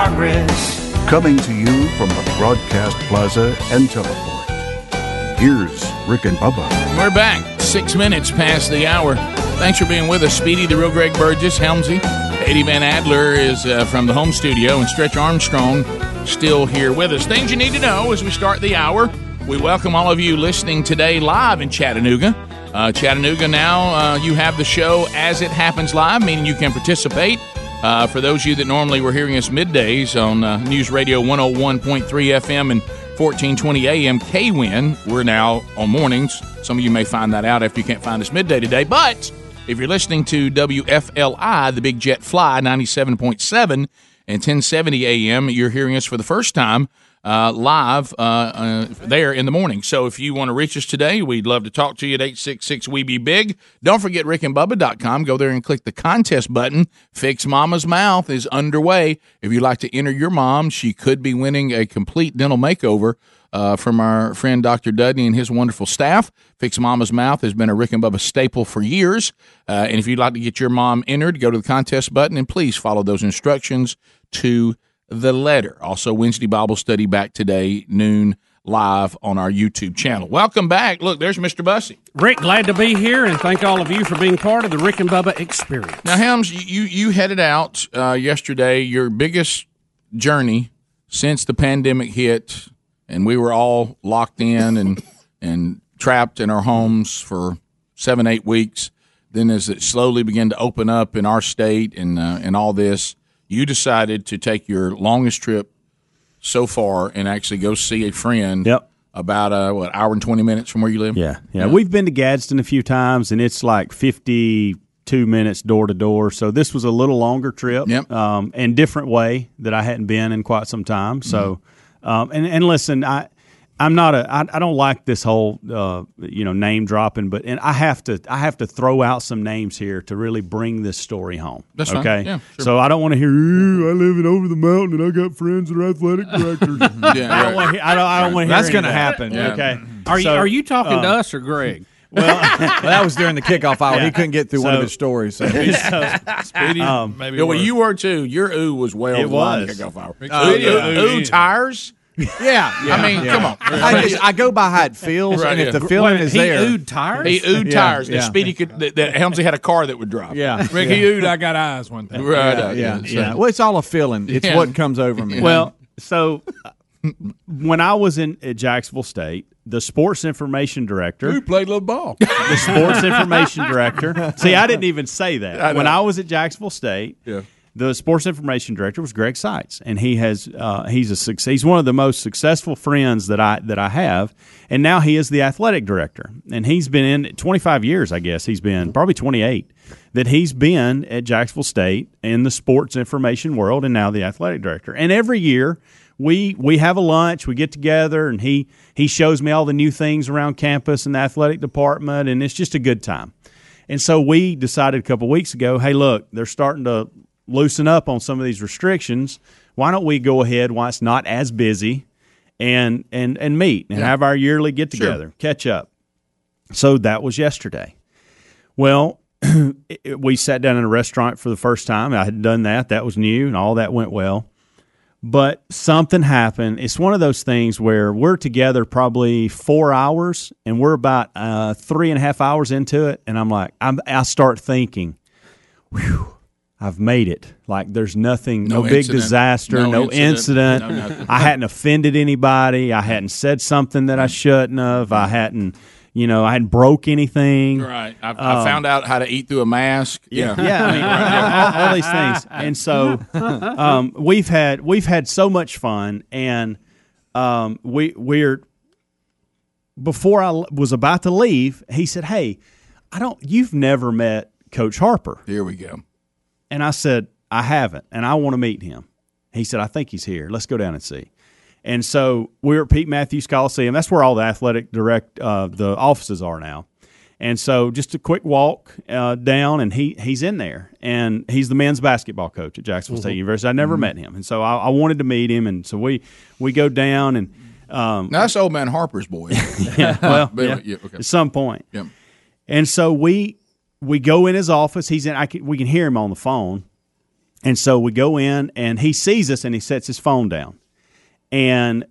is coming to you from the Broadcast Plaza and Teleport. Here's Rick and Bubba. We're back, six minutes past the hour. Thanks for being with us, Speedy, the real Greg Burgess, Helmsy. Eddie Van Adler is uh, from the home studio, and Stretch Armstrong still here with us. Things you need to know as we start the hour. We welcome all of you listening today live in Chattanooga. Uh, Chattanooga now, uh, you have the show as it happens live, meaning you can participate. Uh, for those of you that normally were hearing us middays on uh, News Radio 101.3 FM and 1420 AM KWIN, we're now on mornings. Some of you may find that out after you can't find us midday today. But if you're listening to WFLI, the Big Jet Fly 97.7 and 1070 AM, you're hearing us for the first time uh, live uh, uh, there in the morning. So if you want to reach us today, we'd love to talk to you at 866 We Be Big. Don't forget rickandbubba.com. Go there and click the contest button. Fix Mama's Mouth is underway. If you'd like to enter your mom, she could be winning a complete dental makeover. Uh, from our friend Dr. Dudney and his wonderful staff. Fix Mama's Mouth has been a Rick and Bubba staple for years. Uh, and if you'd like to get your mom entered, go to the contest button and please follow those instructions to the letter. Also, Wednesday Bible study back today, noon, live on our YouTube channel. Welcome back. Look, there's Mr. Bussey. Rick, glad to be here, and thank all of you for being part of the Rick and Bubba experience. Now, Helms, you, you headed out uh, yesterday, your biggest journey since the pandemic hit, and we were all locked in and, and trapped in our homes for seven, eight weeks. Then, as it slowly began to open up in our state and, uh, and all this, you decided to take your longest trip so far and actually go see a friend Yep. about uh, what hour and 20 minutes from where you live Yeah, yeah. We've been to Gadsden a few times, and it's like fifty-two minutes door to door. So this was a little longer trip, Yep. um, and different way that I hadn't been in quite some time. So, Mm-hmm. um, and and listen, I. I'm not a. I, I don't like this whole, uh, you know, name dropping. But and I have to. I have to throw out some names here to really bring this story home. That's fine. okay. Yeah, sure. So I don't want to hear. "Ooh, I live in over the mountain and I got friends that are athletic directors. Yeah, right. I don't want. to I don't. I don't want to hear. That's going gonna happen. Yeah. Okay. Are you So- are you talking to us or Greg? Mm-hmm. um, Well, that was during the kickoff hour. He couldn't get through one So- of his stories. So. um, Speedy, Um, maybe well, you were too. Your ooh was well. It the line was. to Go over. Oh, ooh, yeah. ooh, ooh Yeah. tires. yeah, I mean, come on. I just I go by how it feels, Right, and if yeah. the feeling is he there, oohed tires. He oohed Yeah, tires. That yeah. Speedy could. That, that Helmsley had a car that would drive. yeah, Ricky yeah. Ood, I got eyes one time. Right. uh, yeah, so- yeah. Well, it's all a feeling. It's Yeah. what comes over me. Well, so uh, when I was in at Jacksonville State, the sports information director, played little ball. the sports information director. See, I didn't even say that. when I was at Jacksonville State, Yeah. the sports information director was Greg Seitz, and he has uh, he's a suc- he's one of the most successful friends that I that I have, and now he is the athletic director, and he's been in 25 years, I guess he's been probably 28 that he's been at Jacksonville State in the sports information world, and now the athletic director, and every year. We, we have a lunch, we get together, and he, he shows me all the new things around campus and the athletic department, and it's just a good time. And so we decided a couple weeks ago, hey, look, they're starting to loosen up on some of these restrictions. Why don't we go ahead while it's not as busy and and and meet and have our yearly get together, catch up. So that was yesterday. Well, it- it- we sat down in a restaurant for the first time. I had done that. That was new and all that went well. But something happened. It's one of those things where we're together probably four hours and we're about uh, three and a half hours into it. And I'm like, I'm, I start thinking, whew, I've made it. Like there's nothing, No no, big incident. disaster, No no, incident. incident. No nothing. I hadn't offended anybody. I hadn't said something that I shouldn't have. I hadn't, you know, I hadn't broke anything Right. I, I found out how to eat through a mask. Yeah. Um, yeah, I mean, all, all these things. And so um, we've had we've had so much fun, and um, we we're before I l- was about to leave, he said, "Hey, I don't. You've never met Coach Harper," Here we go. and I said, "I haven't, and I want to meet him." He said, "I think he's here. Let's go down and see." And so we were at Pete Matthews Coliseum. That's where all the athletic direct uh, the offices are now. And so just a quick walk uh, down, and he he's in there, and he's the men's basketball coach at Jacksonville Mm-hmm. State University. I never met him, and so I, I wanted to meet him, and so we we go down, and um, Now that's old man Harper's boy. well, But, yeah, yeah, okay. at some point, Yeah. and so we we go in his office. He's in. I can, we can hear him on the phone, And so we go in, and he sees us, and he sets his phone down, and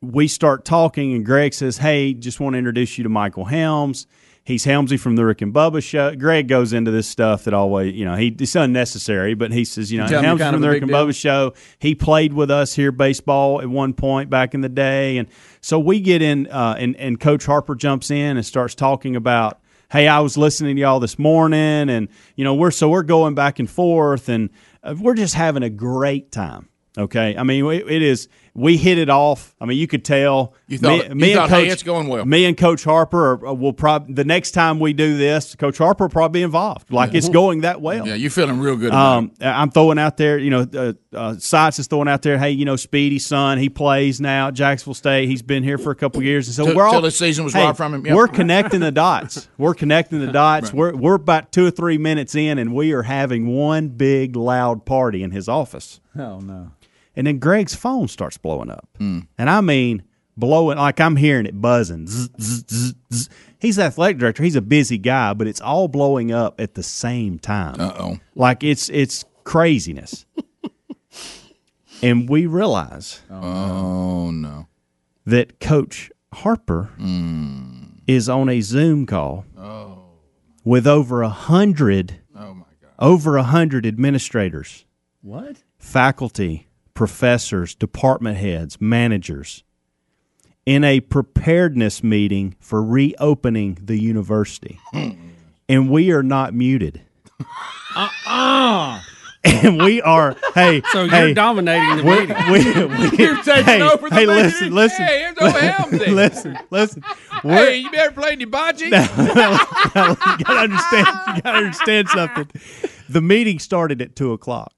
we start talking. And Greg says, "Hey, just want to introduce you to Michael Helms." He's Helmsy from the Rick and Bubba show. Greg goes into this stuff that always, you know, he it's unnecessary, but he says, you know, Tell me Helmsy from kind of the the Rick big and deal. Bubba show. He played with us here baseball at one point back in the day, and so we get in, uh, and and Coach Harper jumps in and starts talking about, hey, I was listening to y'all this morning, and you know, we're so we're going back and forth, and uh, we're just having a great time. Okay, I mean, it, it is we hit it off. I mean, you could tell. You thought- you thought, hey, it's going well. Me and Coach Harper are, uh, will probably the next time we do this, Coach Harper will probably be involved. Like it's going that well. Yeah, you're feeling real good. About Um, I'm throwing out there, you know, uh, uh, Sites is throwing out there, hey, you know, Speedy's son, he plays now at Jacksonville State. He's been here for a couple years, and so Till- we're all till this season was robbed from him, yeah. We're connecting the dots. We're connecting the dots. We're we're about two or three minutes in, and we are having one big loud party in his office. Oh no. And then Greg's phone starts blowing up. Hmm. And I mean, blowing, like I'm hearing it buzzing. Zzz, zzz, zzz, zzz. He's the athletic director. He's a busy guy, but it's all blowing up at the same time. Uh Uh-oh. Like it's, it's craziness. and we realize Oh no. that Coach Harper Hmm. is on a Zoom call with over a hundred, over a hundred administrators, what faculty, professors, department heads, managers, in a preparedness meeting for reopening the university, and we are not muted. Uh-uh. And we are hey So hey, you're dominating the we, meeting. we, we, You're taking hey, over the hey, meeting. listen, listen, Hey, here's old Helmsy. listen, listen. We're, Hey, you better play Hibachi. you gotta understand. You gotta understand something. The meeting started at two o'clock.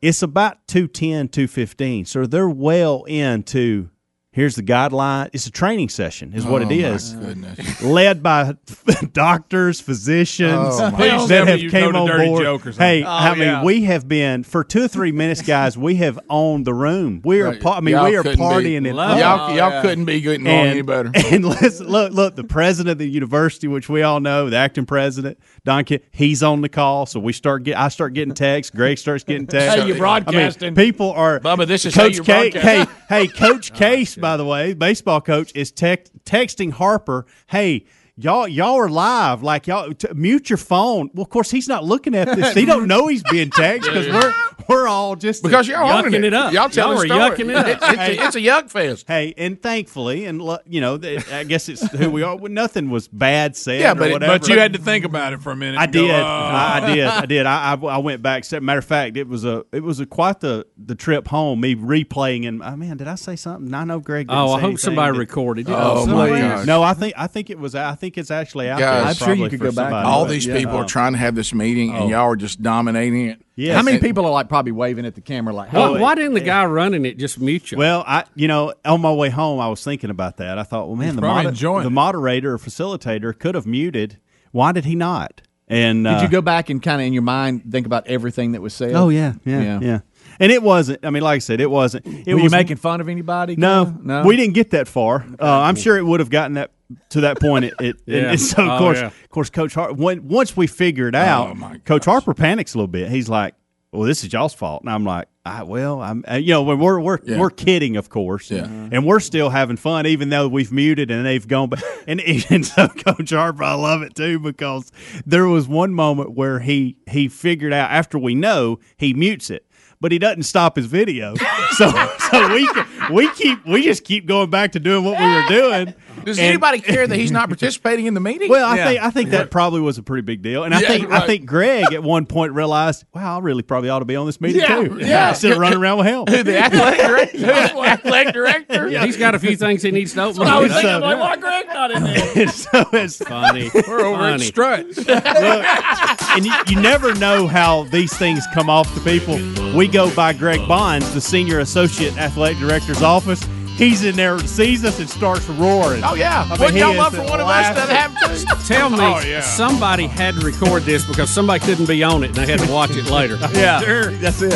It's about 210, 215. So they're well into. Here's the guideline. It's a training session, is what it is. Oh, Goodness. Led by doctors, physicians Oh, Please tell that me have you go came to on Dirty board. Joke or something. Oh, hey, I mean, yeah. we have been for two or three minutes, guys. We have owned the room. We are. Right. par- I mean, Y'all we are couldn't be- partying it Y'all, up. y'all couldn't be getting along any better. And listen, look, look, the president of the university, which we all know, the acting president, Don Kidd, he's on the call. So we start get, I start getting texts. Greg starts getting texts. Hey, you I mean, broadcasting. people are. Bubba, this is how Coach you K. Hey, broadcast. Oh, hey, Coach Case, by the way, baseball coach, is tec- texting Harper, hey, Y'all, y'all are live. Like y'all, t- mute your phone. Well, of course, he's not looking at this. He don't know he's being texted because we're we're all just Because y'all Yucking owning it. it up. Y'all telling Y'all are story. yucking it It's, a, it's a yuck fest. Hey, and thankfully, and lo- you know, th- I guess it's who we are. Well, Nothing was bad said. Yeah, or but it- whatever. But you had to think about it for a minute. I and go, did. "Oh." I, I did. I did. I, I, I went back. So, Matter of fact, it was a it was a quite the the trip home. Me replaying and oh man, did I say something? I know Greg. Didn't Oh, say I hope anything. somebody Did- recorded it. Oh, my gosh. No, I think I think it was. I think it's actually out. Guys, there I'm sure you probably could for go back somebody. and All Oh, these yeah. people are trying to have this meeting, and y'all are just dominating it. Yes. How many people are like probably waving at the camera like, Why, "Hey, why didn't the guy running it just mute you? Well, I you know on my way home I was thinking about that. I thought, well, man, the, probably moder- enjoying the it. moderator or facilitator could have muted. Why did he not? And Did uh, you go back and kind of in your mind think about everything that was said? Oh yeah, yeah, yeah, Yeah. And it wasn't. I mean, like I said, it wasn't. It Were you was making fun of anybody? No, kinda? no. we didn't get that far. Uh, I'm sure it would have gotten that to that point. It, it and- Yeah. and so of Oh, course, yeah. of course, Coach Har- when once we figured out, Coach Harper panics a little bit. He's like, "Well, this is y'all's fault," and I'm like, "I well, I'm uh, you know we're we're we're, we're kidding, of course, Yeah. and we're still having fun even though we've muted and they've gone." But and even so, Coach Harper, I love it too because there was one moment where he he figured out after we know he mutes it but he doesn't stop his video. So so we we keep we just keep going back to doing what we were doing. Does And- anybody care that he's not participating in the meeting? Well, I Yeah. think I think that probably was a pretty big deal, and I Yeah, think I right. think Greg at one point realized, wow, I really probably ought to be on this meeting Yeah, too. yeah. instead of running around with hell. the athletic director. the athletic director. Yeah, he's got a few things he needs to open. I up. was thinking, like, why Greg not in there? And so it's funny. We're over at Funny. Struts. and you, you never know how these things come off to people. We go by Greg Bonds, the senior associate athletic director's office. He's in there, sees us, and starts roaring. Oh yeah. mean, Wouldn't he y'all is love for the one of us to last- have two? Tell me, Oh, yeah. somebody had to record this because somebody couldn't be on it, and they had to watch it later. Yeah, that's it.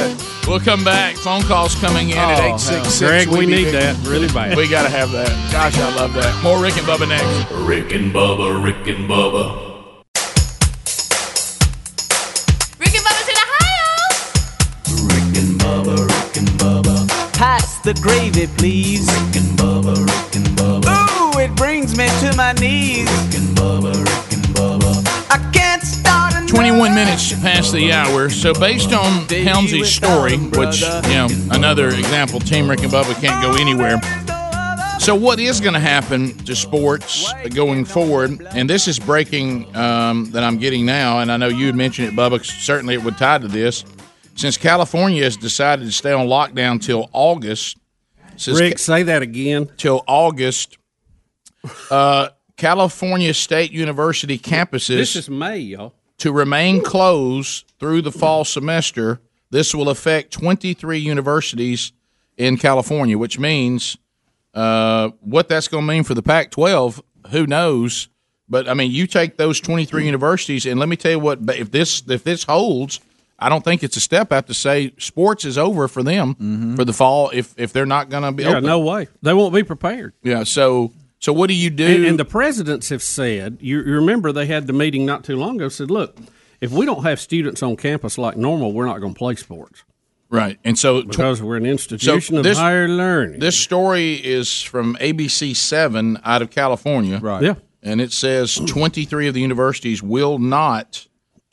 We'll come back. Phone calls coming in at eight six six. Greg, we need that really bad. We gotta have that. Gosh, I love that. More Rick and Bubba next. Rick and Bubba, Rick and Bubba. Rick and Bubba's in Ohio. Pass the gravy, please. Rick and Bubba, Rick and Bubba. Ooh, it brings me to my knees. Rick and Bubba, Rick and Bubba. I can't start another 21 minutes past the hour. So, based on Helmsy's story, which, you know, another example, Team Rick and Bubba can't go anywhere. So, what is going to happen to sports going forward? And this is breaking um, that I'm getting now. And I know you had mentioned it, Bubba. 'cause Certainly it would tie to this. Since California has decided to stay on lockdown till August, since Rick, say that again. till August, uh, California State University campuses This is May, y'all. to remain closed through the fall semester. This will affect 23 universities in California, which means uh, what that's going to mean for the Pac 12, who knows? But I mean, you take those 23 universities, and let me tell you what, if this, if this holds, I don't think it's a step out to say sports is over for them for the fall if, if they're not going to be Mm-hmm. Yeah, open. no way. They won't be prepared. Yeah. So so what do you do? And, and the presidents have said, you, you remember they had the meeting not too long ago, said, look, if we don't have students on campus like normal, we're not going to play sports right. And so tw- because we're an institution of this- higher learning. this story is from ABC Seven out of California. Right. yeah. And it says 23 of the universities will not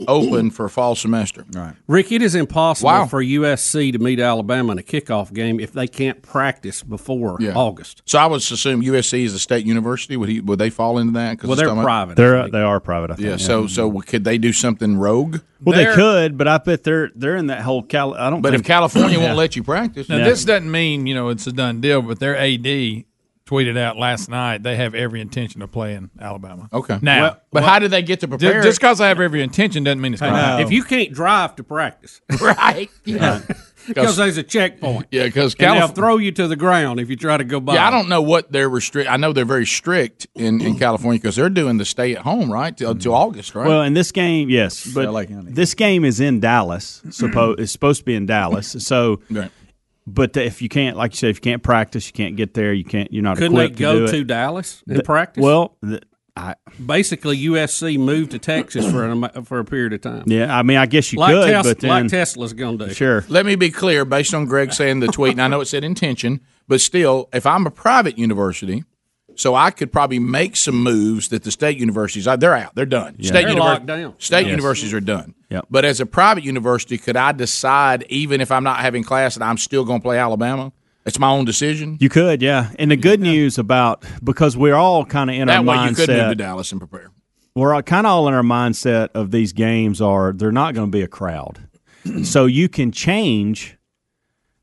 open for fall semester. Right. Rick, it is impossible Wow. for USC to meet Alabama in a kickoff game if they can't practice before Yeah. August. So I would assume USC is a state university. Would he? Would they fall into that? 'Cause Well, it's they're talking about- private. I They're think. they are private. I think. Yeah, So so could they do something rogue? Well, they They're- could, but I bet they're they're in that whole Cal. I don't. But if think, California won't let you practice, Now, this doesn't mean you know it's a done deal, but their AD tweeted out last night they have every intention of playing Alabama. okay. Now, Well, but how do they get to prepare? just because I have every intention doesn't mean it's going If you can't drive to practice right? Yeah, because there's a checkpoint, yeah, because and they'll California. throw you to the ground if you try to go by. Yeah, I don't know what they're restrict. I know they're very strict in, in California because they're doing the stay at home right till, till August, right? well, in this game, yes, but LA County. this game is in Dallas. Supposed it's supposed to be in Dallas. So, Right. but if you can't, like you said, if you can't practice, you can't get there. You can't. You're not Couldn't they equipped to go do to, it. Dallas and practice? Well, th- I, basically, USC moved to Texas for an, ama- for a period of time. yeah. I mean, I guess you Like, could, Tes- but then like Tesla's going to do. sure. Let me be clear, based on Greg saying the tweet, and I know it said intention, but still, if I'm a private university, so I could probably make some moves that the state universities they're out, they're done. State They're universities, locked down. State universities are done. Yep. But as a private university, could I decide even if I'm not having class that I'm still going to play Alabama? It's my own decision. You could, yeah. And the good news about because we're all kind of in our that way, mindset. you could move to Dallas and prepare. we're kind of all in our mindset of these games are they're not going to be a crowd, so you can change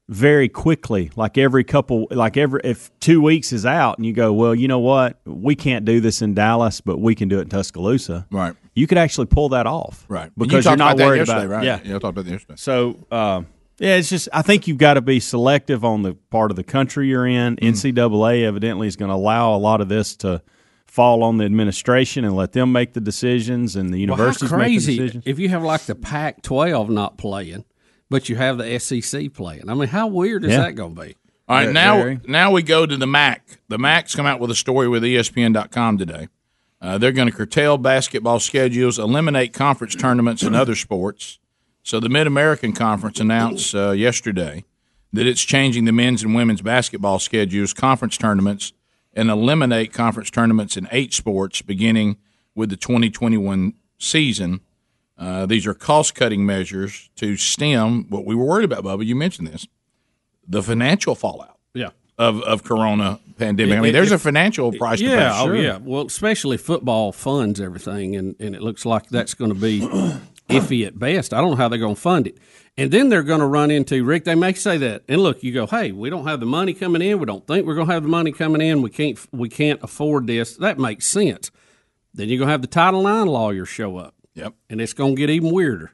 very quickly. Like every couple, like every if two weeks is out, and you go, well, you know what, we can't do this in Dallas, but we can do it in Tuscaloosa. Right. You could actually pull that off, Right. And Because you you talked are not about that worried yesterday, about right? yeah. yeah. I talked about that yesterday. So uh, yeah, it's just I think you've got to be selective on the part of the country you're in. Mm-hmm. NCAA evidently is going to allow a lot of this to fall on the administration and let them make the decisions and the Well, how universities make the crazy decisions. if you have like the Pac-12 not playing, but you have the SEC playing. I mean, how weird is Yeah. that going to be? All right, Very- now very. now we go to the Mac. The Mac's come out with a story with E ESPN.com today. Uh, they're going to curtail basketball schedules, eliminate conference tournaments and other sports. So the Mid American Conference announced uh, yesterday that it's changing the men's and women's basketball schedules, conference tournaments, and eliminate conference tournaments in eight sports beginning with the 2021 season. Uh, these are cost cutting measures to stem what we were worried about, Bubba. You mentioned this the financial fallout Yeah. of, of corona pandemic. I mean, If- there's a financial price to pay. Yeah, oh yeah. Well, especially football funds everything, and, and it looks like that's going to be iffy at best. I don't know how they're going to fund it. And then they're going to run into Rick. They may say that, and look, you go, hey, we don't have the money coming in. We don't think we're going to have the money coming in. We can't we can't afford this. That makes sense. Then you're going to have the Title IX lawyers show up, Yep. and it's going to get even weirder.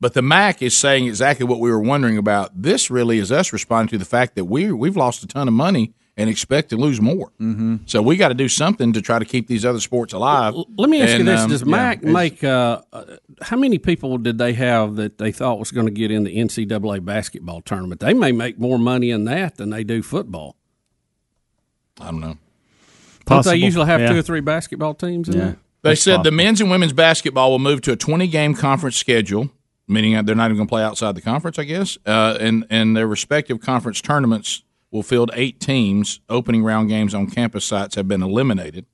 But the MAC is saying exactly what we were wondering about. This really is us responding to the fact that we we've lost a ton of money and expect to lose more. Mm-hmm. So we got to do something to try to keep these other sports alive. L- Let me ask you And, this: um, Does yeah, Mac it's- make uh, uh, how many people did they have that they thought was going to get in the NCAA basketball tournament? They may make more money in that than they do football. I don't know. Don't they Possible, usually have yeah. two or three basketball teams in Yeah. that? They said the men's and women's basketball will move to a 20 game conference schedule. meaning they're not even going to play outside the conference, I guess. Uh, and and their respective conference tournaments will field eight teams. Opening round games on campus sites have been eliminated.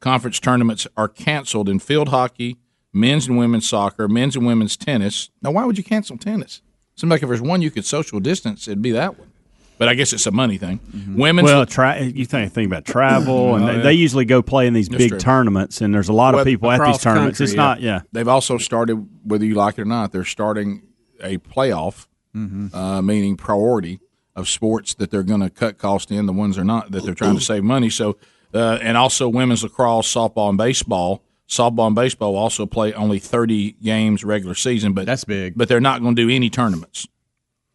Conference tournaments are canceled in field hockey, men's and women's soccer, men's and women's tennis. Now, why would you cancel tennis? Seems like if there's one you could social distance, it'd be that one. But I guess it's a money thing. Women's Mm-hmm. Well, tra- you think think about Mm-hmm. travel, Oh, and they, they usually go play in these That's big true. tournaments, and there's a lot Well, of people at across these tournaments. country, it's yeah. not, yeah. They've also started, whether you like it or not, they're starting a playoff, Mm-hmm. uh, meaning priority of sports that they're going to cut cost in. The ones they're not that they're trying to save money. So, uh, and also women's lacrosse, softball, and baseball. Softball and baseball also play only thirty games regular season, but That's big. But they're not going to do any tournaments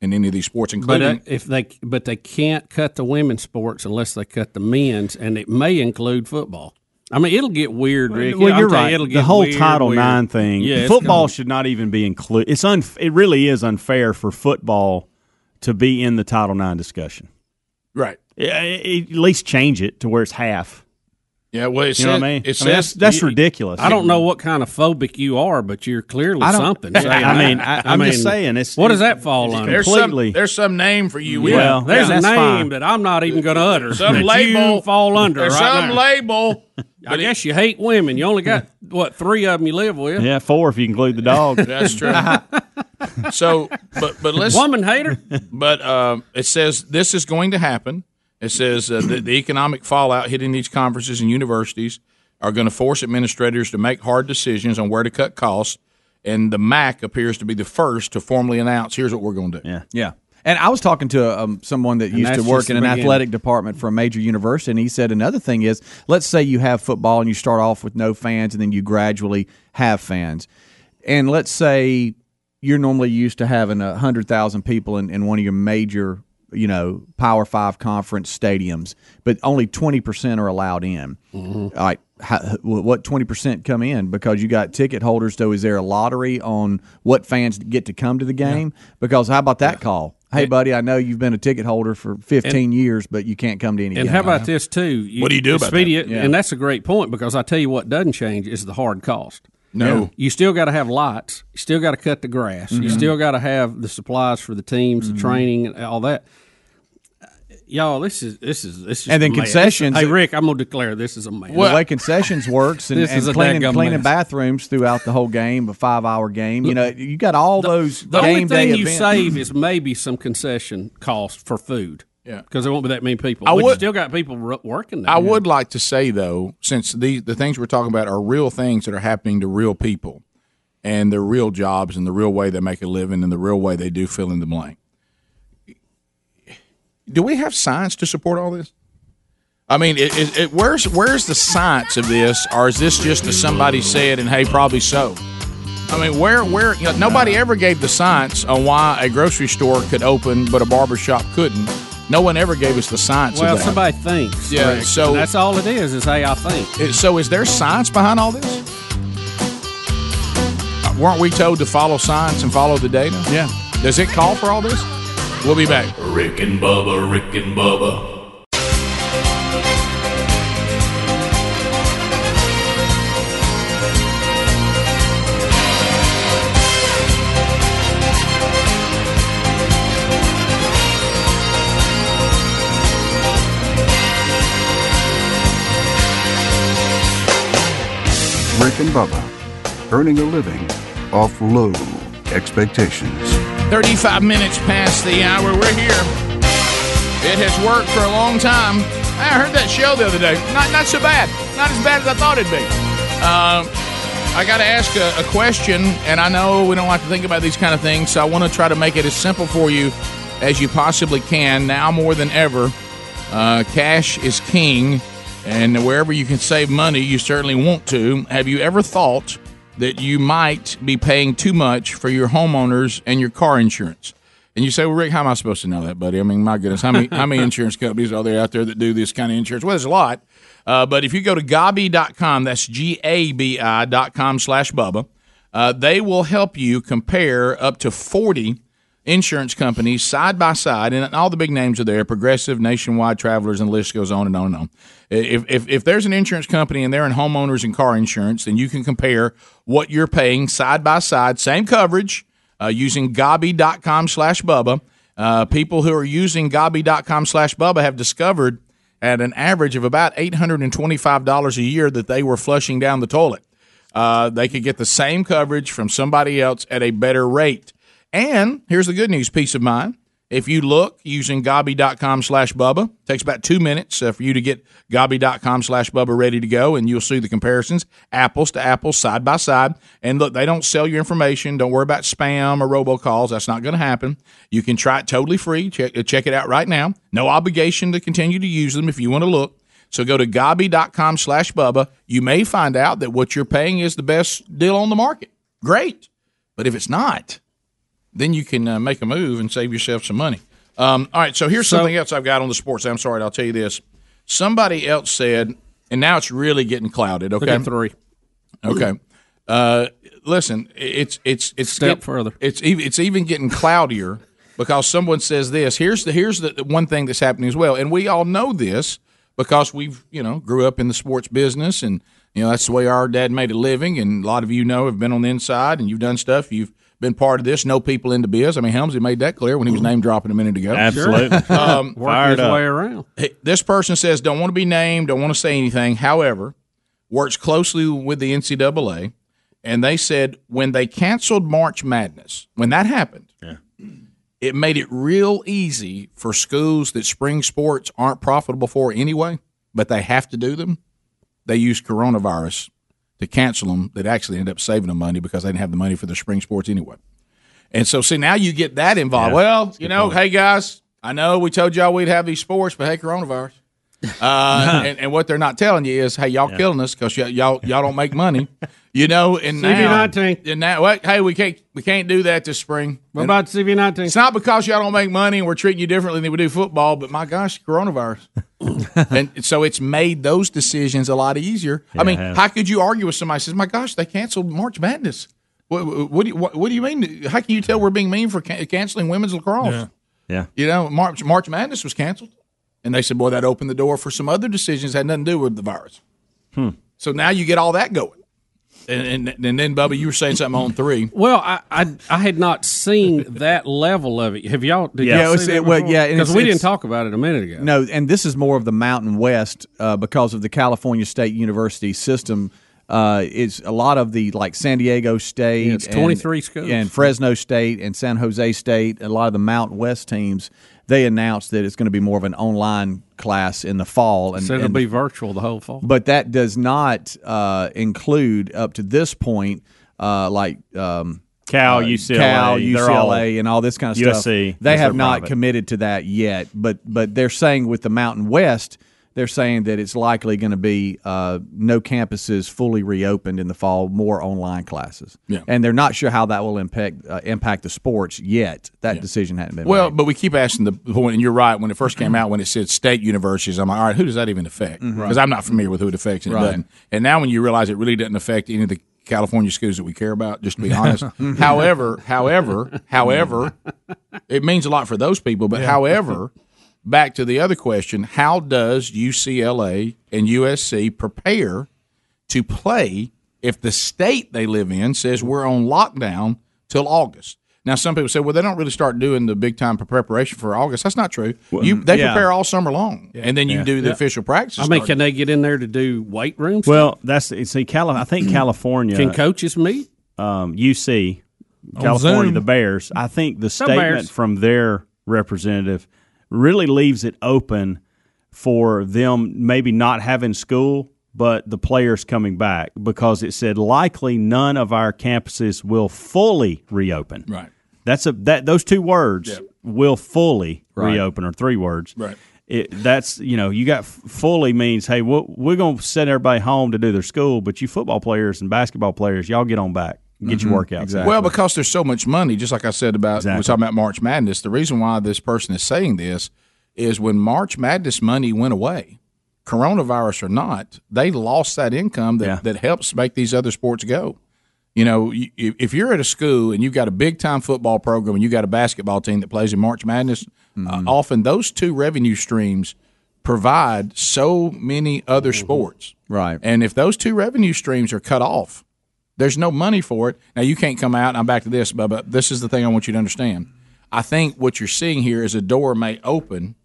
in any of these sports, But uh, including. if they but they can't cut the women's sports unless they cut the men's, and it may include football. I mean, it'll get weird, Rick. Well, I'll you're tell you, right. It'll get the whole weird, Title weird. IX thing, Yeah, it's football gonna- should not even be included. It's un. It really is unfair for football to be in the Title IX discussion. right. Yeah, it- at least change it to where it's half. Yeah. Well, it You says, know what I mean? It says I mean, that's, that's you- ridiculous. I don't know what kind of phobic you are, but you're clearly I don't- something. I saying mean, that. I- I'm just saying, it's- what does it's- that fall under? There's some, completely- there's some name for you. Will. Well, There's yeah, a that's name fine. that I'm not even going to utter. some that label you fall under. There's right some now. label. I guess you hate women. You only got what three of them you live with. Yeah, four if you include the dog. That's true. so, but but let's. Woman hater. But um, it says this is going to happen. It says uh, the, the economic fallout hitting these conferences and universities are going to force administrators to make hard decisions on where to cut costs. And the MAC appears to be the first to formally announce, "Here's what we're going to do." Yeah. Yeah. And I was talking to um, someone that used to that's work just in the an beginning. athletic department for a major university, and he said another thing is, let's say you have football and you start off with no fans, and then you gradually have fans, and let's say you're normally used to having a hundred thousand people in, in one of your major, you know, Power Five conference stadiums, but only twenty percent are allowed in. All right, how, what twenty percent come in because you got ticket holders? So is there a lottery on what fans get to come to the game? Because how about that call? Hey, buddy, I know you've been a ticket holder for 15 years, but you can't come to any And game. how about this too? You, What do you do about Speedy, Yeah. And that's a great point because I tell you what doesn't change is the hard cost. No. You still got to have lights. You still got to cut the grass. Mm-hmm. You still got to have the supplies for the teams, the training, and all that. Y'all, this is this is this is And then a mess. concessions- Hey, Rick, I'm gonna declare this is a man. the way concessions works and, This and is a cleaning daggum cleaning mess. bathrooms throughout the whole game, a five hour game. You know, you got all those The game only day thing you events. save is maybe some concession cost for food. Yeah. because there won't be that many people. I but you would- still got people ro- working. There. I would like to say though, since the the things we're talking about are real things that are happening to real people, and their real jobs and the real way they make a living and the real way they do fill in the blank. Do we have science to support all this? I mean, it, it, it, where's where's the science of this, or is this just a somebody said and hey, probably so? I mean, where where you know, nobody ever gave the science on why a grocery store could open but a barber shop couldn't. No one ever gave us the science. Well, of that. somebody thinks. Yeah, Rick, so- and that's all it is. Is hey, I think. Is- So, is there science behind all this? Uh, Weren't we told to follow science and follow the data? Yeah. Does it call for all this? We'll be back. Rick and Bubba, Rick and Bubba. Rick and Bubba, earning a living off low expectations. 35 minutes past the hour. We're here. It has worked for a long time. I heard that show the other day. Not, not so bad. Not as bad as I thought it'd be. Um, I got to ask a, a question, and I know we don't like to think about these kind of things, so I want to try to make it as simple for you as you possibly can now more than ever. Uh, cash is king, and wherever you can save money, you certainly want to. Have you ever thought that you might be paying too much for your homeowners and your car insurance? And you say, "Well, Rick, how am I supposed to know that, buddy? I mean, my goodness, how many how many insurance companies are there out there that do this kind of insurance? Well, there's a lot. Uh, but if you go to gabi.com, that's g a b i dot com slash bubba, uh, they will help you compare up to forty insurance companies side by side, and all the big names are there Progressive, Nationwide, Travelers, and the list goes on and on and on. If, if, if there's an insurance company and they're in homeowners and car insurance, then you can compare what you're paying side by side, same coverage, uh, using gobby.com slash Bubba. Uh, people who are using gobby.com slash Bubba have discovered at an average of about $825 a year that they were flushing down the toilet. Uh, they could get the same coverage from somebody else at a better rate. And here's the good news peace of mind. If you look using gobby.com slash Bubba, takes about two minutes uh, for you to get gobby.com slash Bubba ready to go, and you'll see the comparisons, apples to apples, side by side. And look, they don't sell your information. Don't worry about spam or robocalls. That's not going to happen. You can try it totally free. Check, uh, check it out right now. No obligation to continue to use them if you want to look. So go to gobby.com slash Bubba. You may find out that what you're paying is the best deal on the market. Great. But if it's not, then you can uh, make a move and save yourself some money. Um, all right, so here's something else I've got on the sports. I'm sorry, I'll tell you this. Somebody else said, and now it's really getting clouded. Look at Okay, three. okay. Uh, listen, it's it's it's Step further. It's even it's even getting cloudier because someone says this. Here's the here's the the one thing that's happening as well, and we all know this because we've you know grew up in the sports business, and you know that's the way our dad made a living, and a lot of you know have been on the inside and you've done stuff. You've been part of this. No people into biz. I mean, Helmsley made that clear when he was name dropping a minute ago. Absolutely. Um, Working Mm-hmm. his Fired up. way around. Hey, this person says don't want to be named, don't want to say anything. However, works closely with the NCAA, and they said when they canceled March Madness, when that happened, it made it real easy for schools that spring sports aren't profitable for anyway, but they have to do them. They used coronavirus to cancel them. That actually ended up saving them money because they didn't have the money for their spring sports anyway. And so, see, now you get that involved. well, you know, hey guys, I know we told y'all we'd have these sports, but hey, coronavirus. Uh, and, and what they're not telling you is, hey, y'all killing us because y'all, y'all y'all don't make money, you know. And now, CV19. and now, what? Hey, we can't we can't do that this spring. What about CV19? It's not because y'all don't make money and we're treating you differently than we do football, but my gosh, coronavirus. and so it's made those decisions a lot easier. I mean, how could you argue with somebody who says, my gosh, they canceled March Madness? What, what, what do you, what, what do you mean? How can you tell we're being mean for can- canceling women's lacrosse? Yeah. Yeah. You know, March, March Madness was canceled. And they said, boy, that opened the door for some other decisions that had nothing to do with the virus. So now you get all that going. And, and, and then, Bubba, you were saying something on three. Well, I, I I had not seen that level of it. Have y'all? Did Yeah, y'all it's- see it- well, yeah, and because it's- we didn't it's- talk about it a minute ago. No, and this is more of the Mountain West uh, because of the California State University system. Uh, it's a lot of the like San Diego State, Yeah, it's 23 schools. and Fresno State and San Jose State. A lot of the Mountain West teams they announced that it's going to be more of an online class in the fall, and, so it'll and- be virtual the whole fall. but that does not uh, include up to this point uh, like. Um, Cal, uh, UCLA, Cal, they're all- UCLA, and all this kind of USC, stuff. They yes, they're have not private. committed to that yet, but but they're saying with the Mountain West, they're saying that it's likely going to be uh, no campuses fully reopened in the fall, more online classes. Yeah. and they're not sure how that will impact uh, impact the sports yet. That decision hadn't been Well, made. but we keep asking the point, and you're right. When it first came out, when it said state universities, I'm like, all right, who does that even affect? Because I'm not familiar with who it affects and it doesn't. And now when you realize it really doesn't affect any of the California schools that we care about, just to be honest. however, however, however, it means a lot for those people. But however, back to the other question how does UCLA and USC prepare to play if the state they live in says we're on lockdown till August? Now, some people say, well, they don't really start doing the big time preparation for August. That's not true. you, they yeah. prepare all summer long, and then you do the official practice. I mean, start. can they get in there to do weight rooms? Well, that's see, Cali- I think California, can coaches meet? um, UC, California, Zoom. the Bears. I think the Bears. statement from their representative really leaves it open for them maybe not having school, but the players coming back because it said likely none of our campuses will fully reopen. Right. That's a that those two words will fully reopen or three words. Right. It, that's you know you got f- fully means hey we're, we're going to send everybody home to do their school, but you football players and basketball players y'all get on back get Mm-hmm. your workouts. Mm-hmm. Exactly. Well, because there's so much money, just like I said about we're talking about March Madness. The reason why this person is saying this is when March Madness money went away, coronavirus or not, they lost that income that, Yeah. that helps make these other sports go. You know, you, if if you're at a school and you've got a big time football program and you got a basketball team that plays in March Madness, uh, often those two revenue streams provide so many other sports. Right. And if those two revenue streams are cut off, There's no money for it. Now you can't come out. And I'm back to this, Bubba. This is the thing I want you to understand. I think what you're seeing here is a door may open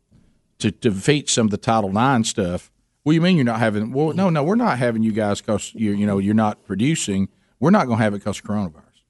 to, to defeat some of the Title IX stuff. What do you mean you're not having? Well, no, no, we're not having you guys because you you know you're not producing. We're not going to have it because of coronavirus.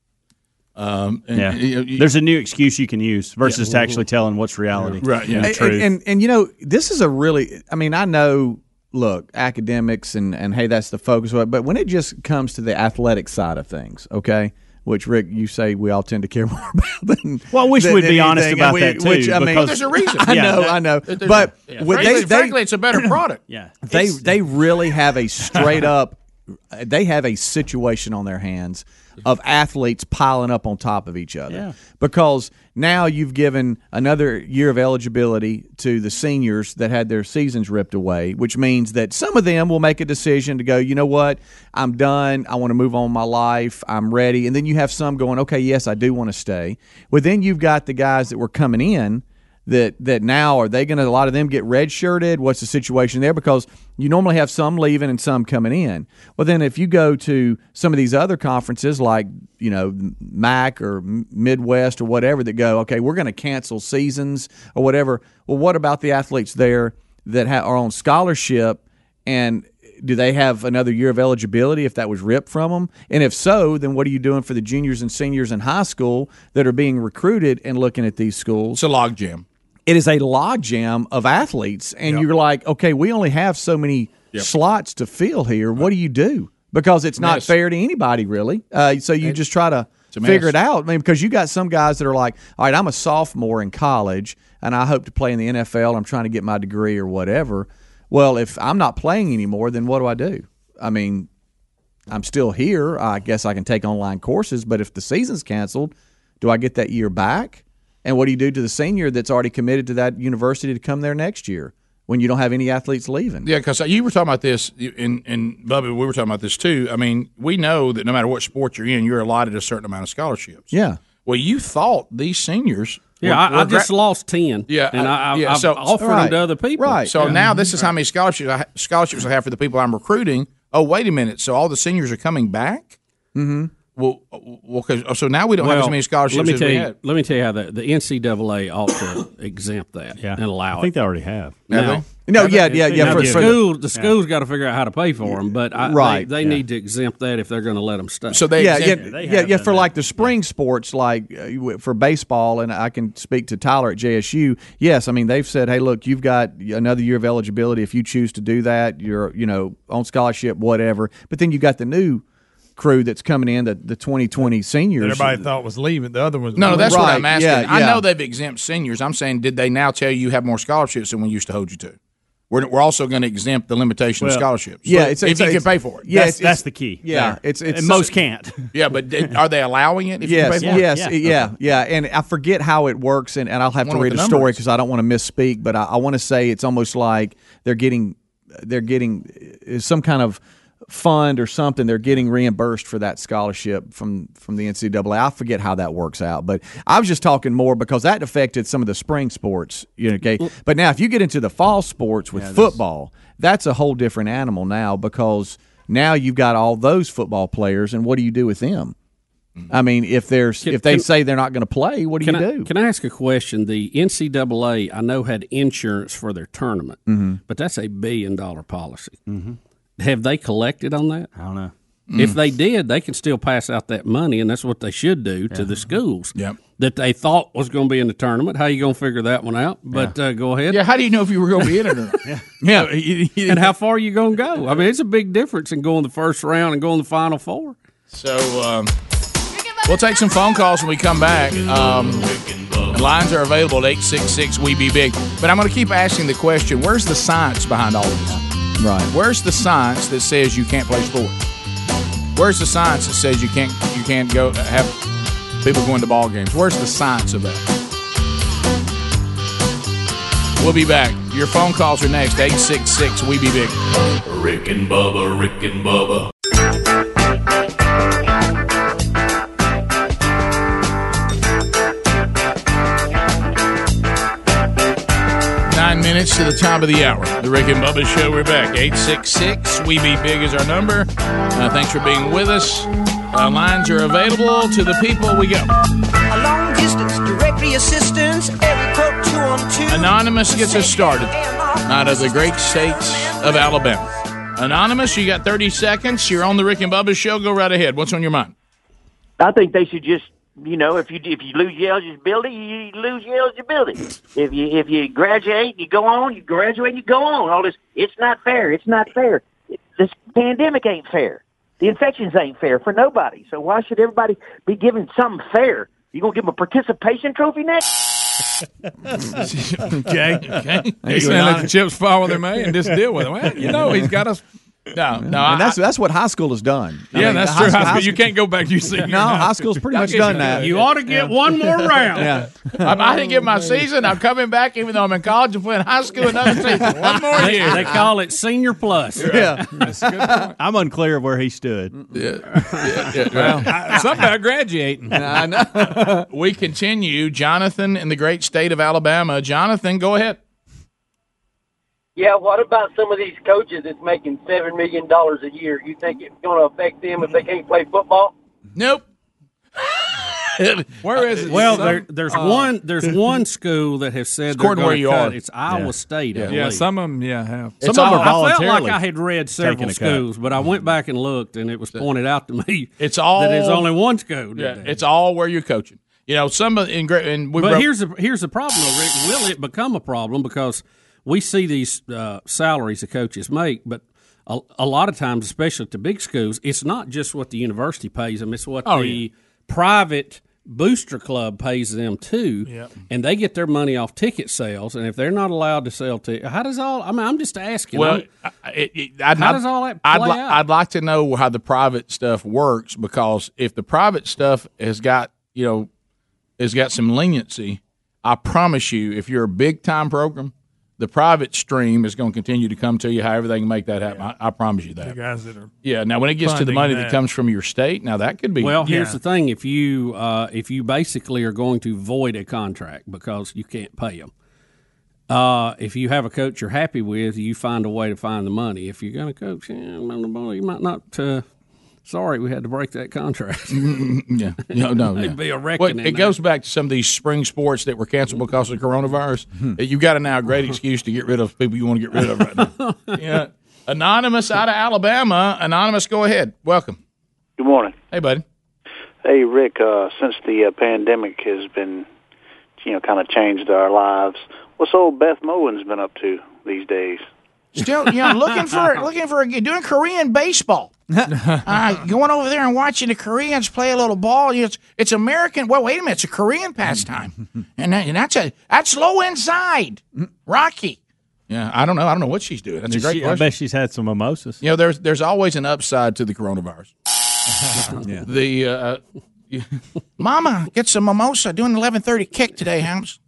Um, and, Yeah. you know, you- There's a new excuse you can use versus to actually telling what's reality. Right, Mm-hmm. yeah. And And- the And- truth. And, and you know, this is a really. I mean, I know. Look, academics and and hey, that's the focus. of it, But when it just comes to the athletic side of things, okay. Which Rick, you say we all tend to care more about than. Well, I wish than- we'd than be honest anything. about And that, too, because- There's a reason. I Yeah. know, I know. But what frankly, they, they frankly, it's a better product. yeah. they they really have a straight up they have a situation on their hands of athletes piling up on top of each other Yeah. because now you've given another year of eligibility to the seniors that had their seasons ripped away which means that some of them will make a decision to go you know what i'm done i want to move on with my life i'm ready and then you have some going okay yes i do want to stay well then you've got the guys that were coming in that that now are they going to a lot of them get redshirted? What's the situation there? Because you normally have some leaving and some coming in. Well, then if you go to some of these other conferences like you know MAC or M- Midwest or whatever that go, okay, we're going to cancel seasons or whatever. Well, what about the athletes there that ha- are on scholarship and do they have another year of eligibility if that was ripped from them? And if so, then what are you doing for the juniors and seniors in high school that are being recruited and looking at these schools? It's a logjam. it is a logjam of athletes, and you're like, okay, we only have so many slots to fill here. What do you do? Because it's not Mess. fair to anybody, really. Uh, so you just try to a mess. figure it out. I mean, because you got some guys that are like, all right, I'm a sophomore in college, and I hope to play in the NFL. I'm trying to get my degree or whatever. Well, if I'm not playing anymore, then what do I do? I mean, I'm still here. I guess I can take online courses, but if the season's canceled, do I get that year back? And what do you do to the senior that's already committed to that university to come there next year when you don't have any athletes leaving? Yeah, because you were talking about this, and and Bubba, we were talking about this too. I mean, we know that no matter what sport you're in, you're allotted a certain amount of scholarships. Yeah. Well, you thought these seniors. Yeah, I, were- I were gra- just lost ten. Yeah, and I, I, yeah, I've so- offered them Right. to other people. Right. So now this is how many scholarships I, ha- scholarships I have for the people I'm recruiting. Oh, wait a minute. So all the seniors are coming back. Mm-hmm. Well, uh, well, 'cause- oh, so now we don't have as many scholarships Let me as tell we you. had. Let me tell you how the, the NCAA ought to exempt that yeah. and allow I think it. they already have. Have Now, they? No, yeah, yeah, yeah. now For, the for the, school, the school's got to figure out how to pay for them, but I, Right. they, they need to exempt that if they're going to let them stay. So they yeah, yeah, exempt- yeah, they yeah, have done For that. like the spring sports, like uh, w- for baseball, and I can speak to Tyler at JSU. Yes, I mean they've said, hey, look, you've got another year of eligibility if you choose to do that. You're, you know, on scholarship, whatever. But then you got the new crew that's coming in, the the 2020 seniors. Everybody thought was leaving. The other ones. No, no, that's what Right, I'm asking. yeah, I yeah. know they've exempt seniors. I'm saying, did they now tell you you have more scholarships than we used to hold you to? We're, we're also going to exempt the limitation of Well, scholarships. Yeah, it's, if it's, you it's- can pay for it. Yeah, That's, it's- that's it's- the key. Yeah, there. it's- it's- And most can't. yeah, but did, are they allowing it? If Yes, you can pay for yes, Yeah. yeah, yeah, And I forget how it works, and, and I'll have to Wonder what read the the story numbers. because I don't want to misspeak. But I, I want to say it's almost like they're getting they're getting uh, some kind of fund or something. They're getting reimbursed for that scholarship from from the NCAA. I forget how that works out, but I was just talking more because that affected some of the spring sports. You know, okay. But now if you get into the fall sports with football, that's a whole different animal now because. Now you've got all those football players, and what do you do with them? I mean, if there's if they can- say they're not going to play, what do Can you I, do? can I ask a question? The NCAA, I know, had insurance for their tournament, but that's a billion dollar policy. Mm-hmm. Have they collected on that? I don't know. If Mm. they did, they can still pass out that money, and that's what they should do to the schools Yep. that they thought was going to be in the tournament. How you going to figure that one out? But uh, go ahead. Yeah, how do you know if you were going to be in it or not? yeah. And how far you going to go? I mean, it's a big difference in going the first round and going the final four. So um, we'll take some phone calls when we come back. Um, the lines are available at 866 We Be Big. E But I'm going to keep asking the question where's the science behind all of this? Right. Where's the science that says you can't play sport? Where's the science that says you can't you can't go have people going to ball games? Where's the science of that? We'll be back. Your phone calls are next. 866 We Be Big. Rick and Bubba, Rick and Bubba, Nine minutes to the top of the hour. The Rick and Bubba Show. We're back. 866 We Be Big is our number. Uh, thanks for being with us. Uh, lines are available to the people. We go. A long distance directory assistance. Area code two on two. Anonymous gets us started out of the great states of Alabama. Anonymous, you got 30 seconds. You're on the Rick and Bubba show. Go right ahead. What's on your mind? I think they should just, you know, if you if you lose your eligibility, you lose your eligibility. If you if you graduate, you go on. You graduate, you go on. All this, it's not fair. It's not fair. This pandemic ain't fair. The infections ain't fair for nobody. So why should everybody be given something fair? You gonna give them a participation trophy next? okay. okay. He's saying let the chips fall where they may and just deal with it. Well, you know, he's got us. No, no. I- and that's that's what high school has done. I Yeah, mean, that's high true. school- High school, you can't go back. You see, No, high school's pretty much done that. You ought to get one more round. yeah, I'm out of give my season. I'm coming back, even though I'm in college and playing high school another season. One more They, year. they call it senior plus. yeah. I'm unclear of where he stood. somehow graduating. I know. We continue. Jonathan in the great state of Alabama. Jonathan, go ahead. Yeah, what about some of these coaches that's making seven million dollars a year? You think it's going to affect them if they can't play football? Nope. Where is it? Well, Some- there, there's one there's one school that has said they're according to where gonna you cut. are. It's Iowa State. I yeah, believe. some of them, yeah, have. Some of them are I felt voluntarily. like I had read taking several a cut. schools, but I went back and looked, and it was pointed out to me It's all- that it's only one school. that Yeah, did it's all where you're coaching. You know, some of- in great and we But broke- here's the here's the problem, though, Rick. Will it become a problem because we see these uh, salaries the coaches make, but a, a lot of times, especially at the big schools, it's not just what the university pays them; it's Oh, what the private booster club pays them too, and they get their money off ticket sales. And if they're not allowed to sell tickets, how does all? I mean, I'm just asking. Well, I'm- I- I- it, it, I'd, How I'd- does all that I'd, play li- out? I'd like to know how the private stuff works because if the private stuff has got you know has got some leniency, I promise you, if you're a big time program, the private stream is going to continue to come to you. However, they can make that happen, I, I promise you that. guys that are Yeah. Now, when it gets to the Funding money that that. comes from your state, now that could be Well, here's Yeah. the thing: if you uh, if you basically are going to void a contract because you can't pay them, uh, if you have a coach you're happy with, you find a way to find the money. If you're going to coach, eh, I'm on the ball, you might not. Uh, sorry, we had to break that contract. Yeah, no, no, yeah. be a wrecking Well, in it there. goes back to some of these spring sports that were canceled because of the coronavirus. Hmm. You've got a now great excuse to get rid of people you want to get rid of right now. yeah, anonymous out of Alabama. Anonymous, go ahead. Welcome. Good morning. Hey, buddy. Hey, Rick. Uh, since the uh, pandemic has been, you know, kind of changed our lives, what's old Beth Moen's been up to these days? Still, you know, looking for looking for doing Korean baseball. uh, going over there and watching the Koreans play a little ball. It's it's American. Well, wait a minute, it's a Korean pastime, and, that, and that's a that's low inside, Rocky. Yeah, I don't know. I don't know what she's doing. That's a great She- I question. bet she's had some mimosas. You know, there's there's always an upside to the coronavirus. The uh, Mama gets a mimosa doing eleven thirty kick today, Hams.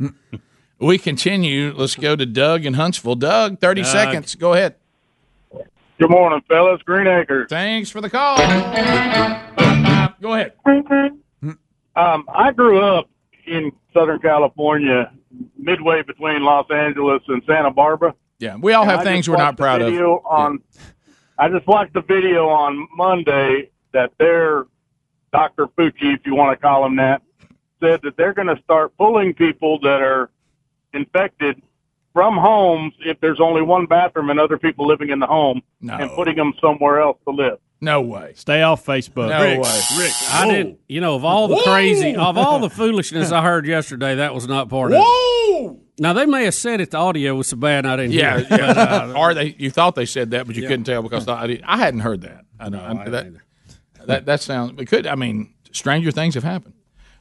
we continue. Let's go to Doug in Huntsville. Doug, thirty seconds. Go ahead. Good morning, fellas. Greenacre. Thanks for the call. Go ahead. Um, I grew up in Southern California, midway between Los Angeles and Santa Barbara. Yeah, we all have I things just we're not watched the proud of. video On, I just watched the video on Monday that their Dr. Fucci, if you want to call him that, said that they're going to start pulling people that are infected from homes if there's only one bathroom and other people living in the home No. and putting them somewhere else to live. No way. Stay off Facebook. No way. I didn't, you know, of all the crazy, of all the foolishness I heard yesterday, that was not part of it. Whoa! Now they may have said it. The audio was so bad I didn't Yeah, hear. it. yeah. or Uh, they you thought they said that, but you couldn't tell because I, didn't- I hadn't heard that. I know I- that, that that sounds. It could. I mean, stranger things have happened.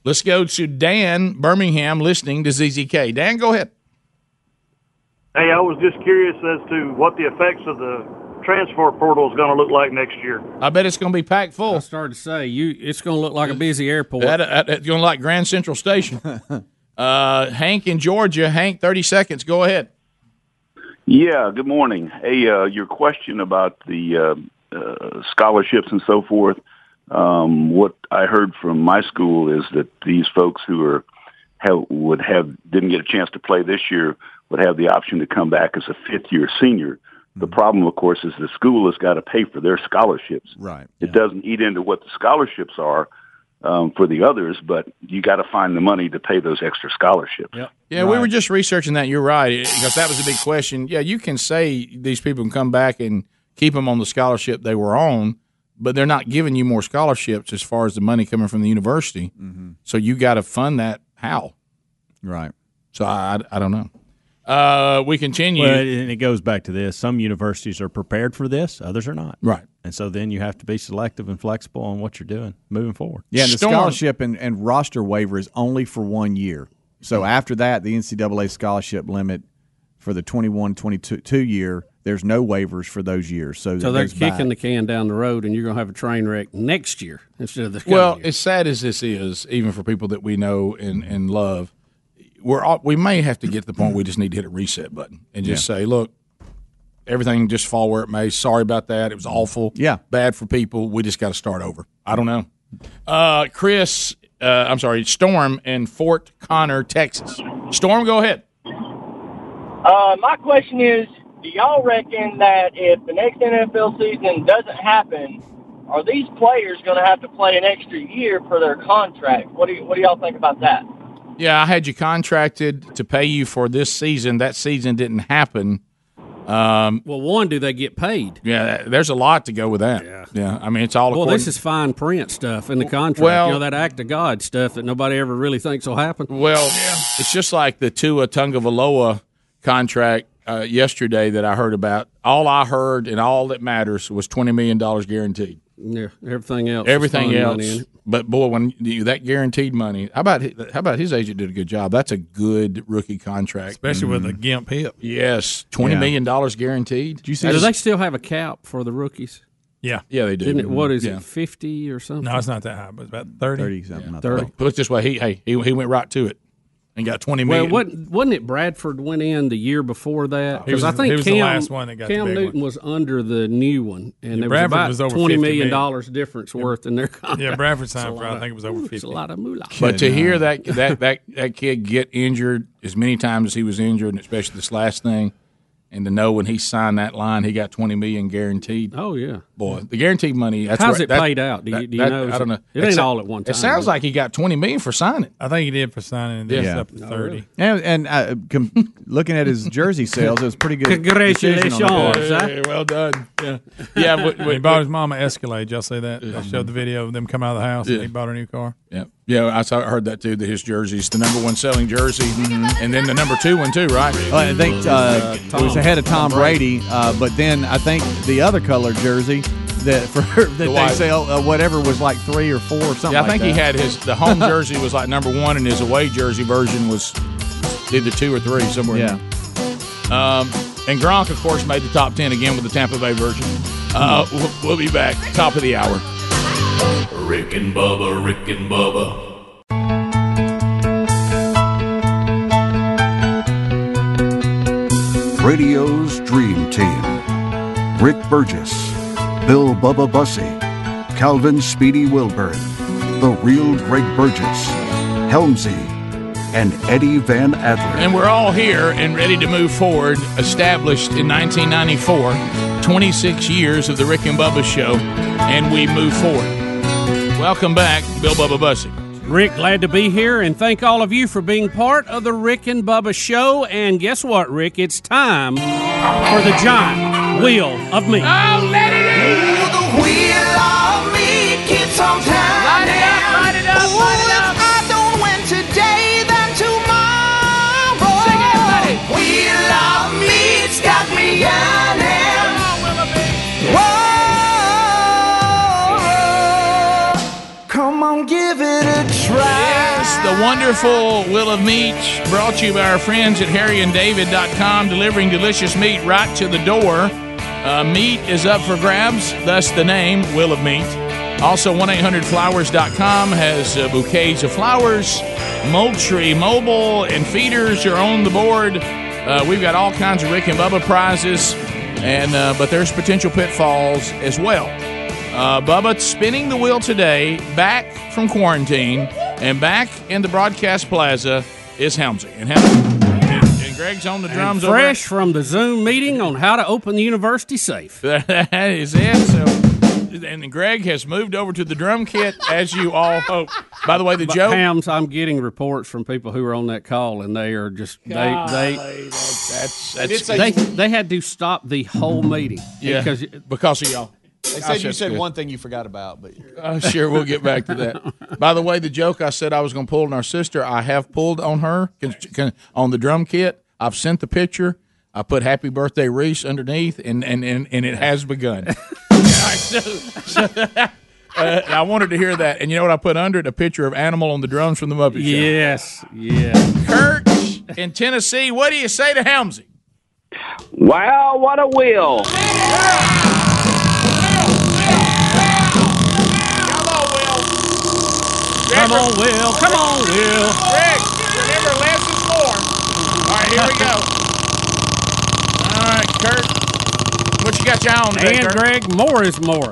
Let's go to Dan Birmingham listening to ZZK. Dan, go ahead. Hey, I was just curious as to what the effects of the transfer portal is going to look like next year. I bet it's going to be packed I full. started to say you. It's going to look like a busy airport. That, uh, that, that's going to like Grand Central Station. Uh, Hank in Georgia. Hank, thirty seconds. Go ahead. Yeah, good morning. Hey, uh, your question about the uh, uh, scholarships and so forth. Um, what I heard from my school is that these folks who are have, would have didn't get a chance to play this year would have the option to come back as a fifth year senior The problem, of course, is the school has got to pay for their scholarships. Right. It doesn't eat into what the scholarships are um, for the others, but you got to find the money to pay those extra scholarships. Yeah, we were just researching that. You're right it- because that was a big question. Yeah, you can say these people can come back and keep them on the scholarship they were on, but they're not giving you more scholarships as far as the money coming from the university. So you got to fund that how? Right. So I, I don't know. Uh, we continue. Well, and it goes back to this. Some universities are prepared for this, others are not. Right. And so then you have to be selective and flexible on what you're doing moving forward. Yeah, and the scholarship and, and roster waiver is only for one year. So after that, the NCAA scholarship limit for the 21 22 two year, there's no waivers for those years. So, So that they're goes back. kicking the can down the road, and you're going to have a train wreck next year instead of this. coming Well, year. as sad as this is, even for people that we know and, and love, we're all, we may have to get to the point we just need to hit a reset button and just say, look, everything just fall where it may. Sorry about that. It was awful. Yeah, bad for people. We just got to start over. I don't know. Uh, Chris, uh, I'm sorry, Storm in Fort Connor, Texas. Storm, go ahead. Uh, my question is, do y'all reckon that if the next NFL season doesn't happen, are these players going to have to play an extra year for their contract? What do you, what do y'all think about that? Yeah, I had you contracted to pay you for this season. That season didn't happen. Um, well, one, do they get paid? Yeah, that- there's a lot to go with that. Yeah, I mean, it's all. Well, according- this is fine print stuff in the contract. Well- you know that act of God stuff that nobody ever really thinks will happen. Well, it's just like the Tua Tungavaloa contract uh, yesterday that I heard about. All I heard and all that matters was twenty million dollars guaranteed. yeah, everything else, is Everything fine else, money in it. but boy, when you, that guaranteed money, how about hi- how about his agent did a good job? That's a good rookie contract, Mm-hmm. Especially with a gimp hip. Mm. Yes, twenty Yeah. million dollars guaranteed. you see Do this- they still have a cap for the rookies? Yeah. Yeah, they do. Isn't it, what is Yeah. it, fifty or something? No, it's not that high, but it's about 30. 30 something. Yeah. Thirty. But Look this way, he hey he, he went right to it and got twenty Well, million. wasn't, wasn't it Bradford went in the year before that? He was- 'Cause I think he was the Cam, last one that got the Cam big Newton was under the new one, and Yeah, there Bradford was was about over twenty 50 million million. dollars difference worth in their contract. Yeah, Bradford signed It's a for- I lot of- think it was over uh, ooh, It's a 50. lot of moolah. But to hear that that that that kid get injured as many times as he was injured, and especially this last thing, and to know when he signed that line, he got twenty million guaranteed. Oh yeah, boy, the guaranteed money. That's How's where- it that- paid out? Do you- that- do you that- know? I don't know. It ain't It's- all at one It time, sounds but- like he got twenty million for signing. I think he did for signing, and then Yeah. it's up to 30. And, and uh, com- looking at his jersey sales, it was pretty good. decision on the part. well done. Yeah, yeah. but- he but- bought his mom an Escalade. Y'all see that? I showed the video of them come out of the house, Yeah. and he bought her a new car. Yeah, yeah. I saw, I heard that too. That his jersey's the number one selling jersey, and then the number two one too, right? Well, Oh, I think uh, it was ahead of Tom Brady, uh, but then I think the other color jersey that for that they white. sell uh, whatever was like three or four or something. Yeah, I like think he had that. his the home jersey was like number one, and his away jersey version was either two or three somewhere. Yeah. In there. Um, and Gronk, of course, made the top ten again with the Tampa Bay version. Uh, we'll, we'll be back top of the hour. Rick and Bubba, Rick and Bubba, Radio's Dream Team. Rick Burgess, Bill Bubba Bussy, Calvin Speedy Wilburn, The Real Greg Burgess, Helmsy, and Eddie Van Adler. And we're all here and ready to move forward. Established in 1994, 26 years of the Rick and Bubba Show, and we move forward. Welcome back, Bill Bubba Bussy. Rick, glad to be here, and thank all of you for being part of the Rick and Bubba show. And guess what, Rick? It's time for the giant wheel of me. Oh, let it in! the wheel of me keeps on turning. Light it up, light it up, light it up. I don't win today, then tomorrow. Sing it, buddy. Wheel of me, it's got me yearning. Whoa. Come on, give it a try. Yes, the wonderful Will of Meat brought to you by our friends at harryanddavid.com, delivering delicious meat right to the door. Uh, meat is up for grabs, thus the name Will of Meat. Also, 1 800flowers.com has uh, bouquets of flowers. Moultrie Mobile and feeders are on the board. Uh, we've got all kinds of Rick and Bubba prizes, and uh, but there's potential pitfalls as well. Uh, Bubba spinning the wheel today, back from quarantine and back in the broadcast plaza is Helmsy. And, Hel- and, and Greg's on the drums. over there. fresh from the Zoom meeting on how to open the university safe. That is it. So, and Greg has moved over to the drum kit, as you all hope. By the way, the But joke. Hams, I'm getting reports from people who were on that call, and they are just they Golly, they that's, they, they, had to stop the whole meeting Yeah, because because of y'all. They I said you said good. one thing you forgot about, but Uh, sure, we'll get back to that. By the way, the joke I said I was going to pull on our sister, I have pulled on her can, can, on the drum kit. I've sent the picture. I put "Happy Birthday, Reese" underneath, and and and, and it has begun. Uh, I wanted to hear that, and you know what I put under it? A picture of Animal on the drums from the Muppet Show. Yes, yeah. Kurt in Tennessee, what do you say to Helmsy? Wow, what a will. Come on, Will. Come on, Will. Greg, remember less is more. All right, here we go. All right, Kurt. What you got you on today, and Kurt? Greg more is more.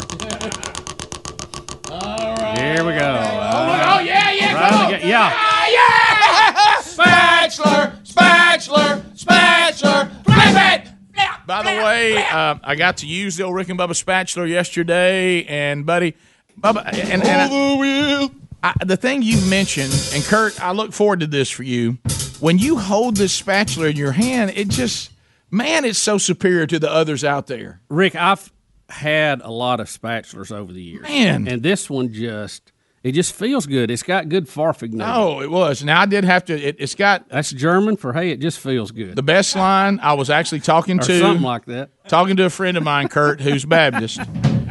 Here we go. Oh, yeah, Right yeah, come Ah, on the ga- yeah. yeah! spatula, spatula, spatula, flip it! By the way, uh, I got to use the old Rick and Bubba spatula yesterday, and buddy, Bubba, and, and I- I, the thing you mentioned, and Kurt, I look forward to this for you. When you hold this spatula in your hand, it just, man, it's so superior to the others out there. Rick, I've had a lot of spatulas over the years, Man. and this one just it just feels good. It's got good farfigno. Oh, it was. Now I did have to. It, it's got that's German for hey. It just feels good. The best line I was actually talking Or to something like that. Talking to a friend of mine, Kurt, who's Baptist,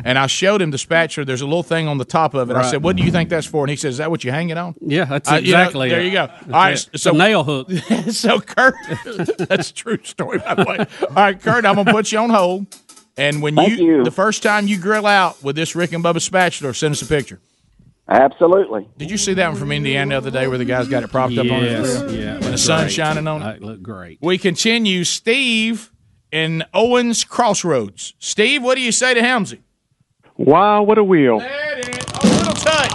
and I showed him the spatula. There's a little thing on the top of it. I Right. said, "What do you think that's for?" And he says, "Is that what you hang it on?" Yeah, that's Uh, you know, exactly. there it. you go. That's All right, it. It's so a nail hook. so Kurt, that's a true story. By the way, all right, Kurt, I'm gonna put you on hold. And when you, the first time you grill out with this Rick and Bubba spatula, send us a picture. Absolutely. Did you see that one from Indiana the other day where the guy's got it propped up on his Yes, grill? yeah, and the looked sun's great. shining on it. Looked great. We continue. Steve in Owens Crossroads. Steve, what do you say to Helmsy? Wow, what a wheel. Little touch.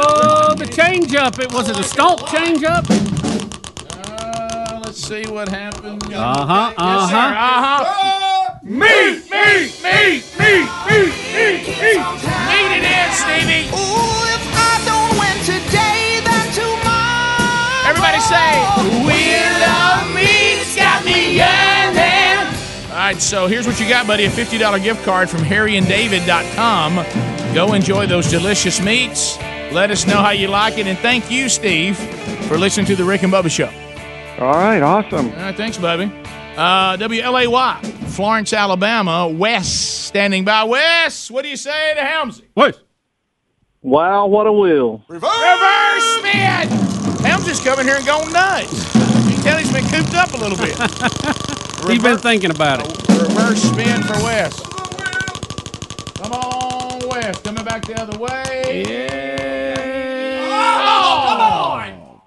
Oh, the change up. It was it a stomp change up? Uh, let's see what happens. Uh-huh, uh-huh. Uh-huh. Me, me, me, me, me, me, me. Lead it in, Stevie. Ooh, if I don't win today, then tomorrow. Everybody say, Will of me's got me yearning. All right, so here's what you got, buddy. A $50 gift card from harryanddavid.com. Go enjoy those delicious meats. Let us know how you like it. And thank you, Steve, for listening to The Rick and Bubba Show. All right, awesome. All right, thanks, Bubby. Uh, WLAY, Florence, Alabama. Wes standing by. Wes, what do you say to Helmsy? What? Wow, what a wheel. Reverse, Reverse spin! Helmsy's coming here and going nuts. You can tell he's been cooped up a little bit. You've been thinking about it. Reverse spin for Wes. Come on, Wes. Coming back the other way. Oh, come on!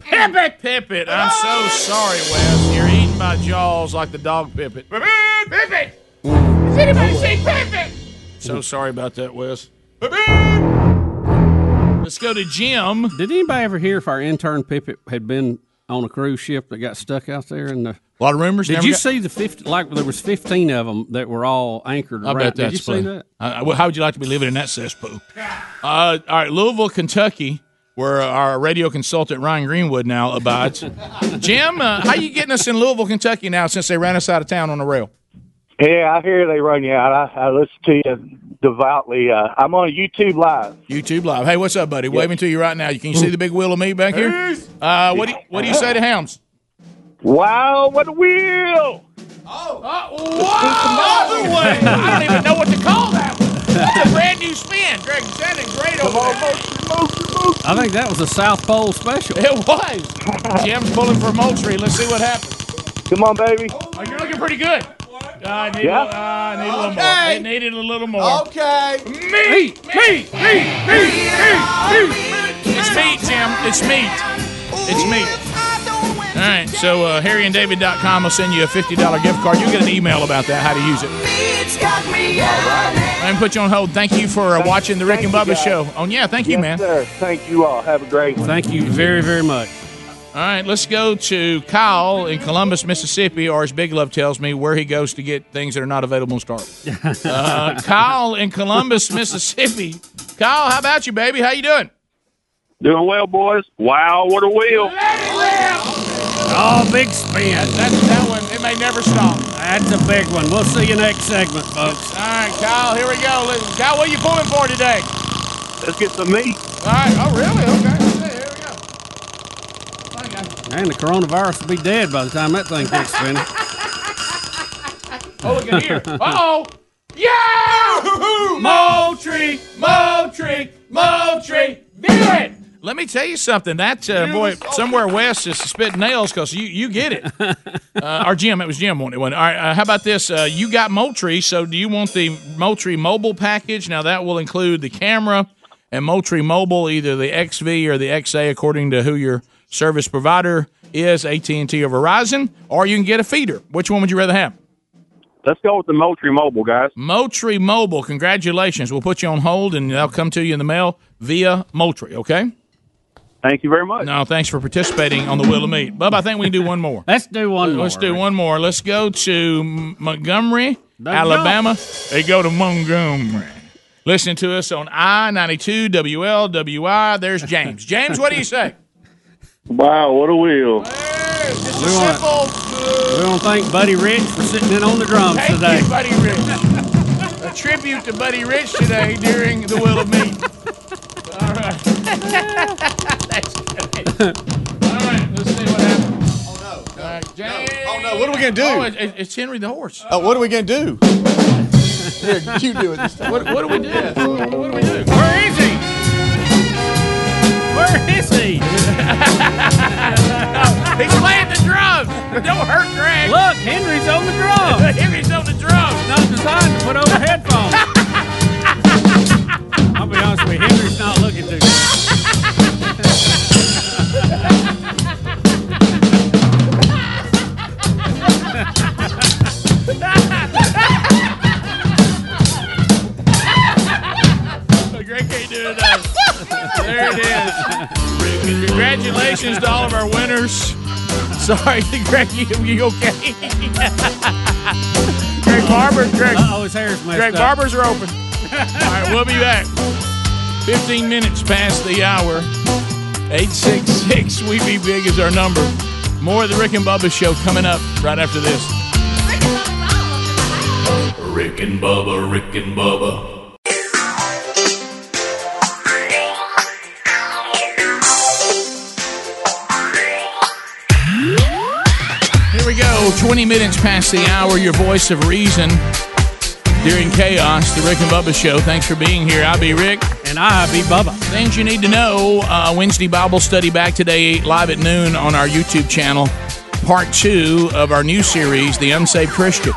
Pip it! Pip it. I'm so sorry, Wes. You're eating my jaws like the dog Pip it. Pip it! Has anybody seen Pip it? So sorry about that, Wes. Let's go to Jim. Did anybody ever hear if our intern Pippet had been on a cruise ship that got stuck out there? And the a lot of rumors. Did never you got- see the fifty? Like there was fifteen of them that were all anchored. I around. bet Did that's you see funny. that? Uh, well, how would you like to be living in that cesspool? Uh, all right, Louisville, Kentucky, where our radio consultant Ryan Greenwood now abides. Jim, uh, how you getting us in Louisville, Kentucky now since they ran us out of town on the rail? Yeah, I hear they run you out. I, I listen to you devoutly. Uh, I'm on YouTube Live. YouTube Live. Hey, what's up, buddy? Waving to you right now. You can you see the big wheel of me back here? Uh, what do you, what do you say to Helms? Wow, what a wheel! Whoa! Other way. I don't even know what to call that one. That's a brand new spin, Greg. It sounded great over there. I think that was a South Pole special. It was. Jim's pulling for Moultrie. Let's see what happens. Come on, baby. Oh, you're looking pretty good. I need, Yeah. a, uh, I need a little more. Okay. It needed a little more. Okay. Meat, meat, meat, meat, meat, meat. It's meat, Jim. It's meat. It's meat. All right, so uh, harryanddavid.com will send you a $50 gift card. You'll get an email about that, how to use it. Me's got me yearning. I'm going to put you on hold. Thank you for uh, watching The Rick and you, Bubba guys. Show. Oh, yeah, thank you, man. Yes, sir. Thank you all. Have a great one. Thank you very very much. All right, let's go to Kyle in Columbus, Mississippi, or as Big Love tells me, where he goes to get things that are not available in Star Wars. Uh, Kyle in Columbus, Mississippi. Kyle, how about you, baby? How you doing? Doing well, boys. Wow, what a wheel. Oh, big spin. That's that one. It may never stop. That's a big one. We'll see you next segment, folks. All right, Kyle, here we go. Listen, Kyle, what are you pulling for today? Let's get some meat. All right. Oh, really? Okay. Here we go. And the coronavirus will be dead by the time that thing gets finished. Oh, look at here. Uh oh. Yeah! Moultrie, Moultrie, Moultrie, do it! Let me tell you something. That uh, boy somewhere west is spitting nails because you, you get it. Uh, or Jim, it was Jim wanted one. All right, uh, how about this? Uh, you got Moultrie, so do you want the Moultrie mobile package? Now that will include the camera and Moultrie mobile, either the XV or the XA, according to who your service provider is, AT and T or Verizon. Or you can get a feeder. Which one would you rather have? Let's go with the Moultrie Mobile, guys. Moultrie Mobile, congratulations. We'll put you on hold and they'll come to you in the mail via Moultrie, okay? Thank you very much. No, thanks for participating on the Wheel of Meat. Bub, I think we can do one more. Let's do one more. Let's do one more. Let's go to Montgomery, Alabama. They go to Montgomery. Listening to us on I 92 WLWI. There's James. James, what do you say? Wow, what a wheel. We want to thank Buddy Rich for sitting in on the drums Thank today. you, Buddy Rich. A tribute to Buddy Rich today during the Will of Meat. All right. That's good. All right, let's see what happens. Oh, no. All right, James. Oh, no. What are we gonna do? Oh, it- it- it's Henry the horse. Uh, Oh, what are we going to do? Here, you do it this time. What, what do we do? What do we do? Where is he? Where is he? He's playing the drums. Don't hurt Greg. Look, Henry's on the drums. Henry's on the drums. Not designed to put over headphones. I'll be honest with you, Henry's not looking too good. Greg can't do it. though. There it is. Congratulations to all of our winners. Sorry, Greg, you, you okay? Greg Barber, Greg. Uh-oh, his hair's messed Greg, up. barbers are open. All right, we'll be back. 15 minutes past the hour. 866 We Be Big is our number. More of the Rick and Bubba show coming up right after this. Rick and Bubba, Rick and Bubba, Here we go. 20 minutes past the hour. Your voice of reason during chaos. The Rick and Bubba Show. Thanks for being here. I be Rick. And I be Bubba. Things you need to know. Uh, Wednesday Bible study back today, live at noon on our YouTube channel. Part two of our new series, The Unsaved Christian.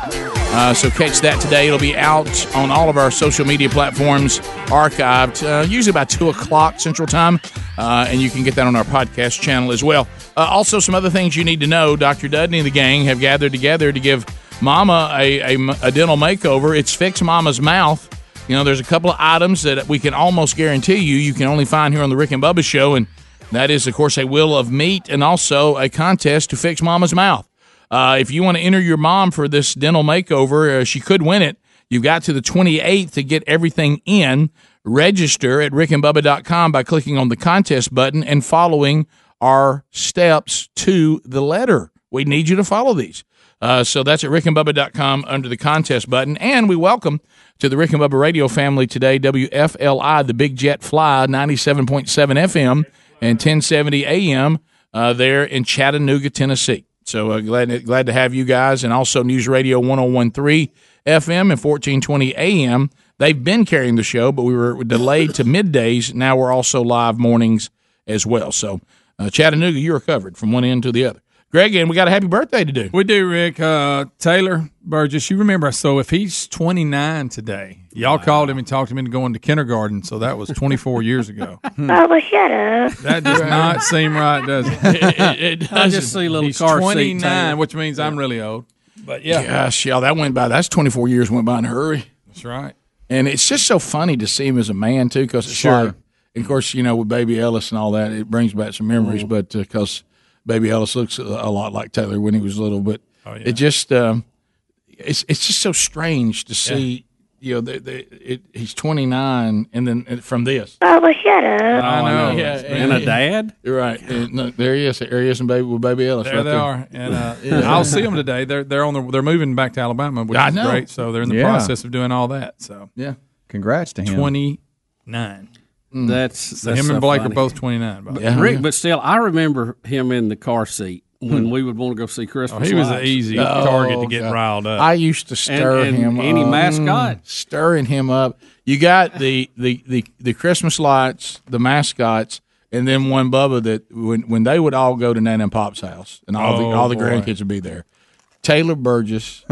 Uh, so catch that today. It'll be out on all of our social media platforms, archived, uh, usually about 2 o'clock Central Time. Uh, and you can get that on our podcast channel as well. Uh, also, some other things you need to know. Dr. Dudney and the gang have gathered together to give Mama a, a, a dental makeover. It's Fix Mama's Mouth. You know, there's a couple of items that we can almost guarantee you you can only find here on the Rick and Bubba Show, and that is, of course, a will of meat and also a contest to fix Mama's mouth. Uh, if you want to enter your mom for this dental makeover, uh, she could win it. You've got to the 28th to get everything in. Register at rickandbubba.com by clicking on the contest button and following our steps to the letter. We need you to follow these. Uh, so that's at rickandbubba.com under the contest button. And we welcome to the Rick and Bubba radio family today WFLI, the Big Jet Fly, 97.7 FM and 1070 AM uh, there in Chattanooga, Tennessee. So uh, glad, glad to have you guys and also News Radio 1013 FM and 1420 AM. They've been carrying the show, but we were delayed to middays. Now we're also live mornings as well. So, uh, Chattanooga, you're covered from one end to the other. Greg, and we got a happy birthday to do. We do, Rick. Uh, Taylor Burgess, you remember, so if he's 29 today, y'all called him and talked him into going to kindergarten, so that was 24 years ago. Bubba, shut up. That does not seem right, does it? it, it doesn't. see little He's car seat, 29, Taylor. which means I'm really old. But yeah, Gosh, yeah, that went by. That's 24 years went by in a hurry. that's right. And it's just so funny to see him as a man, too, because it's Sure. Mm-hmm. like, and of course, you know, with Baby Ellis and all that, it brings back some memories, but because Baby Ellis looks a a lot like Taylor when he was little, but Oh, it just um, it's it's just so strange to see. You know, they, they, it, he's 29, and then and from this. Oh, well, shut up. Yeah, And a dad? You're right. And look, there he is. There he is, and baby with baby Ellis. There right they are, and uh, I'll see them today. They're they're on their, they're moving back to Alabama, which I is know. great. So they're in the Yeah. process of doing all that. So yeah, Congrats to him. twenty nine. Hmm. That's, that's him so and Blake funny. are both twenty nine. But, Rick, but still, I remember him in the car seat when Hmm. we would want to go see Christmas. Oh, he was an lights. easy Oh, target to get God. riled up. I used to stir and, and him Any up. Mm, mascot? Stirring him up. You got the, the, the, the Christmas lights, the mascots, and then one Bubba that when, when they would all go to Nan and Pop's house and all the Oh, all the boy. grandkids would be there. Taylor Burgess,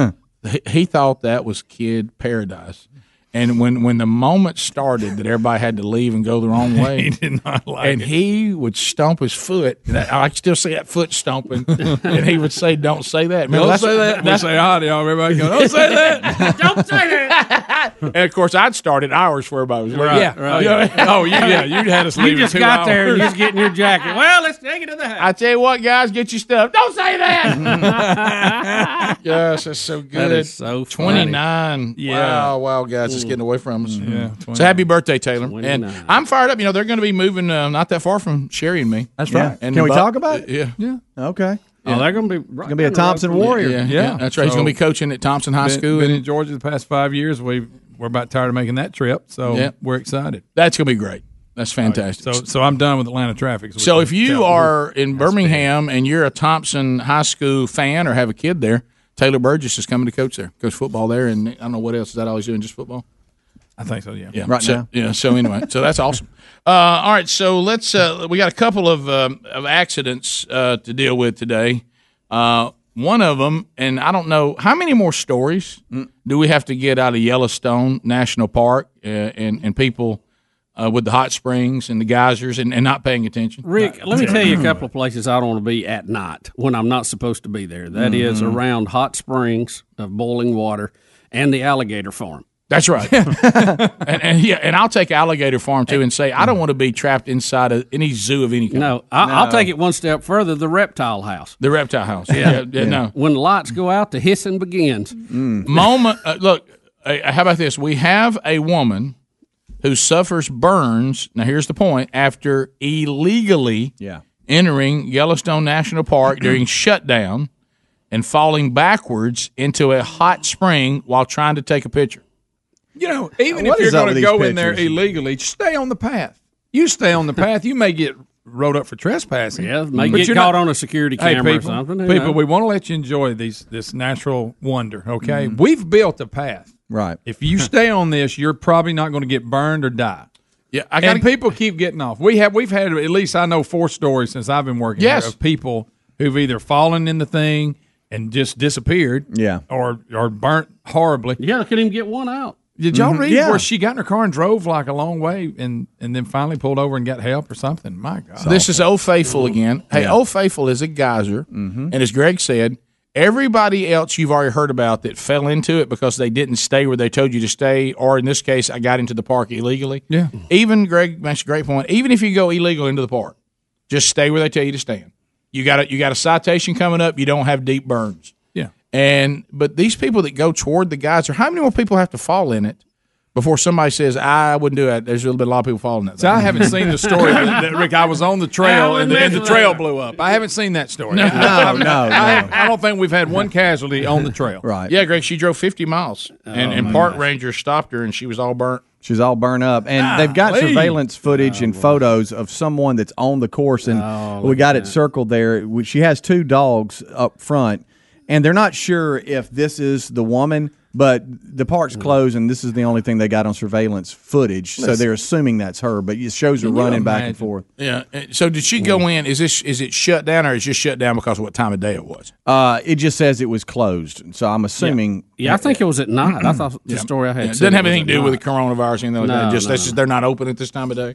he, he thought that was kid paradise. And when, when the moment started that everybody had to leave and go their own way, He did not like and he would stomp his foot. And I I can still see that foot stomping. and he would say, "Don't say that." Man, Don't that's- say that. We that's- say hi to y'all. Everybody go, don't say that. and of course, I'd start at hours for everybody was Right, Yeah, right. You know? Oh, you- yeah, you'd had us leave You in just two got there hours. and you was getting your jacket. Well, let's take it to the house. I tell you what, guys, get your stuff. Don't say that. yes, that's so good. That is so funny. twenty nine. Yeah. Wow, wow, guys, it's Mm. getting away from us. Yeah, So happy birthday, Taylor. 29. And uh, I'm fired up. You know they're going to be moving uh, not that far from Sherry and me. That's Yeah. right. And Can we Bu- talk about it? Yeah. Yeah. Okay. Yeah. going to be gonna be a Thompson warrior. Yeah, yeah, that's right. He's going to be coaching at Thompson High been, School Been and- in Georgia the past five years. We we're about tired of making that trip, so Yeah. we're excited. That's going to be great. That's fantastic. So so I'm done with Atlanta traffic. is what So you if you tell- are in Birmingham and you're a Thompson High School fan or have a kid there, Taylor Burgess is coming to coach there, coach football there, and I don't know what else is that all he's doing, just football. I think so. Yeah. Yeah, Right so, now. Yeah. So anyway, so that's awesome. Uh, all right, so let's. Uh, we got a couple of um, of accidents uh, to deal with today. Uh, one of them, and I don't know how many more stories do we have to get out of Yellowstone National Park uh, and and people uh, with the hot springs and the geysers and, and not paying attention. Mm. Rick, let me tell you a couple of places I don't want to be at night when I'm not supposed to be there. That is Mhm. around hot springs of boiling water and the alligator farm. That's right. and, and yeah, and I'll take alligator farm too, and say I don't want to be trapped inside of any zoo of any kind. No, I, I'll take it one step further. The reptile house. The reptile house. Yeah, yeah, no. When the lights go out, the hissing begins. Moment. Uh, look, uh, how about this? We have a woman who suffers burns. Now, here's the point: after illegally Yeah. entering Yellowstone National Park during shutdown and falling backwards into a hot spring while trying to take a picture. You know, even What if is you're going up with to these go in there pictures? illegally, just stay on the path. You stay on the path. You may get rode up for trespassing. Yeah, may But get you're caught on a security camera or people, something, who People, knows? we want to let you enjoy these this natural wonder. Okay, Mm-hmm. Mhm. we've built a path. Right. If you stay on this, you're probably not going to get burned or die. Yeah, I and people keep getting off. We have we've had at least I know four stories since I've been working Yes. here of people who've either fallen in the thing and just disappeared, Yeah. or or burnt horribly. Yeah, I couldn't even get one out. Did y'all Mm-hmm. Mhm. read Yeah. where she got in her car and drove like a long way and and then finally pulled over and got help or something? My God, This is Old Faithful again. Hey, Old Faithful is a geyser, and as Greg said, everybody else you've already heard about that fell into it because they didn't stay where they told you to stay, or in this case, I got into the park illegally. Yeah. Even Greg makes a great point. Even if you go illegal into the park, just stay where they tell you to stand. You got a, you got a citation coming up. You don't have deep burns. Yeah. And but these people that go toward the geyser, how many more people have to fall in it before somebody says, "I wouldn't do that"? There's been a lot of people falling in that. So I haven't seen the story that, that, Rick. I was on the trail and the, and the Alan trail Mitchell. blew up. I haven't seen that story. No, I- I- no, no, I, I don't think we've had one casualty on the trail. Right. Yeah, Greg, she drove 50 miles, and, Oh, and my park ranger stopped her, and she was all burnt. She's all burnt up, and they've got Golly. surveillance footage Oh, and photos of someone that's on the course, and we got it circled there. We- She has two dogs up front, and they're not sure if this is the woman, but the park's closed, and this is the only thing they got on surveillance footage, so Hmm. Listen. they're assuming that's her. But it shows her Can you running back and imagine? forth. Yeah. and So did she go in? Is this is it shut down, or is it just shut down because of what time of day it was? Uh, it just says it was closed, so I'm assuming. Yeah, I think it was at night. I thought the story I had Yeah, it said doesn't have was anything at to do night. with the coronavirus or anything like No, that. Just no, that's no. just they're not open at this time of day.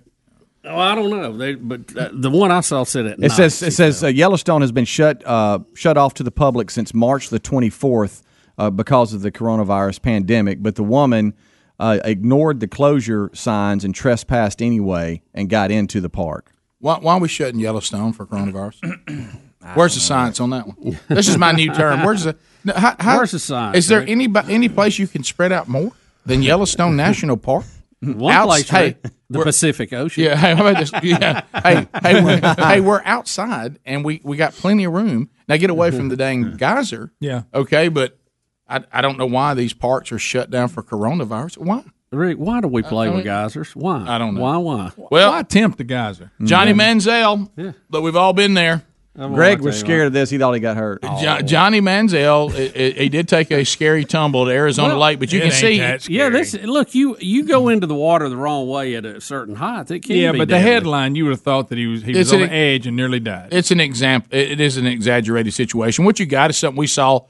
Oh, I don't know. They, but uh, the one I saw said at It night. says it says uh, Yellowstone has been shut uh, shut off to the public since March the 24th uh, because of the coronavirus pandemic. But the woman uh, ignored the closure signs and trespassed anyway and got into the park. Why, why are we shutting Yellowstone for coronavirus? Where's the science on that one? This is my new term. Where's the no, how, how, Where's the science, Is there Rick? any any place you can spread out more than Yellowstone National Park? One Outs- place, hey, Rick, the Pacific Ocean. Yeah, hey, how about this? Yeah, hey, hey, we're, hey, we're outside and we we got plenty of room. Now get away from the dang geyser. Yeah. Okay, but I I don't know why these parks are shut down for coronavirus. Why? Rick, why do we play I with mean- geysers? Why? I don't know. Why? Why? Well, why tempt the geyser? Johnny Manziel. Yeah. But we've all been there. Greg was scared of this. He thought he got hurt. Oh. Jo- Johnny Manziel, i- i- he did take a scary tumble to Arizona Well, Lake, but you can see. Yeah, this look you you go into the water the wrong way at a certain height. It can Yeah, be but the deadly. headline, you would have thought that he was he was It's on an- the edge and nearly died. It's an example. It is an exaggerated situation. What you got is something we saw.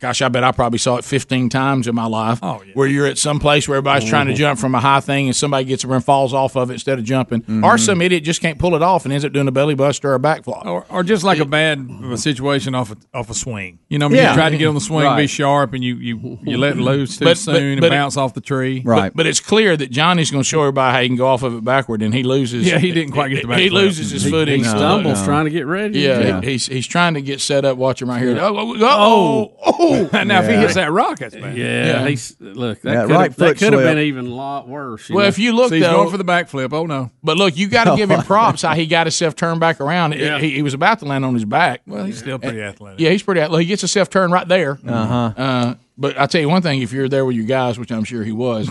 Gosh, I bet I probably saw it 15 times in my life. Oh, yeah. Where you're at some place where everybody's trying to Mhm. jump from a high thing and somebody gets over and falls off of it instead of jumping. Mm-hmm. Or some idiot just can't pull it off and ends up doing a belly buster or a backflop. Or, or just like a bad uh, situation off a, off a swing. You know, I mean, Yeah. you try to get on the swing, Right. be sharp, and you you, you let loose too But- but- soon and but it- bounce off the tree. But- But, it's clear that Johnny's going to show everybody how he can go off of it backward, and he loses. Yeah, he didn't quite get the He backflip. loses his He- footing. he stumbles trying to get ready. Yeah, Yeah. he- he's he's trying to get set up. Watch him right here. Yeah. Oh, oh, oh, oh. now if he hits that rock, that's bad. Yeah, he's look that Yeah, could right have that foot could have slip. been even a lot worse. Well, know. if you look, So he's though- going for the backflip. Oh no! But look, you got to give him props how he got himself turned back around. He- Yeah. He, he was about to land on his back. Well, he's still pretty athletic. Yeah, he's pretty athletic. He gets himself turned right there. Uh-huh. Uh, But I tell you one thing: if you're there with your guys, which I'm sure he was,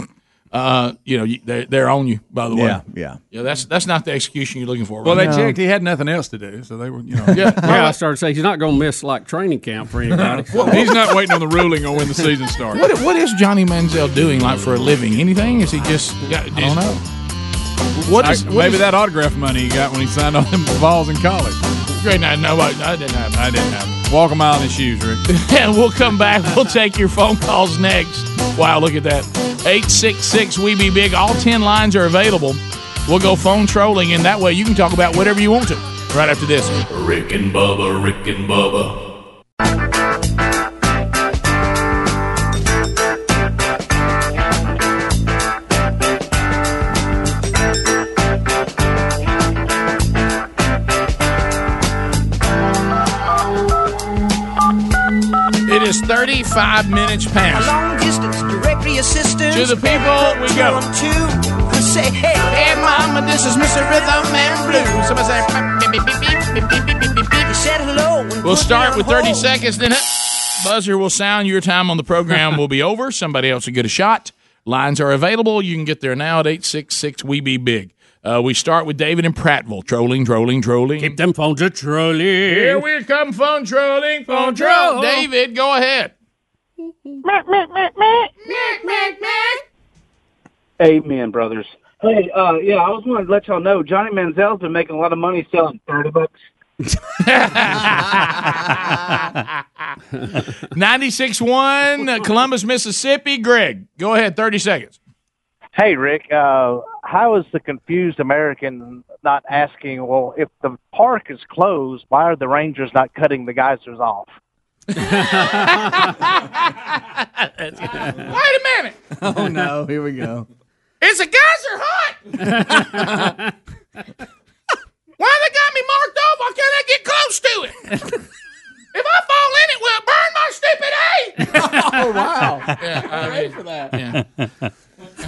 uh, you know you, they're, they're on you. By the way, Yeah, yeah, yeah. That's that's not the execution you're looking for. Well, they right? checked. He had nothing else to do, so they were you know. Yeah. yeah, I started saying he's not going to miss like training camp for anybody. he's not waiting on the ruling on when the season starts. What, what is Johnny Manziel doing like for a living? Anything? Is he just? I don't know. What is, I- what maybe is- that autograph money he got when he signed all them balls in college. Great night. No, I, I didn't have. I didn't have. Walk a mile in his shoes, Rick. and we'll come back. We'll take your phone calls next. Wow, look at that. 866 We Be Big. All 10 lines are available. We'll go phone trolling, and that way you can talk about whatever you want to right after this. Rick and Bubba, Rick and Bubba, It is 35 minutes past. Long distance directory assistance. To the people we go. Who say, hey, hey, mama, this is Mr. Rhythm and Blues. Somebody say, beep, beep, beep, beep, beep, beep, beep, beep, beep, beep. You said hello. and put me We'll start on with 30 hold. seconds, then buzzer will sound. Your time on the program will be over. Somebody else will get a shot. Lines are available. You can get there now at 866 We Be Big. Uh, we start with David in Prattville. Trolling, trolling, trolling. Keep them phones a trolling. Here we come, phone trolling, phone troll. David, go ahead. Amen, brothers. Hey, uh, yeah, I was wanting to let y'all know Johnny Manziel's been making a lot of money selling Um, thirty bucks. 96 1, uh, Columbus, Mississippi. Greg, go ahead, 30 seconds. Hey, Rick, uh, how is the confused American not asking? Well, if the park is closed, why are the Rangers not cutting the geysers off? Wait a minute. Oh no! Here we go. It's a geyser hot. Why they got me marked off? Why can't I get close to it? if I fall in it, will it burn my stupid head? Oh, wow. Yeah, I Pray mean, for that. Yeah.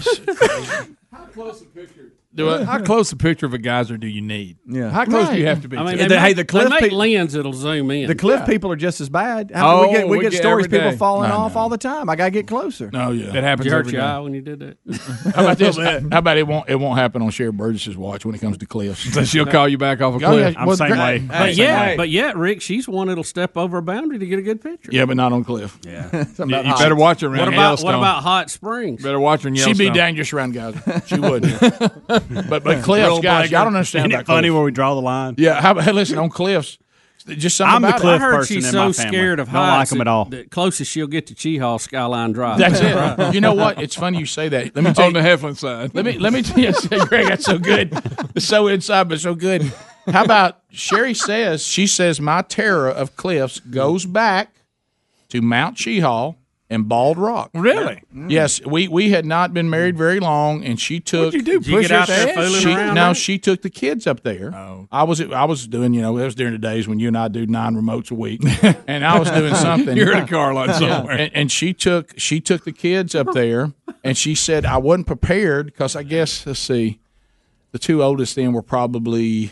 How close a picture? Do I- How close a picture of a geyser do you need? Yeah. How close do you have to be? I mean, to they it? make- they make lens that'll zoom in. The cliff Yeah. people are just as bad. How- we Oh, get we, we get, get stories every people day. falling I off all the time. I gotta get closer. No, yeah, That happens Did you hurt every your day. eye when you did that. How about Oh, this? How about it won't it won't happen on Sherry Burgess's watch when it comes to cliffs? So she'll call you back off a Oh, yeah. cliff. I'm Well, same great. way. Hey, But yeah, but yeah, Rick, she's one that'll step over a boundary to get a good picture. Yeah, but not on cliff. Yeah, Something about You- you heights. better watch her around What about- Yellowstone. what about hot springs? Better watch her in She'd be Yellowstone. dangerous around guys. She would. but but cliffs, Real guys, biker. I don't understand. Ain't it about funny cliffs. where we draw the line? Yeah, how about hey, listen on cliffs? Just something I'm the about it. cliff I heard person she's in so my family. scared of Don't heights. like 'em at all. that- that closest she'll get to Chehaw Skyline Drive. That's it. You know what? It's funny you say that. Let me tell On you, the Heflin side. Let me let me tell you, Greg. That's so good. It's so inside, but so good. How about Sherry says she says my terror of cliffs goes back to Mount Shehaw and Bald Rock. Really? Yes, we we had not been married very long, and she took. What'd you do, Did you push get out his there ass? fooling She, around, no, mate? she took the kids up there. Oh. I was I was doing you know that was during the days when you and I do nine remotes a week, and I was doing something. You're in a car lot Yeah. somewhere. And, and she took she took the kids up there, and she said I wasn't prepared because I guess let's see, the two oldest then were probably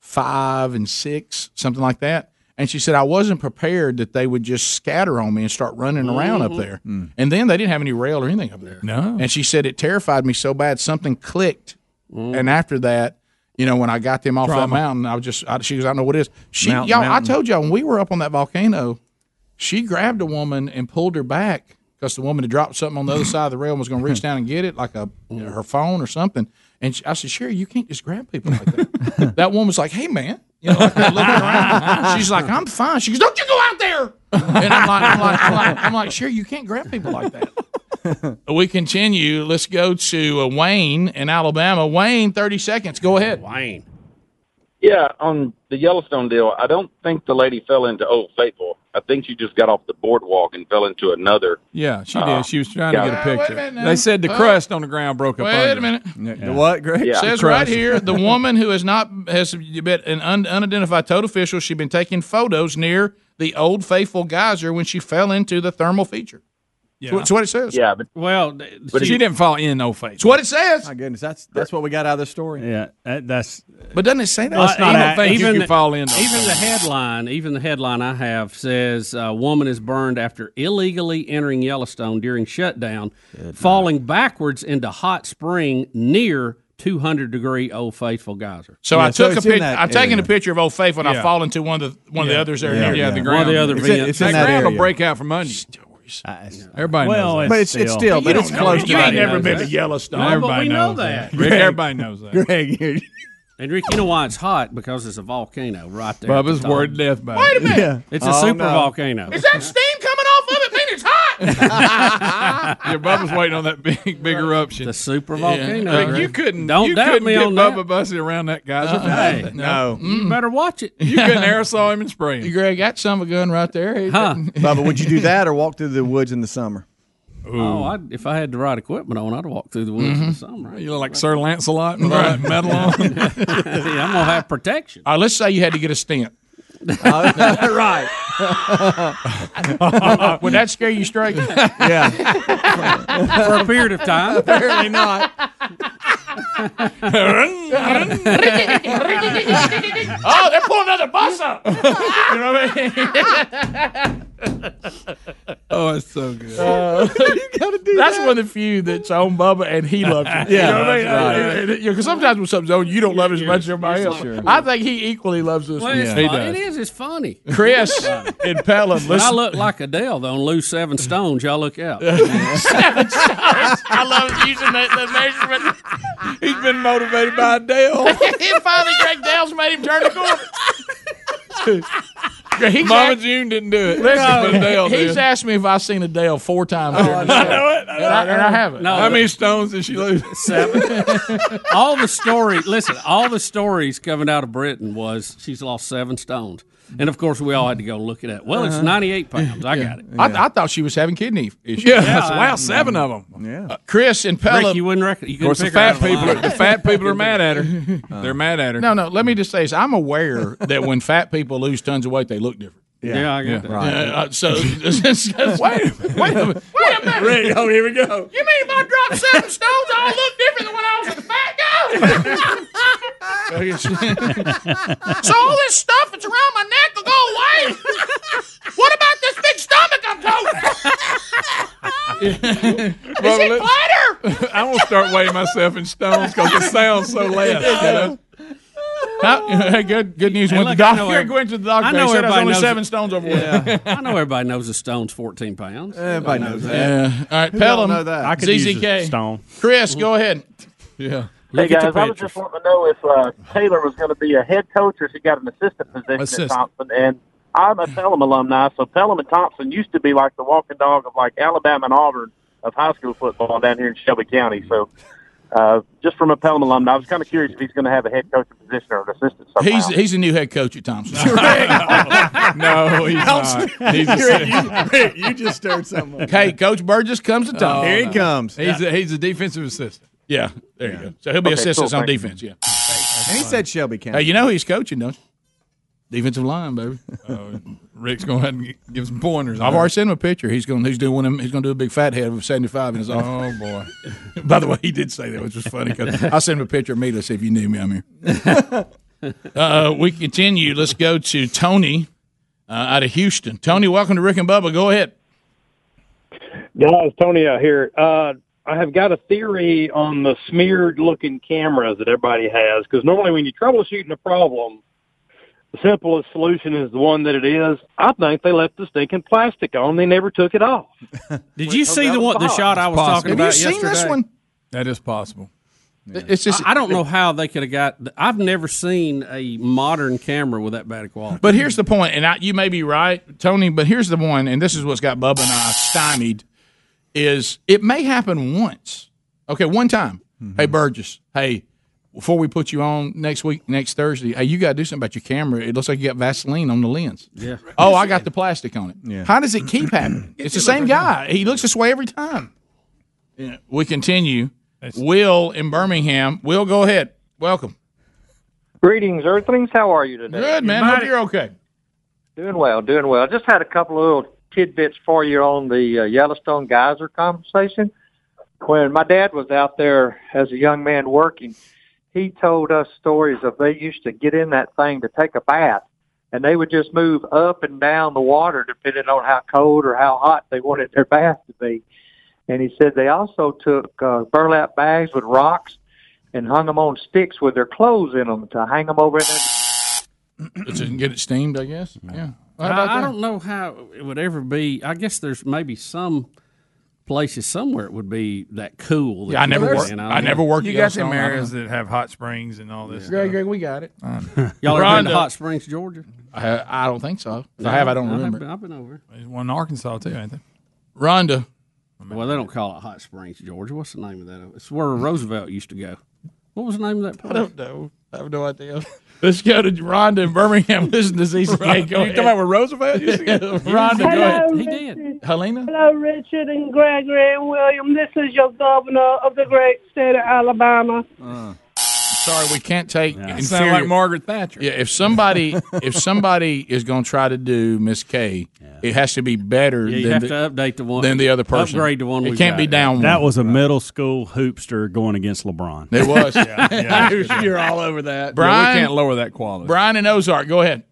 five and six, something like that. And she said, I wasn't prepared that they would just scatter on me and start running around up Mhm. there. Mm. And then they didn't have any rail or anything up there. No. And she said, it terrified me so bad, something clicked. And after that, you know, when I got them off that Mm. Trauma. mountain, I was just, I, she goes, I don't know what it is. She, Mountain, y'all, mountain. I told y'all when we were up on that volcano, she grabbed a woman and pulled her back because the woman had dropped something on the other side of the rail and was going to reach down and get it, like a her phone or something. And she, I said, Sherry, you can't just grab people like that. that woman was like, Hey, man. You know, like, looking around. She's like, I'm fine. She goes, Don't you go out there. And I'm like, I'm like, I'm like, I'm like Sherry, you can't grab people like that. we continue. Let's go to uh, Wayne in Alabama. Wayne, 30 seconds. Go ahead. Wayne. Yeah, on the Yellowstone deal, I don't think the lady fell into Old Faithful. I think she just got off the boardwalk and fell into another. Yeah, she Uh, Oh. did. She was trying yeah. to get a picture. minute now. they said the Uh, crust on the ground broke up. under wait a her. minute. Yeah. It The Says crust. right here, the woman who has not has been an un, unidentified toad official. She'd been taking photos near the old faithful geyser when she fell into the thermal feature. Yeah. That's what it says. Yeah, but well, But she, didn't fall in no face. That's what it says. My goodness, that's that's what we got out of the story. Yeah, that, that's. But doesn't it say that? Uh, even- even can fall in. Even the headline, even the headline I have says a woman is burned after illegally entering Yellowstone during shutdown, falling backwards into hot spring near 200 degree Old Faithful geyser. So I took a picture. I've taken a picture of Old Faithful, and I Yeah. fall into one of the one of Yeah. the others there. Yeah, near yeah. the One of ground. the other It's in- vents. it's in that that ground will area. break out from under you. Everybody Well, knows that. But it's- it's still- but You it's don't know close it. to You ain't that. never been to That's- Yellowstone. No, but Everybody we know knows that. that. Rick, Greg- everybody knows that. Greg, you And Rick, you know why it's hot? Because it's a volcano right there. at the Bubba's top. word death by Wait a minute. It's a super volcano. Is that steam coming off of it? Mean it's hot. Your Bubba's waiting on that big, big eruption. The super volcano, right? You couldn't. Don't you doubt couldn't me get on Bubba that. Bussy around that geyser. for Uh-uh. nothing. No. You better watch it. You couldn't aerosol him and spray him. Greg got some of a gun right there. He didn't- Bubba, would you do that or walk through the woods in the summer? Oh, I, if I had the right equipment on, I'd walk through the woods in the summer. Mm-hmm. You look like Sir Lancelot with all that metal on. I'm gonna have protection. All right, Uh, let's say you had to get a stent. Oh, Uh, right. Would that scare you straight? Yeah. For a period of time. Apparently not. oh, they're pulling another bus up. you know what I mean? oh, it's so good. Uh, you gotta do that's one of the few that's on Bubba and he loves you. Yeah, you know what that's right. I mean? Because sometimes when something's on you, you don't love it as much as everybody you're else. sure. I think he equally loves this. Well, one. it's He fun. does. It is. It's funny. Chris in Pelham. When I Listen, look like Adele, though, and lose seven stones, y'all look out. I love using the, the measurement. He's been motivated by Dale. finally, Greg Dale's made him turn the corner. He's Mama act- June didn't do it. Listen, but Dale he's did. asked me if I've seen Adele four times. during the I show. know it. And I, and I haven't. How many stones did she lose? Seven. all the story. Listen, all the stories coming out of Britain was she's lost seven stones, and of course we all had to go look it up. Well, it's Uh-huh. ninety eight pounds. I got it. I, I thought she was having kidney issues. Yeah, Yeah, wow, I- seven of them. Yeah. Uh, Chris and Pelham. Rick, you wouldn't reckon. You Of course, the couldn't fat figure out Uh. a people. line. Are, the fat people are mad at her. They're mad at her. No, no. Let me just say this. I'm aware that when fat people lose tons of weight, they look different. Yeah. Yeah, I get that. Right. uh, so, wait, wait, a minute. wait a minute. Rick, oh, here we go. You mean if I dropped seven stones, I don't look different than when I was a fat guy? so all this stuff that's around my neck will go away. What about this big stomach I'm toting? Is Bubba, it let- flatter? I won't start weighing myself in stones because it sounds so less. you know? hey, good good news. Hey, Went to look, the I doctor. know Here, every- going to the doctor. I know he said I was everybody only knows seven it. stones overweight. Yeah. I know everybody knows a stone's fourteen pounds. Everybody knows that. Yeah. All right, Pelham. I could use a ZZK. stone. Chris, go ahead. Yeah. Hey guys, I was just wanting to know if uh, Taylor was going to be a head coach or she got an assistant position Assistant. at Thompson. And I'm a Pelham alumni, so Pelham and Thompson used to be like the walking dog of like Alabama and Auburn of high school football down here in Shelby County. So uh, just from a Pelham alumni, I was kind of curious if he's going to have a head coaching position or an assistant somehow. He's he's the new head coach at Thompson. no, he's not. He's a- Rick, you just stirred something up. Hey, Coach Burgess comes to Thompson. Here he comes. He's a, he's a defensive assistant. Yeah, there you go. So he'll be Okay, assistants cool, on thank you. defense. Yeah. And he said Shelby County. Hey, you know he's coaching, don't you? Defensive line, baby. Rick's going to have to give some pointers. I've already sent him a picture. He's going. He's doing one. of them- He's going to do a big fat head of seventy five in his office. Oh, boy! By the way, he did say that, which was funny. 'cause I sent him a picture of me to see if you knew me. I'm here. Uh, we continue. Let's go to Tony uh, out of Houston. Tony, welcome to Rick and Bubba. Go ahead. Guys, Tony out here. Uh, I have got a theory on the smeared looking cameras that everybody has because normally when you're troubleshooting a problem, the simplest solution is the one that it is. I think they left the stinking plastic on. They never took it off. Did you see the one, the Bob. shot I was Possible. talking Have about? you seen this yesterday? one? That is possible. It's just I, I don't know how they could have got. I've never seen a modern camera with that bad a quality. But here's the point, and I, you may be right, Tony. But here's the one, and this is what's got Bubba and I stymied: is it may happen once, okay, one time. Mm-hmm. Hey Burgess, hey, before we put you on next week, next Thursday, hey, you got to do something about your camera. It looks like you got Vaseline on the lens. Yeah. Oh, I got the plastic on it. How does it keep happening? It's the same guy. He looks this way every time. Yeah. We continue. Will in Birmingham. Will, go ahead. Welcome. Greetings, Earthlings. How are you today? Good man. Hope you're okay. Doing well, doing well. Just had a couple of little tidbits for you on the uh, Yellowstone geyser conversation. When my dad was out there as a young man working, he told us stories of they used to get in that thing to take a bath, and they would just move up and down the water depending on how cold or how hot they wanted their bath to be. And he said they also took uh, burlap bags with rocks and hung them on sticks with their clothes in them to hang them over in their Doesn't get it steamed, I guess. Yeah. How about I, I that? don't know how it would ever be. I guess there's maybe some places somewhere it would be that cool. that Yeah, I you never could, worked- you know? I never worked You got some areas that have hot springs and all this. Greg, stuff. Greg, we got it. Y'all ever been to Rhonda. Hot Springs, Georgia? I, I don't think so. If I have, I don't have remember. been- I've been over. There's one in Arkansas too, ain't there? Rhonda. Well, they don't call it Hot Springs, Georgia. What's the name of that? It's where Roosevelt used to go. What was the name of that place? I don't know. I have no idea. Let's go to Rhonda in Birmingham. Listen to ZCK. Go You talking about with Roosevelt? used to get- Rhonda, go ahead. Hello, did. Helena? Hello, Richard and Gregory and William. This is your governor of the great state of Alabama. Sorry, we can't take. Yeah. inferior- Sound like Margaret Thatcher. Yeah, if somebody if somebody is going to try to do Miss K, it has to be better. Yeah, you than have the, to update the one- Than the other person. upgrade the one It we've can't got, be yeah. down. That one. was a middle school hoopster going against LeBron. It was. Yeah, yeah. You're all over that, Yeah, Brian. we can't lower that quality. Brian and Ozark, go ahead.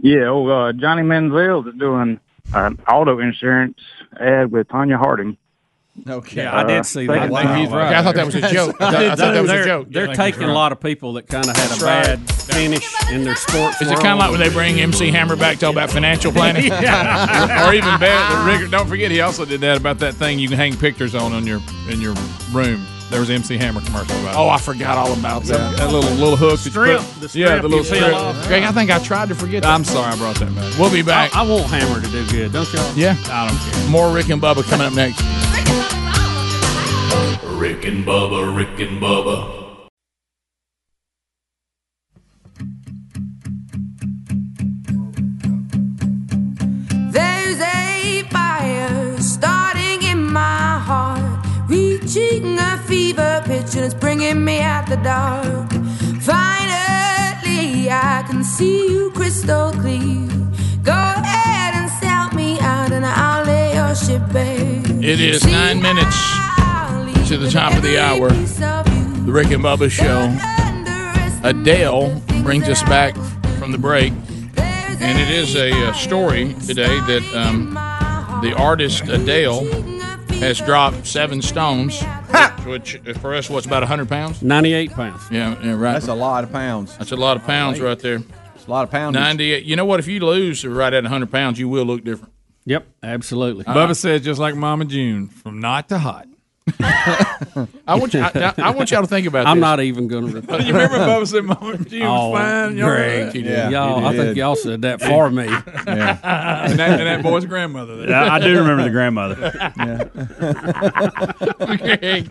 Yeah, oh, uh, Johnny Manziel is doing an auto insurance ad with Tanya Harding. Okay. Yeah, I did Uh, see thank that. you. Wow. Okay, I thought that was a joke. I thought- I thought that was a They're- joke. They're Yeah, thank taking you. a lot of people that kind of had That's a right. bad finish in their sports. Is it kind of like when they bring MC Hammer back to talk about financial planning? Yeah. or even better, Rick, don't forget he also did that about that thing you can hang pictures on on your in your room. There was an MC Hammer commercial about. Oh, it. I forgot all about that. That, that little little hook. that you Strip. put- The strip yeah, the you little peel strip. off. Greg, I think I tried to forget. I'm sorry, I brought that back. We'll be back. I, want Hammer to do good, don't y'all? Yeah, I don't care. More Rick and Bubba coming up next. Rick and Bubba, Rick and Bubba, There's a fire starting in my heart, reaching a fever pitch, and it's bringing me out the dark. Finally, I can see you crystal clear. Go ahead and sell me out, and I'll lay your ship bare. It is nine minutes to the top of the hour. The Rick and Bubba Show. Adele brings us back from the break, and it is a, uh story today that um, the artist Adele has dropped seven stones, which which for us what's about hundred pounds. Ninety-eight pounds. Yeah, yeah, right. That's a lot of pounds. That's a lot of pounds right there. It's a lot of pounds. 98. You know what? If you lose right at 100 pounds, you will look different. Uh-huh. Yep, absolutely. Bubba said just like Mama June, from not to hot. I want you. I, I want y'all to think about. I'm this. not even going to. You remember Bubba said, "Mom, she was Oh, fine, y'all right?" you Yeah, all you I think did. y'all said that for me. Yeah. And that- and that boy's grandmother there. Yeah, I do remember the grandmother. Okay.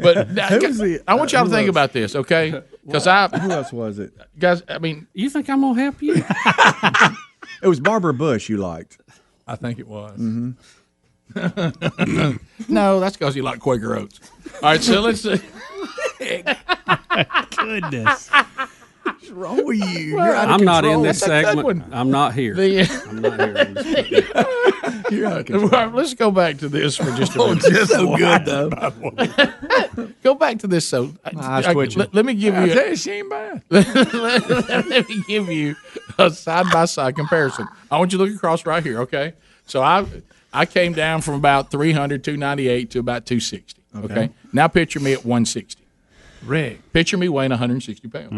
But Who was the- I want y'all to who think else? about this, okay? Because I who else was it? guys, I mean, you think I'm gonna help you? It was Barbara Bush you liked. I think it was. Mhm. no, that's because you like Quaker Oats. All right, so let's. Uh, Goodness. What's wrong with you? You're out of I'm not in control. this That's a good segment. one. I'm not here. The- I'm not here. I'm just- Well, let's go back to this for just a Oh, minute. just so good, though. go back to this. So uh, eyes I- twitching. let, let me give Yeah, I you. tell you, she ain't bad. let, let- let me give you a side by side comparison. I want you to look across right here. Okay. So I I came down from about 300, 298 to about 260. Okay. Okay. Now picture me at 160. Rick. Mm. Picture me weighing 160 pounds.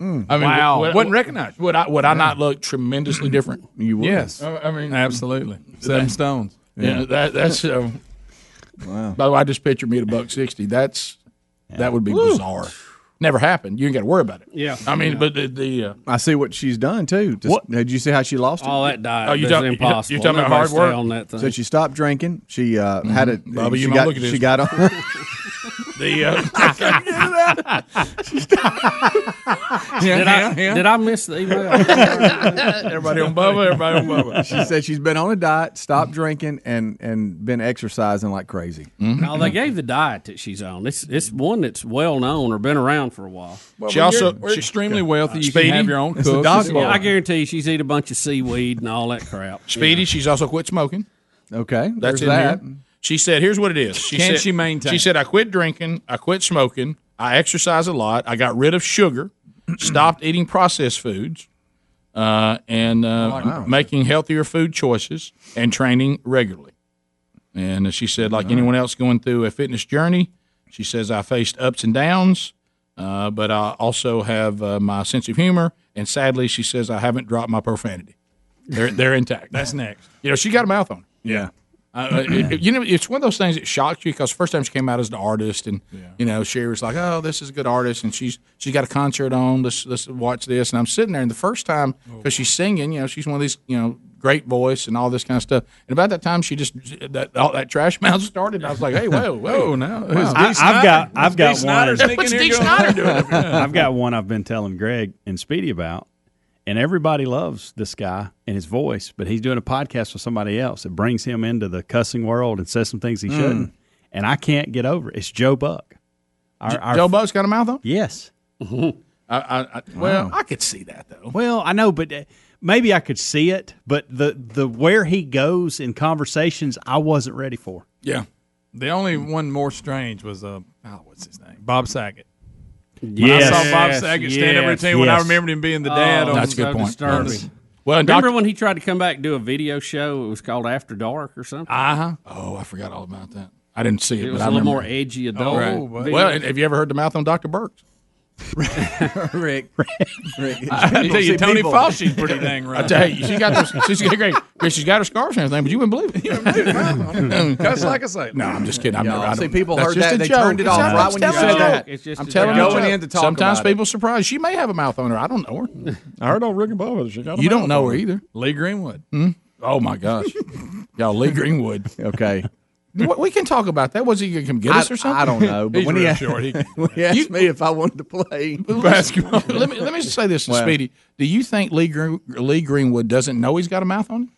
I mean, wow. Wasn't would- would- recognized. Would I would I not look tremendously different? You would. Yes. I, I mean, Absolutely. Seven stones. Yeah, Yeah. that, that's. Um, wow. By the way, I just pictured me at a buck sixty. That's that would be Woo. bizarre. Never happened. You ain't got to worry about it. Yeah. I mean, Yeah. but the, the uh, I see what she's done too. Just, What? Did you see how she lost it? All that diet is impossible. You're talking about Nobody hard stay work on that thing. So she stopped drinking. She uh, had it. Bubba, she you might got, look at this. She got on. the uh, did, I, did I miss the email? Everybody on Bubba, everybody on Bubba. She said she's been on a diet, stopped drinking, and and been exercising like crazy. No, they gave the diet that she's on. It's it's one that's well known or been around for a while. Well, She when also- you're- we're she- extremely wealthy. You can Speedy? have your own It's the cooks. dog It's- bowl. yeah. I guarantee you she's eat a bunch of seaweed and all that crap. Speedy, she's also quit smoking. Okay, That's in here. She said, "Here's what it is." She Can said, she maintain? She said, "I quit drinking. I quit smoking. I exercise a lot. I got rid of sugar. stopped eating processed foods, uh, and uh, I like that. making healthier food choices and training regularly." And she said, like anyone else going through a fitness journey, she says, "I faced ups and downs, uh, but I also have uh, my sense of humor." And sadly, she says, "I haven't dropped my profanity. They're they're intact." That's next. You know, she got a mouth on. Her. Yeah. Uh, it- it- you know, it's one of those things that shocks you because first time she came out as an artist, and you know, she was like, "Oh, this is a good artist," and she's she's got a concert on. Let's let's watch this. And I'm sitting there, and the first time because she's singing, you know, she's one of these you know great voice and all this kind of stuff. And about that time, she just that all that trash mouth started. And I was like, "Hey, whoa, whoa, now Wow. I, have got, I've got one. What's Dee Snyder doing? up here? I've got one I've been telling Greg and Speedy about, and everybody loves this guy and his voice, but he's doing a podcast with somebody else that brings him into the cussing world and says some things he Mm. shouldn't, and I can't get over it. It's Joe Buck. Our, our- Joe Buck's got a mouth on. Mm-hmm. Yes. I, I, I, well, I could see that though. Well, I know, but uh, maybe I could see it, but the the where he goes in conversations, I wasn't ready for. Yeah. The only one more strange was uh, oh, what's his name? Bob Saget. When Yes. I saw Bob Yes, Saget stand up yes, routine when I yes. remembered him being the dad. Oh, on, that's a good so point. disturbing. Yes. Well, and Remember Doc- when he tried to come back and do a video show? It was called After Dark or something. Uh huh. Oh, I forgot all about that. I didn't see it. It was a but I little remember. more edgy adult. Oh, right. Well, and have you ever heard the mouth on Dr. Burks? Rick. Rick. I tell you, Tony Fauci's pretty dang right. I tell you, she got those, she's got great. She's got her scarf and everything, but you wouldn't believe it. You wouldn't believe it. Cuss like a sailor. No, I'm just kidding. I'm Y'all never, I see, don't- people that's heard just that, a they joke. turned it It's off not- right I'm when you telling said that. joke. It's just I'm a telling joke. you, Going in joke. to talk Sometimes about it. people surprise. She may have a mouth on her. I don't know her. I heard on Rick and Bubba. She got a you mouth don't know on her her. either. Lee Greenwood. Hmm? Oh my gosh, y'all, Lee Greenwood. okay. What, we can talk about that. Was he going to come get us I- or something? I don't know, but He's when he real asked- short. He- when he asked me if I wanted to play basketball. let me let me say this to Well- Speedy. Do you think Lee Green, Lee Greenwood doesn't know he's got a mouth on him?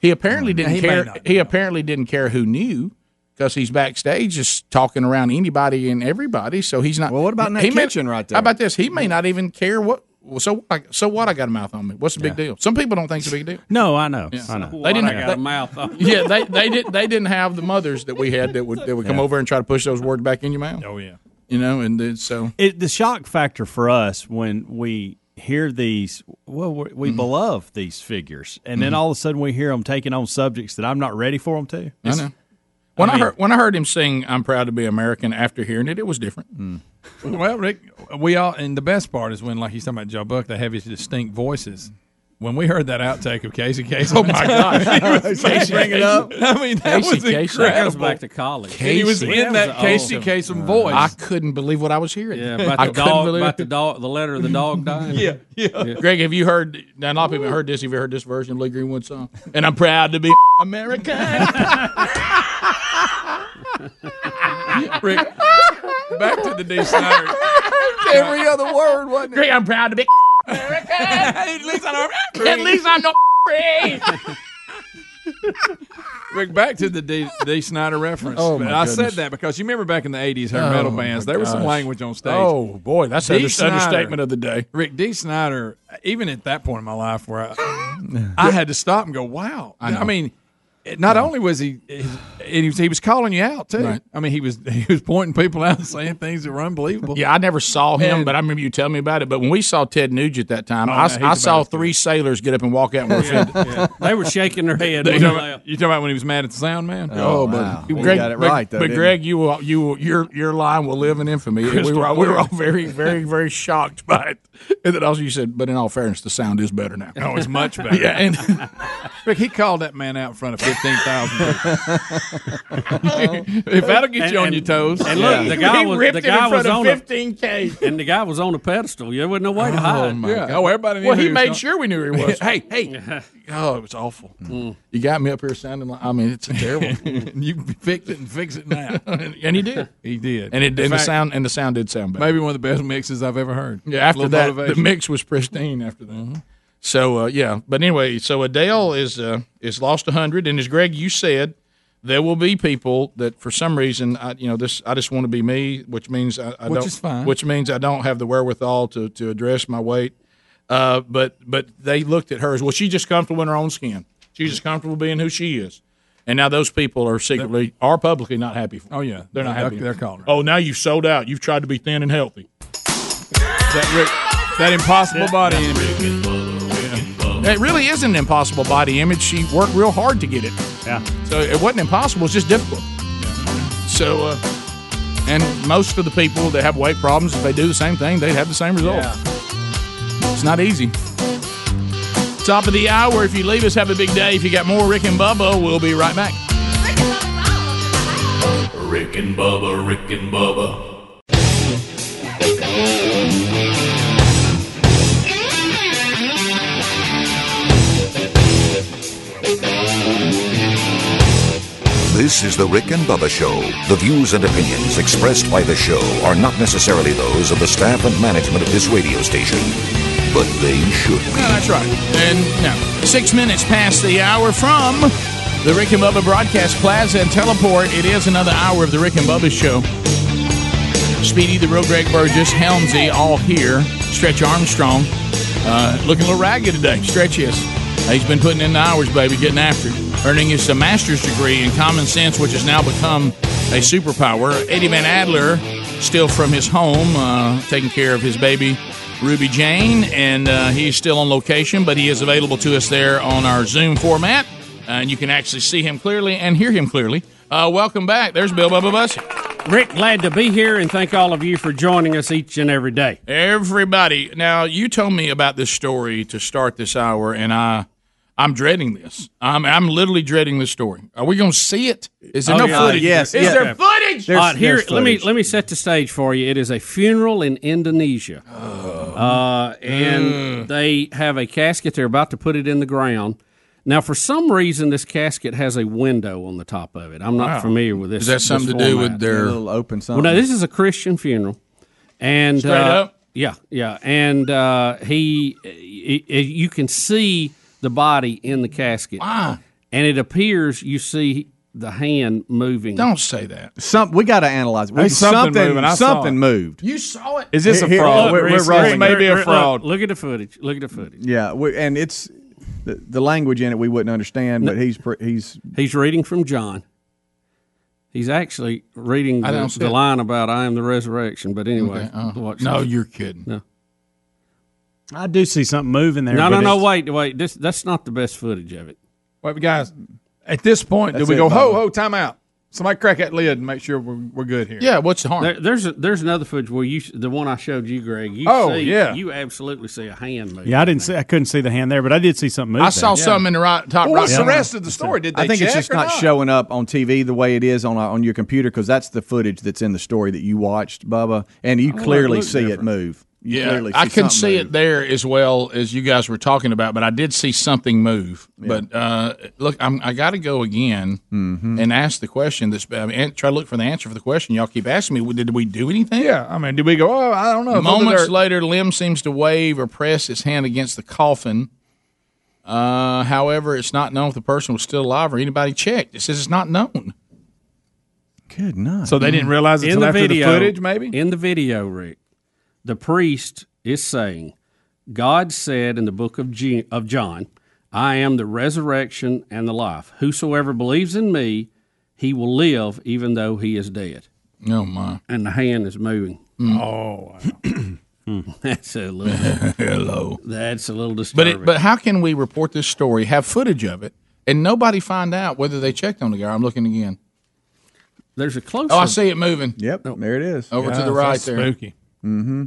He apparently didn't He may care. not Mm, He apparently didn't care who knew because he's backstage just talking around anybody and everybody. So he's not. Well, what about in that kitchen right there? How about this? He may not even care what. Well, so I, so what? I got a mouth on me. What's the big deal? Some people don't think it's a big deal. No, I know. Yeah. I know. They didn't. I got they- a mouth. on. yeah, they they didn't they didn't have the mothers that we had that would that would come Yeah. over and try to push those words back in your mouth. Oh yeah, you know, and then, so It, the shock factor for us when we hear these, well, we, Mm-hmm. we beloved these figures, and then Mhm. all of a sudden we hear them taking on subjects that I'm not ready for them to. I know. When I, heard when I heard him sing "I'm Proud to Be American," after hearing it, it was different. Well, Rick, we all and the best part is when, like he's talking about Joe Buck, they have his distinct voices. when we heard that outtake of Casey Casey, Oh, my gosh. Casey, Casey bring it up. Kasem. I mean, that Casey was Kasem. incredible. That was back to college. And he was Casey. in that, That was an Casey awesome- Kasem voice. I couldn't believe what I was hearing. Yeah, about I the couldn't dog- believe about it. the dog, the letter of the dog dying. Yeah, yeah, Greg, have you heard? Now, a lot of people haven't heard this. Have you heard this version of Lee Greenwood song? And I'm proud to be American. Rick, back to the D. Snyder. Every other word, wasn't it? Greg, I'm proud to be American. At least I know. At least I know. free. Rick, back to the D, D. Snyder reference. Oh, my But I said goodness. that because you remember back in the 80s, hair Oh, metal my bands, there was some gosh. language on stage. Oh, boy, that's D. under- Snyder- understatement of the day. Rick, D. Snyder, even at that point in my life where I, I had to stop and go, wow. I, mean, not only was he, he was, he was calling you out, too. Right. I mean, he was he was pointing people out and saying things that were unbelievable. Yeah, I never saw him, And- but I remember you telling me about it. But when we saw Ted Nugent that time, Oh, I, no, he's I a saw three sailors get up and walk out and were offended. They were shaking their head. You when talking, they about, you talking about when he was mad at the sound man? Oh, but Greg, but, but Greg, you will, you will, your your line will live in infamy. we Crystal were all, we were all clear. very, very, very shocked by it. And then also you said, but in all fairness, the sound is better now. Oh, it's much better. yeah, and Rick, he called that man out in front of fifteen thousand. if that'll get you on And- your toes, And look, the guy was the guy was on a fifteen k, and the guy was on a pedestal. There wasn't no way to hide. my Yeah. God. Oh, everybody knew Well, he who he was made going- sure we knew who he was. Mm. Hey, hey. oh, it was awful. you got me up here sounding like I mean, it's terrible. you fixed it and fix it now, and he did. He did, And it In and the fact, sound and the sound did sound better. Maybe one of the best mixes I've ever heard. Yeah, after Little that, motivation. Mm-hmm. the mix was pristine after that. So uh, yeah, but anyway, so Adele is uh, is lost hundred, and as Greg you said, there will be people that for some reason, I, you know, this I just want to be me, which means I, I Which don't, is fine. which means I don't have the wherewithal to to address my weight. Uh, but but they looked at her as well. She's just comfortable in her own skin. She's just comfortable being who she is. And now those people are secretly are publicly not happy. For Oh yeah, They're not happy. They're calling. Oh, now you've sold out. You've tried to be thin and healthy. That Rick, that impossible body image. It really isn't an impossible body image. She worked real hard to get it. Yeah. So it wasn't impossible. It's just difficult. So, uh, and most of the people that have weight problems, if they do the same thing, they'd have the same result. It's not easy. Top of the hour. If you leave us, have a big day. If you got more Rick and Bubba, we'll be right back. Rick and Bubba, Rick and Bubba. This is the Rick and Bubba Show. The views and opinions expressed by the show are not necessarily those of the staff and management of this radio station, but they should be. Yeah, that's right. And now, six minutes past the hour from the Rick and Bubba Broadcast Plaza and Teleport. It is another hour of the Rick and Bubba Show. Speedy, the real Greg Burgess, Helmsy, all here. Stretch Armstrong, uh, looking a little ragged today. Stretch is. Uh, He's been putting in the hours, baby, getting after it. Earning his uh, master's degree in common sense, which has now become a superpower. Eddie Van Adler, still from his home, uh, taking care of his baby, Ruby Jane, and uh, he's still on location, but he is available to us there on our Zoom format, and you can actually see him clearly and hear him clearly. Uh, welcome back. There's Bill Bubba Bussy. Rick, glad to be here, and thank all of you for joining us each and every day. Everybody, now you told me about this story to start this hour, and I, I'm dreading this. I'm, I'm literally dreading this story. Are we going to see it? Is there Oh, no yeah. footage? is there footage? All right, here, let me let me set the stage for you. It is a funeral in Indonesia, uh, and they have a casket. They're about to put it in the ground. Now, for some reason, this casket has a window on the top of it. I'm not Wow. familiar with this. Is that something this to do with format. their- A little open Well, no, something. this is a Christian funeral, and Straight uh, up? yeah, yeah, and uh, he, y- y- you can see the body in the casket. Wow. And it appears you see the hand moving. Don't say that. Some we got to analyze. it. There's something something moving. I saw something it. moved. You saw it. Is this a Here- here- fraud? look, We're- Rick, we're Rick, rolling. Rick, Maybe a Rick, look, fraud. Look at the footage. Look at the footage. Yeah, we, and it's the, the language in it we wouldn't understand, but he's pre- he's he's reading from John. He's actually reading I don't the, see the it. line about "I am the resurrection." But anyway, Okay, uh, watch no, this. you're kidding. No, I do see something moving there. no, no, but no. it's- Wait, wait. This that's not the best footage of it. Wait, guys. At this point, do That's we it, go ho Bubba. ho time out? Somebody crack that lid and make sure we're, we're good here. There, there's a, there's another footage where you s- the one I showed you, Greg. You Oh, see, yeah. you absolutely see a hand move. Yeah, I didn't see. I couldn't see the hand there, but I did see something move. I saw something in the right top Well, right. what's the rest of the story? Did I think it's just not, showing up on TV the way it is on uh, on your computer because that's the footage that's in the story that you watched, Bubba, and you Oh, it clearly looked see it different. move. You Yeah, clearly I see could something see it there as well as you guys were talking about, but I did see something move. But uh, look, I'm, I got to go again Mm-hmm. and ask the question. That's I mean, an- try to look for the answer for the question y'all keep asking me. Did we do anything? Yeah, I mean, did we go? Oh, I don't know. Moments Those are- later, Lim seems to wave or press his hand against the coffin. Uh, however, it's not known if the person was still alive or anybody checked. It says it's not known. Good night. So they didn't realize it In till after the video, footage, maybe? In the video, Rick, the priest is saying, God said in the book of, Ju- of John, I am the resurrection and the life. Whosoever believes in me, he will live even though he is dead. Oh, my. And the hand is moving. Oh, Mm. that's a little hello. That's a little But disturbing. it, but how can we report this story, have footage of it, and nobody find out whether they checked on the guy? I'm looking again. There's a close. Oh, I see it moving. Yep, there it is. Over to the right there. Mm-hmm.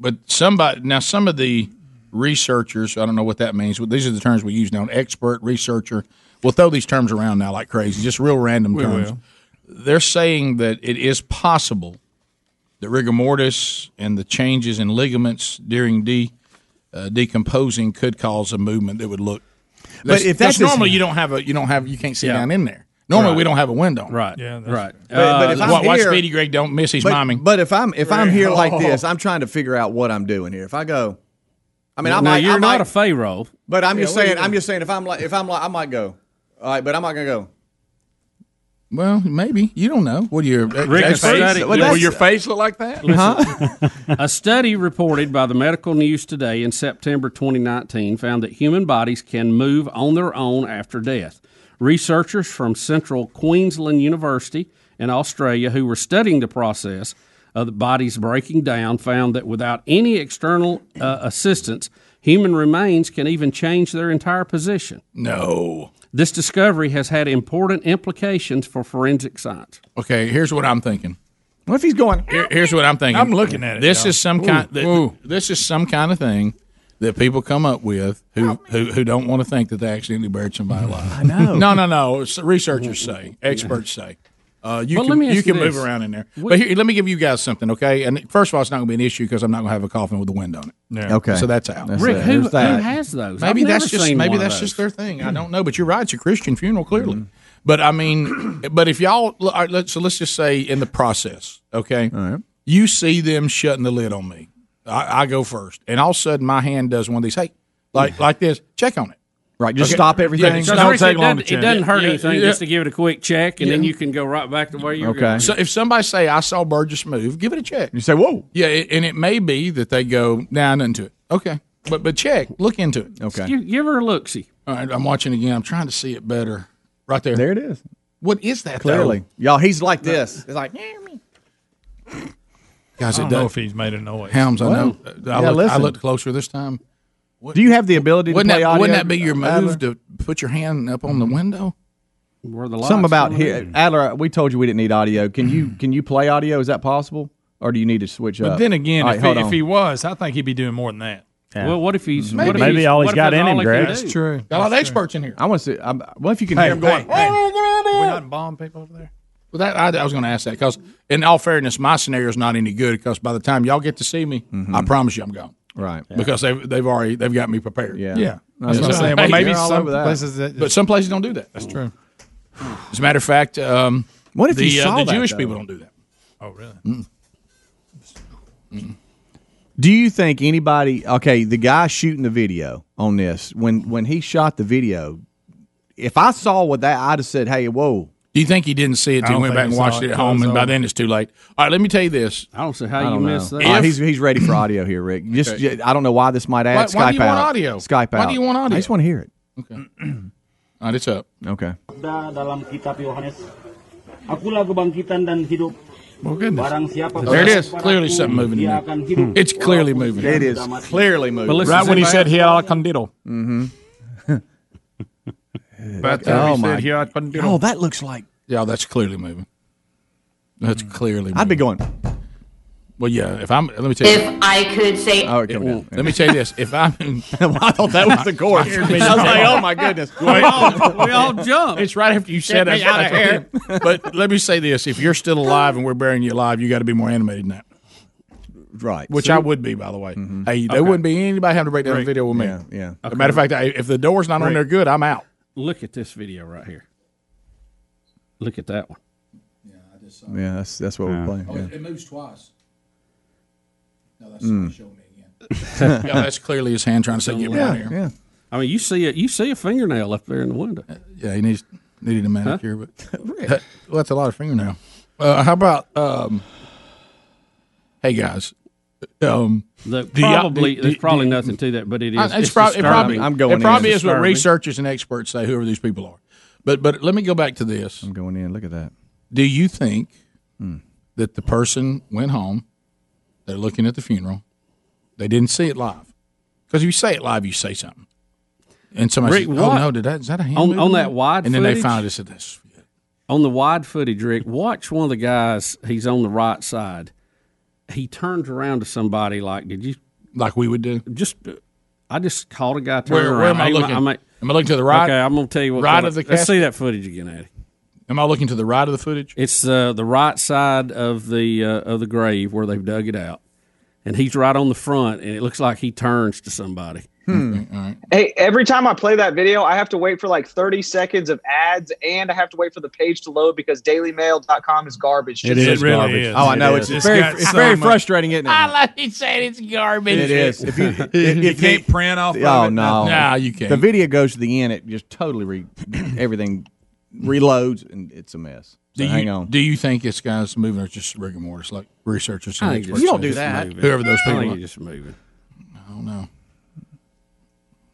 But somebody now, some of the researchers, I don't know what that means. But these are the terms we use now: an expert, researcher. We'll throw these terms around now like crazy, just real random We terms. will. They're saying that it is possible that rigor mortis and the changes in ligaments during de, uh, decomposing could cause a movement that would look. But if that's- normally you don't have a you don't have you can't see Yeah. down in there. Normally Right. we don't have a window. Right. Yeah, that's Right. But- but if I'm watch, watch here- Speedy Greg. Don't miss his but, miming. But if I'm if I'm here like this, Oh. I'm trying to figure out what I'm doing here. If I go, I mean, I now might. you're I not might, a pharaoh, But I'm Yeah, just what are you saying. I'm doing? just saying. If I'm like, if I'm like, I might go. All right, but I'm not gonna go. Well, maybe you don't know. What are your Rick, a study- Well, Will that's- your face look like that? a study reported by the Medical News Today in September 2019 found that human bodies can move on their own after death. Researchers from Central Queensland University in Australia who were studying the process of the bodies breaking down found that without any external uh, assistance, human remains can even change their entire position. No. This discovery has had important implications for forensic science. Okay, here's what I'm thinking. What if he's going? Here, here's what I'm thinking. I'm looking at it, This y'all. is some Ooh, kind. th- ooh. This is some kind of thing that people come up with who who, who don't want to think that they accidentally buried somebody alive. I know. no, no, no. It's- Researchers say, experts say. Uh, you Well, can, let me you ask can you move this. around in there. But here, let me give you guys something, okay? And first of all, it's not going to be an issue because I'm not going to have a coffin with a wind on it. Yeah. Okay. So that's out. That's Rick, it. who- There's that. who has those? Maybe I've that's never just seen maybe one of that's those. just their thing. I don't know, but you're right. It's a Christian funeral, clearly. Mm-hmm. But I mean, but if y'all, all right, let's, so let's just say in the process, okay, you see them shutting the lid on me. I, I go first, and all of a sudden my hand does one of these. Hey, like like this. Check on it. Right, just stop everything. Because Rick, it, doesn't, it doesn't hurt anything just to give it a quick check, and then Yeah. you can go right back to where you were. Okay. So if somebody say I saw Burgess move, give it a check. You say whoa. Yeah, it, and it may be that they go nah, nothing to it. Okay, but but check, look into it. Okay. You, give her a look. See. All right, I'm watching again. I'm trying to see it better. Right there. There it is. What is that? though? Clearly, y'all. He's like this. It's like Guys, I it don't know does. if he's made a noise. Helms, I Well, know. I, yeah, looked, I listen. looked closer this time. Do you have the ability to Wouldn't play that, audio? wouldn't that be your move Adler? to put your hand up on the window? Where the Something about here, Adler. We told you we didn't need audio. Can you can you play audio? Is that possible, or do you need to switch But up? then again, All right, if, hold he, if on. he was, I think he'd be doing more than that. Yeah. Well, what if Mm-hmm. he's Maybe. what if Maybe he's, all he's what if got that's in him, all he Greg. can That's do? true. Got a lot of experts in here. I want to see. I'm, well, if you can Hey, hear him going, hey, hey. We're not bomb people over there. Well, that, I, I was going to ask that because, in all fairness, my scenario is not any good because by the time y'all get to see me, I promise you I'm gone. Mm-hmm. Right. Because they've, they've already they've got me prepared. Yeah. Yeah. That's what I'm saying. Well, maybe some places that- but some places don't do that. That's true. As a matter of fact, um, What if the, you uh, saw the that, Jewish though? people don't do that? Oh, really? Do you think anybody? Okay, the guy shooting the video on this when when he shot the video, if I saw what that, I'd have said, "Hey, whoa." Do you think he didn't see it? I He don't went think back and he saw watched it it at till it home, was and by over. then it's too late. All right, let me tell you this. I don't see I how you don't know. missed that. All right, he's he's ready for audio here, Rick. Just Okay. j- I don't know why this might Why- add why Skype do you out. want audio? Skype Why out. do you want audio? I just want to hear it. All right, it's up. Okay. Sabda dalam kitab Yohanes. Akulah kebangkitan dan hidup. Barang siapa There it is. percaya Clearly kepadaku, something moving in Ia there. akan hidup. It's clearly moving. It is clearly moving. Hmm. But listen, Right when he said, "Here I come diddle." Mm-hmm. uh, Oh About time uh, he said, "Here I come diddle." Oh, that looks like Yeah, that's clearly moving. That's clearly. I'd be going. Well, yeah. If I'm, let me tell you. If I could say, Oh, It won't. Let me tell you this. If I'm, I thought that was the chorus. I I was like, oh my goodness. We all, We all jumped. It's right after you said Get me it. out of here. But let me say this: if you're still alive and we're burying you alive, you got to be more animated than that. Right. Which See? I Mm-hmm. would be, by the way. Hey, there Okay. wouldn't be anybody having to break down Right. a video with me. Yeah, yeah. As a matter of fact, I, if the door's not on Right. there good, I'm out. Look at this video right here. Look at that one. Yeah, that's that's what we're playing. yeah. Oh, moves twice. No, that's Mm. showing me again. yeah, that's clearly his hand trying to say, "Get me out of here." Yeah. I mean, you see a you see a fingernail up there in the window. Uh, Yeah, he needs needed a manicure, but well, that's a lot of fingernail. Uh, how about, um, hey guys, um, The, do y'all- probably do- there's do- probably do- nothing to that, but it is. I- it's prob- it disturbing. probably, It probably is what researchers and experts say. Whoever these people are, but but let me go back to this. I'm going in. Look at that. Hmm. Do you think that the person went home? They're looking at the funeral. They didn't see it live because if you say it live, you say something. And somebody Rick, says, "Oh what- no, did that? Is that a hand on, movement?" on that wide? And then footage, they found us at this. on the wide footage, Rick. Watch one of the guys. He's on the right side. He turns around to somebody like, "Did you?" Like we would do. Just, uh, I just called a guy. Where- turning where am I around. looking? Am I looking to the right? Okay, I'm gonna tell you what. Right of the Let's see casket? that footage again, Eddie. Am I looking to the right of the footage? It's uh, the right side of the uh, of the grave where they've dug it out, and he's right on the front, and it looks like he turns to somebody. Hmm. Hey, every time I play that video, I have to wait for like 30 seconds of ads and I have to wait for the page to load because dailymail.com is garbage. It is really garbage. Oh, I know. It's, very it's very uh, frustrating, isn't it? I like you said it's garbage. It is. If you, if, You if can't you- print off of Oh it, no, nothing. No, you can't. The video goes to the end. It just totally re- everything reloads and it's a mess. Do So you, hang on. Do you think this guy's moving or just rigor mortis, like researchers? I and think experts just- You don't say? do that. Moving. Whoever those I people think are. you're just moving. I don't know.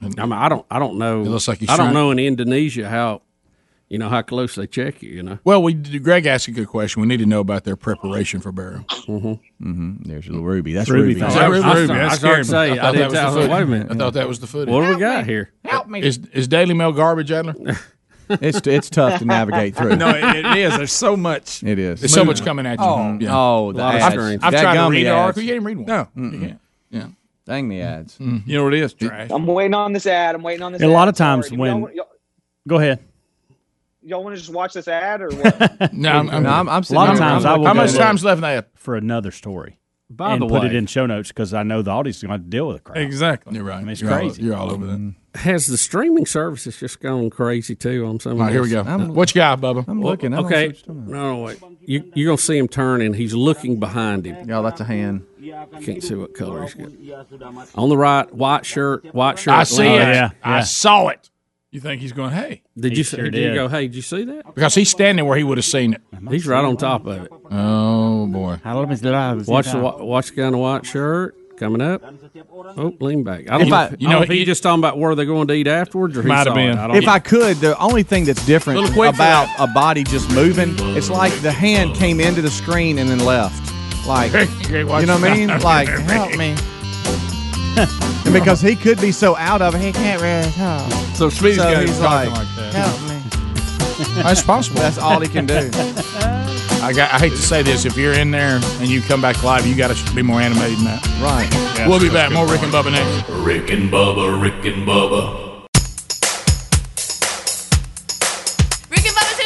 I mean, I don't. I don't know. It looks like he's I don't trying- know in Indonesia how, you know, how close they check you. You know. Well, we Greg asked a good question. We need to know about their preparation for burial. Mm-hmm. Mm-hmm. There's your little Ruby. That's Ruby Ruby. thing. Is that Ruby? Ruby? That I scared started me. to say. I I, thought didn't that was tell the Wait a footage. minute. I thought that was the footage. What do we got here? Help me. Is is Daily Mail garbage, Adler? It's it's tough to navigate through. no, it, it is. There's so much. It is. There's so much coming at you. Mm-hmm. Oh, Yeah. oh A the lot of ads. screens. That I've tried to gummy read an ads. article. You didn't read one. No. You can't. Yeah. Dang the ads. You know what it is? Trash. I'm waiting on this ad. I'm waiting on this A ad. lot of I'm times sorry. when- Y'all, y'all, Go ahead. y'all want to just watch this ad or what? No, I'm, I'm, No, I'm- a I'm sitting lot of here. times. I'm I looking will How at much it. time's left in that? for another story. By and the put way- it in show notes because I know the audience is going to have to deal with the crowd. Exactly. You're right. I mean, it's You're all- crazy. you're all over that. Has the streaming services just gone crazy too on some? of All right, here we this? go. what you got, Bubba? I'm looking. I don't see okay. what No, no, wait. You, you're gonna see him turning. He's looking behind him. No, that's a hand. Can't see what color he's got. On the right, white shirt, white shirt. I see it. leggings. Oh, I saw it. You think he's going? Hey, Did you see- did you go? Hey, did you see that? Because he's standing where he would have seen it. He's right on top of it. Oh boy! Watch the wa- watch the guy in the white shirt coming up. Oh, lean back. I don't If know. I- if- I you don't know, if he just talking about where they're going to eat afterwards, or he saw It. I don't If know. I could, the only thing that's different Little quick for about a body just moving, it's like the hand came into the screen and then left. Like, you know what I mean? Like, help me. And because he could be so out of it, he can't really talk. So Speedy's got him he's talking like, like that. help me. That's possible. That's all he can do. I, got, I hate to say this. If you're in there and you come back live, you got to be more animated than that. Right. we'll be back. More Rick and Bubba next. Rick and Bubba, Rick and Bubba. Rick and Bubba's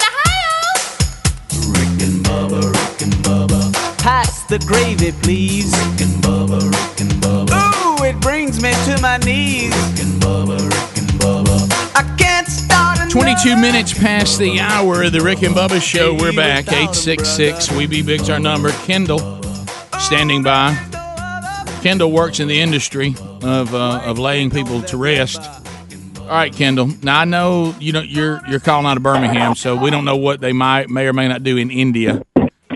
in Ohio. Pass the gravy, please. Rick and Bubba, Rick and Bubba. Ooh, it brings me to my knees. Rick and Bubba, Rick and Bubba. I can't start another. 22 minutes past the hour of the Rick and Bubba Show. We're back. 866 We Be Big's our number. Kendall standing by. Kendall works in the industry of, uh, of laying people to rest. All right, Kendall. Now I know you don't, you're you're calling out of Birmingham, so we don't know what they might may or may not do in India.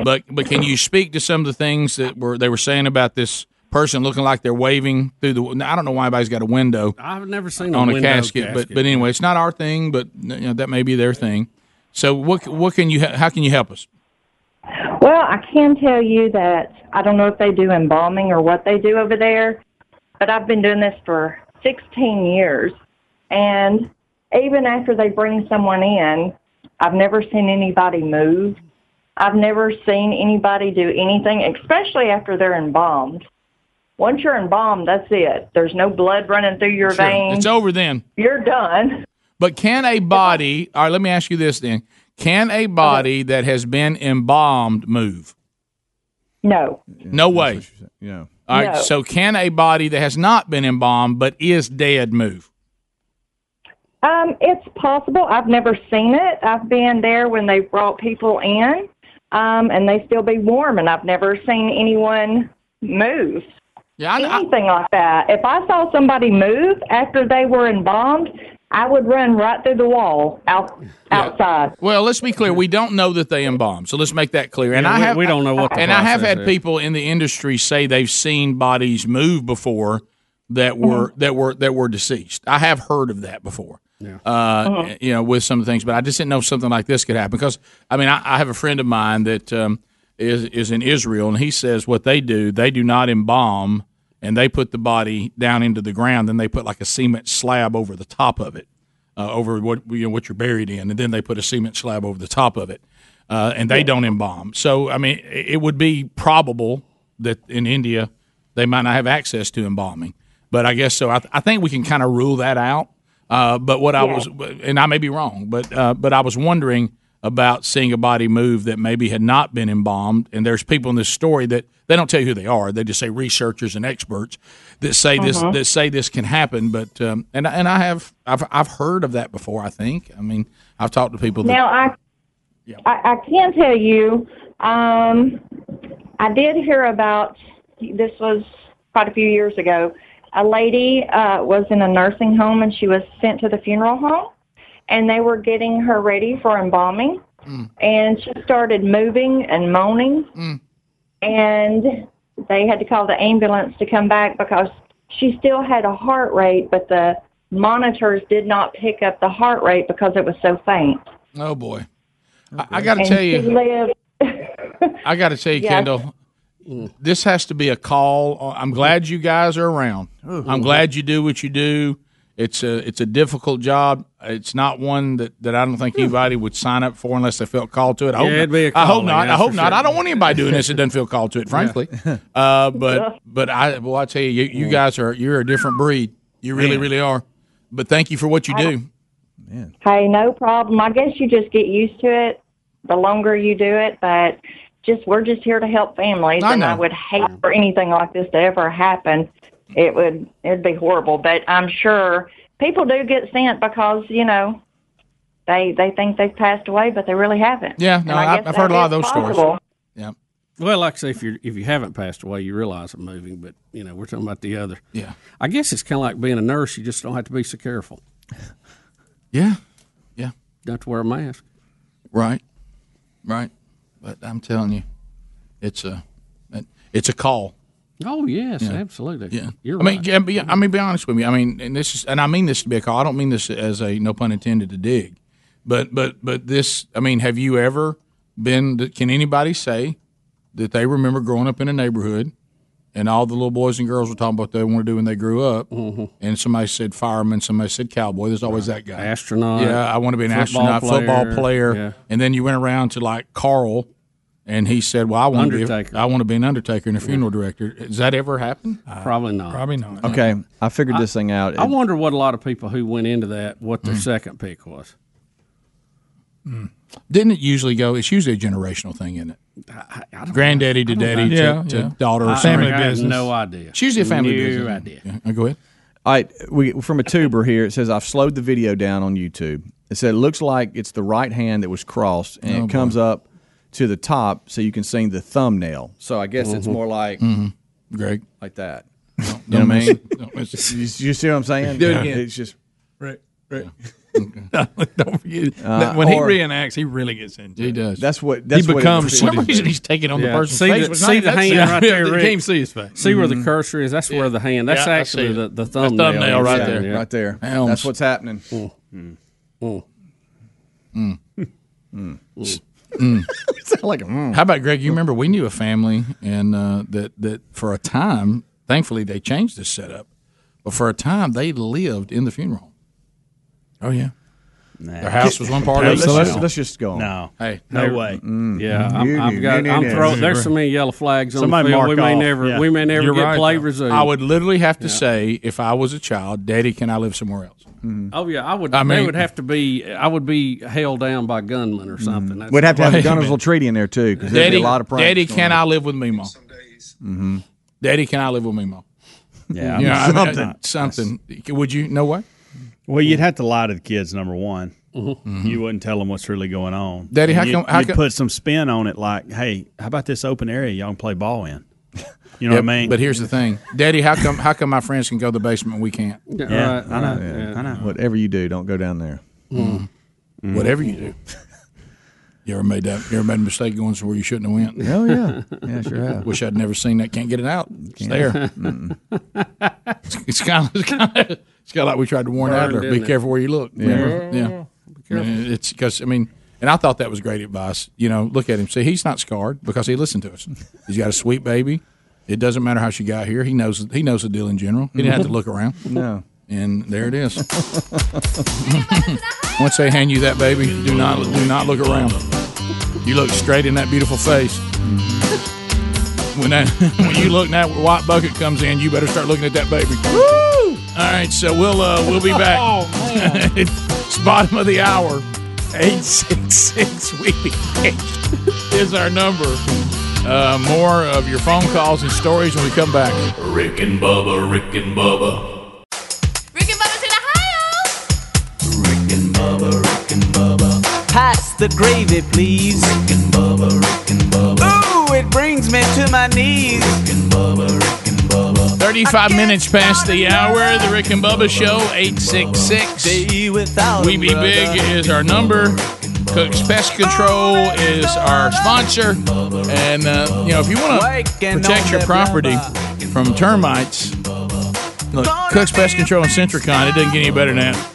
But but can you speak to some of the things that were they were saying about this person looking like they're waving through the? now, I don't know why everybody's got a window I've never seen on a window casket, But but anyway, it's not our thing, but you know, that may be their thing. So what what can you how can you help us? Well, I can tell you that I don't know if they do embalming or what they do over there, but I've been doing this for 16 years. And even after they bring someone in, I've never seen anybody move. I've never seen anybody do anything, especially after they're embalmed. Once you're embalmed, that's it. There's no blood running through your Sure. veins. It's over then. You're done. But can a body, all right, let me ask you this then. Can a body that has been embalmed move? No. No way. Yeah. All right, No. so can a body that has not been embalmed but is dead move? Um, it's possible. I've never seen it. I've been there when they brought people in, um, and they still be warm, and I've never seen anyone move. Yeah, anything like that. If I saw somebody move after they were embalmed, I would run right through the wall out outside. Well, let's be clear. We don't know that they embalmed, so let's make that clear. And Yeah, I we- have we don't know what the and I have process had is. people in the industry say they've seen bodies move before Uh-huh. that were that were that were deceased. I have heard of that before. Yeah. Uh, Uh-huh. You know, with some of the things, but I just didn't know something like this could happen because I mean, I, I have a friend of mine that um, is is in Israel, and he says what they do, they do not embalm, and they put the body down into the ground, then they put like a cement slab over the top of it uh, over what you know what you're buried in, and then they put a cement slab over the top of it, uh, and they don't embalm. So I mean, it it would be probable that in India they might not have access to embalming, but I guess so. I, th- I think we can kind of rule that out. Uh, but what I Yeah. was, and I may be wrong, but uh, but I was wondering about seeing a body move that maybe had not been embalmed. And there's people in this story that they don't tell you who they are. They just say researchers and experts that say this Uh-huh. that say this can happen. But um, and and I have I've I've heard of that before. I think. I mean, I've talked to people. That, Now I, I, I can tell you, um, I did hear about this was quite a few years ago. A lady uh, was in a nursing home and she was sent to the funeral home, and they were getting her ready for embalming, Mm. and she started moving and moaning, and they had to call the ambulance to come back because she still had a heart rate, but the monitors did not pick up the heart rate because it was so faint. oh boy, I, I got to And tell she you, lived- I got to tell you, Yes. Kendall, this has to be a call. I'm glad you guys are around. I'm glad you do what you do. It's a it's a difficult job. It's not one that, that I don't think anybody would sign up for unless they felt called to it. I hope, Yeah, it'd be a I hope calling, not. I that's hope for not. sure. I don't want anybody doing this that doesn't feel called to it. Frankly, uh, but but I well I tell you, you, you guys are you're a different breed. You really Man. really are. But thank you for what you do. Hey, no problem. I guess you just get used to it the longer you do it, but just we're just here to help families I and I know. would hate for anything like this to ever happen. It would it'd be horrible, but I'm sure people do get sent because, you know, they they think they've passed away but they really haven't. Yeah, And no, I I guess I've heard a lot of that those is stories. possible. Well, like I say, if you if you haven't passed away, you realize I'm moving. But you know, we're talking about the other. Yeah. I guess it's kind of like being a nurse. You just don't have to be so careful. Yeah, yeah. Don't have to wear a mask. Right, right. But I'm telling you, it's a it's a call. Oh yes, Yeah. absolutely. Yeah, you're I mean, right. yeah, be- I mean, be honest with me. I mean, and this is, and I mean this to be a call. I don't mean this as a no pun intended to dig, but but but this. I mean, have you ever been? Can anybody say that they remember growing up in a neighborhood and all the little boys and girls were talking about what they want to do when they grew up, Mm-hmm. and somebody said fireman, somebody said cowboy. There's always that guy, astronaut. Yeah, I want to be an football astronaut, football player, Yeah. and then you went around to like Carl. And he said, "Well, I want to be, Undertaker. I want to be an undertaker and a funeral director." Has that ever happened? Uh, Probably not. Probably not. Okay, I figured I- this thing out. I wonder what a lot of people who went into that what Mm. their second pick was. Didn't it usually go? It's usually a generational thing, isn't it? don't Granddaddy know. I to don't daddy to, know. Yeah, to yeah. daughter or I- something. I have no idea. It's usually a family No business. idea. Yeah, Uh, go ahead. All right, we from a tuber here. It says I've slowed the video down on YouTube. It said it looks like it's the right hand that was crossed, and Oh, it boy. comes up to the top, so you can see the thumbnail. So I guess it's Mhm. more like Mhm. Greg like that. don't you know what I miss- mean? don't miss you, you see what I'm saying? Do it again. It's just Right, right. Don't forget Uh, when he or- reenacts, he really gets into. He it. does. That's what- that's he what it becomes. is. For some what he reason, did. he's taking on Yeah. the person's see face. The, but see not- the that's- hand right yeah, there. You Rick. can't see his face. See where the Mm-hmm. Mhm. cursor is. That's where the hand. Yeah, That's I see actually it. the, the The thumbnail. thumbnail right there. Yeah. right there. Helms. That's what's happening. Mm. Mm. Mm. Sound like a mm. How about Greg? You remember we knew a family, and uh, that that for a time, thankfully they changed this setup, but for a time they lived in the funeral. home. Oh yeah, Their house was one part of it. So let's, let's just go. On. No. Hey, no way. Yeah, I'm, I've got. I'm throwing. There's so many yellow flags on Somebody the field. mark We may off. never. Yeah. We may never You're get right, play though. resumed. I would literally have to say, if I was a child, Daddy, can I live somewhere else? Mm-hmm. Oh yeah, I would. I they mean- would have to be. I would be held down by gunmen or something. That's- We'd have to have the Wait a minute. Gunnersville Treaty in there too, because there'd Mm-hmm. be Daddy, a lot of problems. Daddy, can I live with Mimo? Mm-hmm. hmm Daddy, can I live with Mimo? Yeah, You know, I mean, something. uh, something. Would you? No way. Well, you'd have to lie to the kids. Number one, Mm-hmm. you wouldn't tell them what's really going on. Daddy, And how you'd- come- how you'd come- put some spin on it? Like, hey, how about this open area y'all can play ball in? You know Yeah, what I mean? But here's the thing, Daddy. How come? How come my friends can go to the basement and we can't? Yeah, Right, I know, right, I know. Whatever you do, don't go down there. Mm. Whatever you do. You ever made that? You ever made a mistake going somewhere you shouldn't have went? Oh, yeah. Yeah, sure have. Wish I'd never seen that. Can't get it out. It's Can't. there. Mm-mm. It's- it's kind of it's kind of it's kind of like we tried to warn Burned, Adler. Be isn't it? careful where you look. Yeah. Remember? Yeah. yeah. I mean, it's because I mean, and I thought that was great advice. You know, look at him. See, he's not scarred because he listened to us. He's got a sweet baby. It doesn't matter how she got here. He knows. He knows the deal in general. He didn't have to look around. No. And there it is. Once they hand you that baby, do not do not look around. You look straight in that beautiful face. Mm-hmm. When that when you look now, white bucket comes in. You better start looking at that baby. Woo! All right, so we'll uh, we'll be back. Oh, man. it's bottom of the hour. Eight six six weekend is our number. Uh, more of your phone calls and stories when we come back. Rick and Bubba, Rick and Bubba. Pass the gravy, please. Rick and Bubba, Rick and Bubba. Ooh, it brings me to my knees. Rick and Bubba, Rick and Bubba. 35 minutes past the hour. The Rick and Bubba Show, 866. We Be Big is our number. Cook's Pest Control is our sponsor. And, uh, you know, if you want to protect your property from termites, look, Cook's Pest Control and Centricon, it doesn't get any better than that.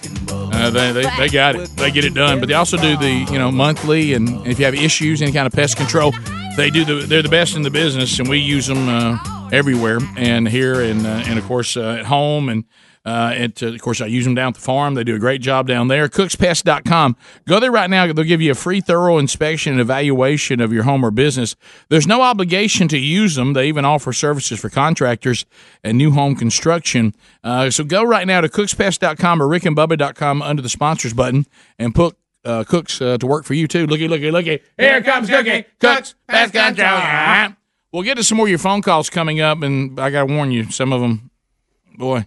Uh, they, they, they got it. They get it done. But they also do the you know monthly, and if you have issues, any kind of pest control, they do the. They're the best in the business, and we use them uh, everywhere, and here, and uh, and of course uh, at home, and uh, at, uh, of course I use them down at the farm. They do a great job down there. Cookspest.com. Go there right now. They'll give you a free, thorough inspection and evaluation of your home or business. There's no obligation to use them. They even offer services for contractors and new home construction. Uh, so go right now to cookspest.com or rickandbubba.com under the sponsors button and put uh, Cooks uh, to work for you too. Looky, looky, looky. Here comes Cookie. Cooks, pest control. Yeah. We'll get to some more of your phone calls coming up, and I got to warn you, some of them, boy,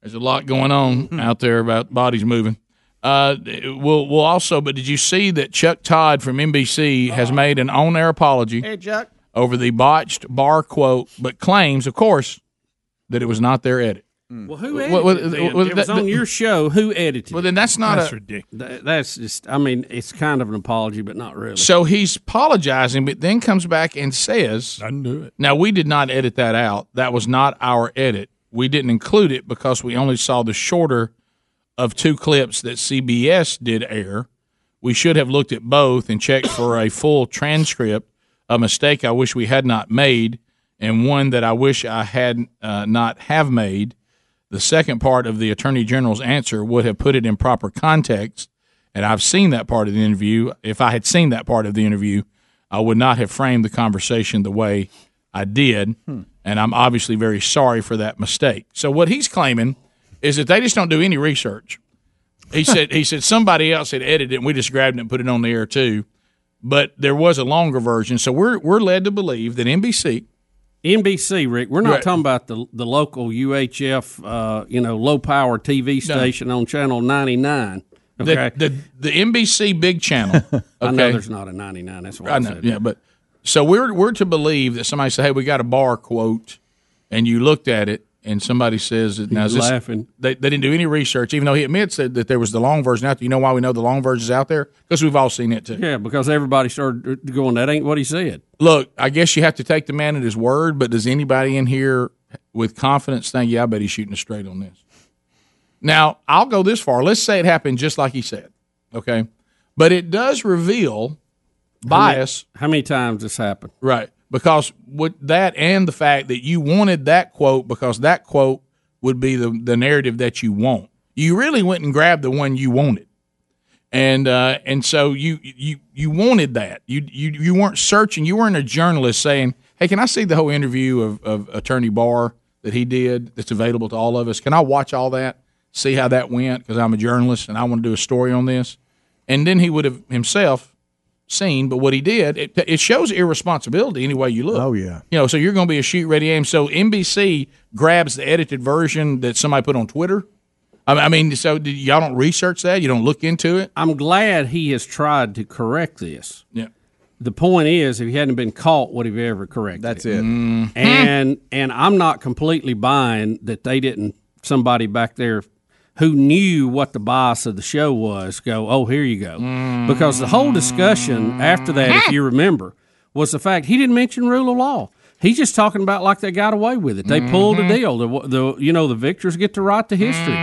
there's a lot going Hmm. on out there about bodies moving. Uh, we'll, we'll also, but did you see that Chuck Todd from NBC Uh-huh. has made an on air apology? Hey, Chuck. over the botched bar quote, but claims, of course, that it was not their edit. Mm. Well, who Well, edited well, it? then? well, it was that- on your show. Who edited? Well, then that's not That's a- ridiculous. that's just. I mean, it's kind of an apology, but not really. So he's apologizing, but then comes back and says, I knew it. Now, we did not edit that out. That was not our edit. We didn't include it because we only saw the shorter of two clips that CBS did air. We should have looked at both and checked for a full transcript, a mistake I wish we had not made, and one that I wish I had uh, not have made. The second part of the Attorney General's answer would have put it in proper context, and I've seen that part of the interview. If I had seen that part of the interview, I would not have framed the conversation the way I did, and I'm obviously very sorry for that mistake. So what he's claiming is that they just don't do any research. He said he said somebody else had edited it, and we just grabbed it and put it on the air too. But there was a longer version, so we're we're led to believe that NBC NBC, Rick. We're not Right. talking about the the local UHF, uh, you know, low power TV station on channel ninety nine. The- Okay, the, the NBC big channel. Okay, I know there's not a ninety nine. That's why I, I know, said yeah, but so we're we're to believe that somebody said, "Hey, we got a bar quote," and you looked at it, and somebody says, that- "Now is He's this- laughing. They, they didn't do any research, even though he admits that, that there was the long version out there. You know why we know the long version's out there? Because we've all seen it too. Yeah, because everybody started going, "That ain't what he said." Look, I guess you have to take the man at his word, but does anybody in here with confidence think, yeah, I bet he's shooting us straight on this? Now, I'll go this far. Let's say it happened just like he said, okay? But it does reveal bias. How many, times this happened? Right. Because with that and the fact that you wanted that quote because that quote would be the, the narrative that you want. You really went and grabbed the one you wanted. and uh, and so you you you wanted that. You you you weren't searching. You weren't a journalist saying, "Hey, can I see the whole interview of, of Attorney Barr that he did? That's available to all of us. Can I watch all that? See how that went? Because I'm a journalist and I want to do a story on this." And then he would have himself seen, but what he did, it, it shows irresponsibility any way you look. Oh yeah, you know. So you're going to be a shoot ready aim. So NBC grabs the edited version that somebody put on Twitter. I mean- I mean, so did, y'all don't research that. You don't look into it. I'm glad he has tried to correct this. Yeah. The point is, if he hadn't been caught, would he have ever corrected? That's it. And and I'm not completely buying that they didn't somebody back there who knew what the bias of the show was go, oh, here you go, because the whole discussion after that, if you remember, was the fact he didn't mention rule of law. He's just talking about like they got away with it. They pulled a Mhm. deal. The, the you know the victors get to write the history.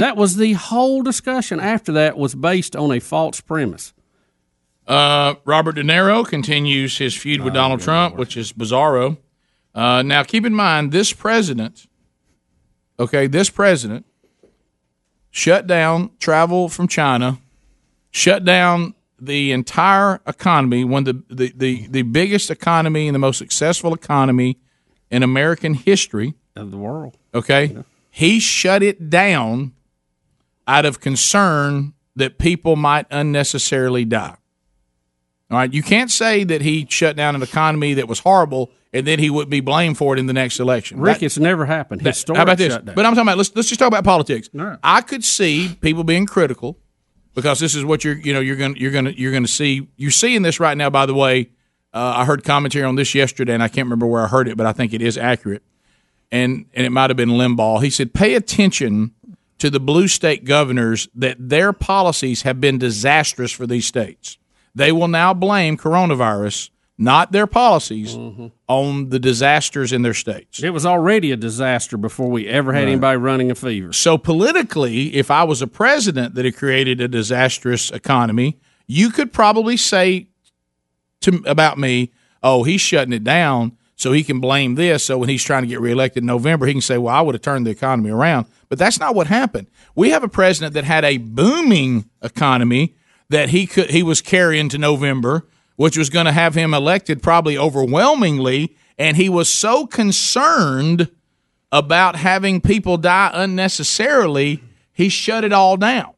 That was the whole discussion after that was based on a false premise. Uh, Robert De Niro continues his feud Oh, with Donald Trump, which is bizarro. Uh, now, keep in mind, this president, okay, this president shut down travel from China, shut down the entire economy, one of the, the, the, the biggest economy and the most successful economy in American history. Of the world. Okay. He shut it down out of concern that people might unnecessarily die. All right. You can't say that he shut down an economy that was horrible and then he would be blamed for it in the next election. Rick, That- it's never happened. that- Historic how about this? shutdown. But I'm talking about let's let's just talk about politics. I could see people being critical because this is what you're you know you're gonna you're gonna you're gonna see you're seeing this right now. By the way, uh, I heard commentary on this yesterday, and I can't remember where I heard it, but I think it is accurate. And and it might have been Limbaugh. He said, "Pay attention to the blue state governors that their policies have been disastrous for these states. They will now blame coronavirus." Not their policies on the disasters in their states. Mm-hmm. It was already a disaster before we ever had Right. anybody running a fever. So politically, if I was a president that had created a disastrous economy, you could probably say to about me, "Oh, he's shutting it down." So he can blame this. So when he's trying to get reelected in November, he can say, "Well, I would have turned the economy around." But that's not what happened. We have a president that had a booming economy that he could he was carrying to November, which was going to have him elected probably overwhelmingly, and he was so concerned about having people die unnecessarily, he shut it all down.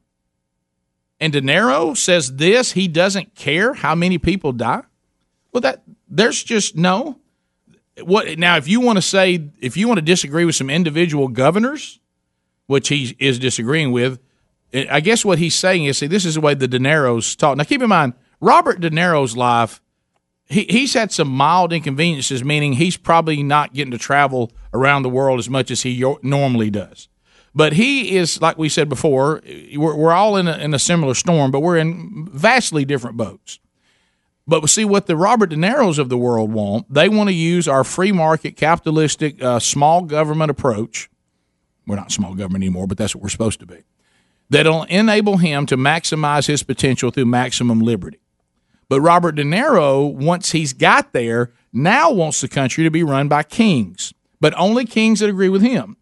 And De Niro says this, he doesn't care how many people die. Well, that there's just no what now if you want to say if you want to disagree with some individual governors, which he is disagreeing with, I I guess what he's saying is see, this is the way the De Niro's talk. Now keep in mind, Robert De Niro's life he, he's had some mild inconveniences, meaning he's probably not getting to travel around the world as much as he yo- normally does. But he is, like we said before, we're, we're all in a, in a similar storm, but we're in vastly different boats. But see what the Robert De Niro's of the world want. They want to use our free market, capitalistic, uh, small government approach. We're not small government anymore, but that's what we're supposed to be. That'll enable him to maximize his potential through maximum liberty. But Robert De Niro, once he's got there, now wants the country to be run by kings, but only kings that agree with him.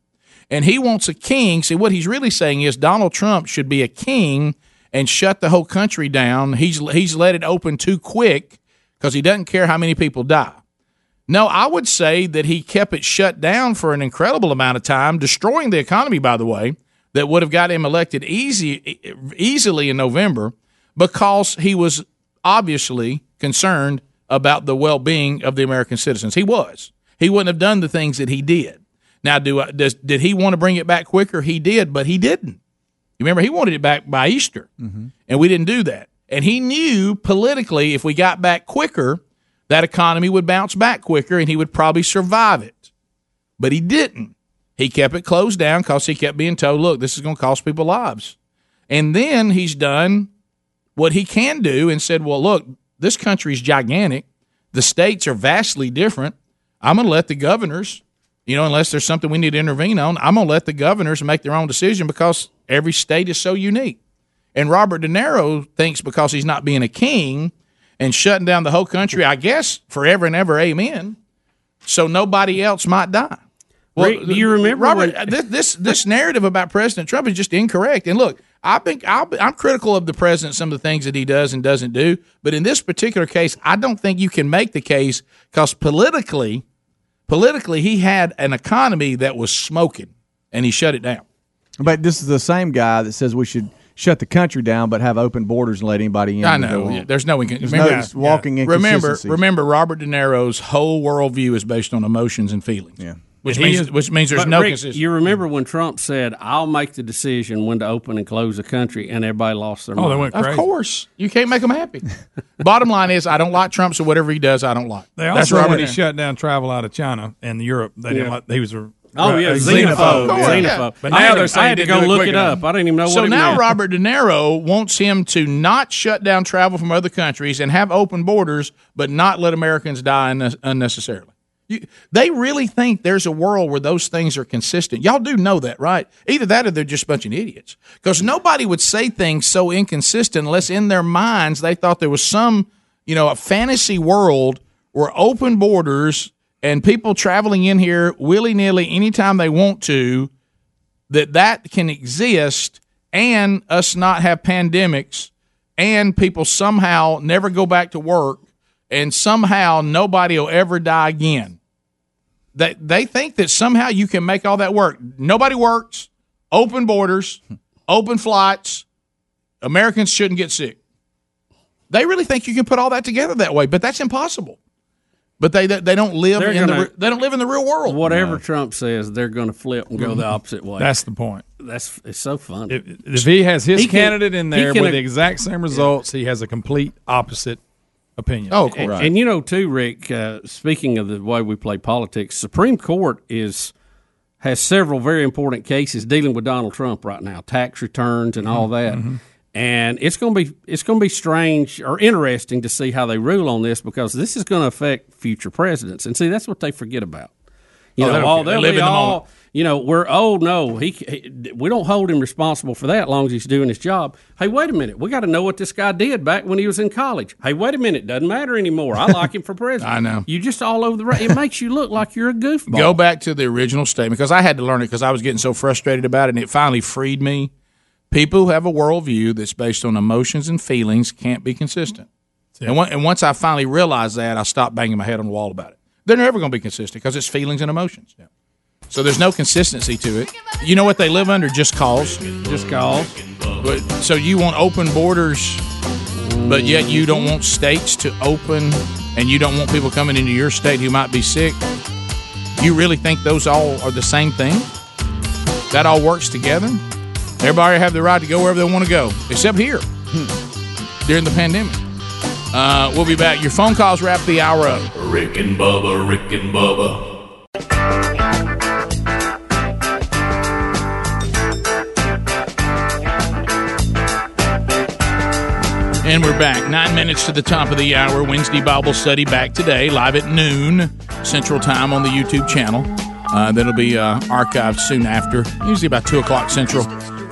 And he wants a king. See, what he's really saying is Donald Trump should be a king and shut the whole country down. He's, he's let it open too quick because he doesn't care how many people die. No, I would say that he kept it shut down for an incredible amount of time, destroying the economy, by the way, that would have got him elected easy, e, easily in November because he was obviously concerned about the well being of the American citizens. He was. He wouldn't have done the things that he did. Now, do I, does, did he want to bring it back quicker? He did, but he didn't. You Remember, he wanted it back by Easter, Mm-hmm. and we didn't do that. And he knew politically if we got back quicker, that economy would bounce back quicker and he would probably survive it. But he didn't. He kept it closed down because he kept being told, look, this is going to cost people lives. And then he's done what he can do and said, well, look, this country's gigantic. The states are vastly different. I'm going to let the governors, you know, unless there's something we need to intervene on, I'm going to let the governors make their own decision because every state is so unique. And Robert De Niro thinks because he's not being a king and shutting down the whole country, I guess forever and ever, amen, so nobody else might die. Rick, do you remember Robert? when- uh, This, this this narrative about President Trump is just incorrect. And look, I think I'll, be- I'm critical of the president, some of the things that he does and doesn't do. But in this particular case, I don't think you can make the case because politically, politically, he had an economy that was smoking, and he shut it down. But this is the same guy that says we should shut the country down, but have open borders and let anybody in. I that know. they yeah, want. there's no, incon- There's remember, no just walking Remember, inconsistencies. remember, Robert De Niro's whole worldview is based on emotions and feelings. Yeah, which He means is- which means there's but no Rick, consistency. You remember when Trump said, "I'll make the decision when to open and close the country," and everybody lost Oh, their. mind. Of course, you can't make them happy. Bottom line is, I don't like Trump, so whatever he does, I don't like. They That's also Robert. already shut down travel out of China and Europe. They didn't Yeah. like, he was a Oh, yeah, a xenophobe. Of course, Yeah. yeah. But I now had they're to- saying I had to didn't go do look quick it enough. up. I didn't even know so what it now meant. Robert De Niro wants him to not shut down travel from other countries and have open borders, but not let Americans die unne- unnecessarily. You, they really think there's a world where those things are consistent. Y'all do know that, right? Either that or they're just a bunch of idiots. Because nobody would say things so inconsistent unless in their minds they thought there was some, you know, a fantasy world where open borders and people traveling in here willy nilly anytime they want to that that can exist and us not have pandemics and people somehow never go back to work and somehow nobody will ever die again. They, they think that somehow you can make all that work. Nobody works, open borders, open flights, Americans shouldn't get sick. They really think you can put all that together that way, but that's impossible. But they they, they don't live They're in gonna- the re- they don't live in the real world. Whatever Trump says, they're going to flip and go the Mm-hmm. opposite way. That's the point. That's it's so funny. If he has his He can- candidate in he there can- with the exact same results, he has a complete opposite opinion. Oh, And- And you know, too, Rick. Uh, speaking of the way we play politics, Supreme Court is has several very important cases dealing with Donald Trump right now, tax returns and Mm-hmm. all that. And it's going to be it's going to be strange or interesting to see how they rule on this because this is going to affect future presidents. And see, that's what they forget about. You Oh, they know, don't all care. They they'll live be in the all- moment. You know, we're oh no, he, he we don't hold him responsible for that as long as he's doing his job. Hey, wait a minute, we got to know what this guy did back when he was in college. Hey, wait a minute, doesn't matter anymore. I like him for president. I know. You just all over the ra- It makes you look like you're a goofball. Go back to the original statement because I had to learn it because I was getting so frustrated about it, and it finally freed me. People who have a worldview that's based on emotions and feelings can't be consistent. And, one, and once I finally realized that, I stopped banging my head on the wall about it. They're never going to be consistent because it's feelings and emotions. So there's no consistency to it. You know what they live under? Just cause. Just cause. But, so you want open borders, but yet you don't want states to open, and you don't want people coming into your state who might be sick. You really think those all are the same thing? That all works together? Everybody have the right to go wherever they want to go, except here during the pandemic. Uh, we'll be back. Your phone calls wrap the hour up. Rick and Bubba, Rick and Bubba, And we're back. Nine minutes to the top of the hour. Wednesday Bible study back today, live at noon Central Time on the YouTube channel. Uh, that'll be uh, archived soon after, usually about 2 o'clock Central,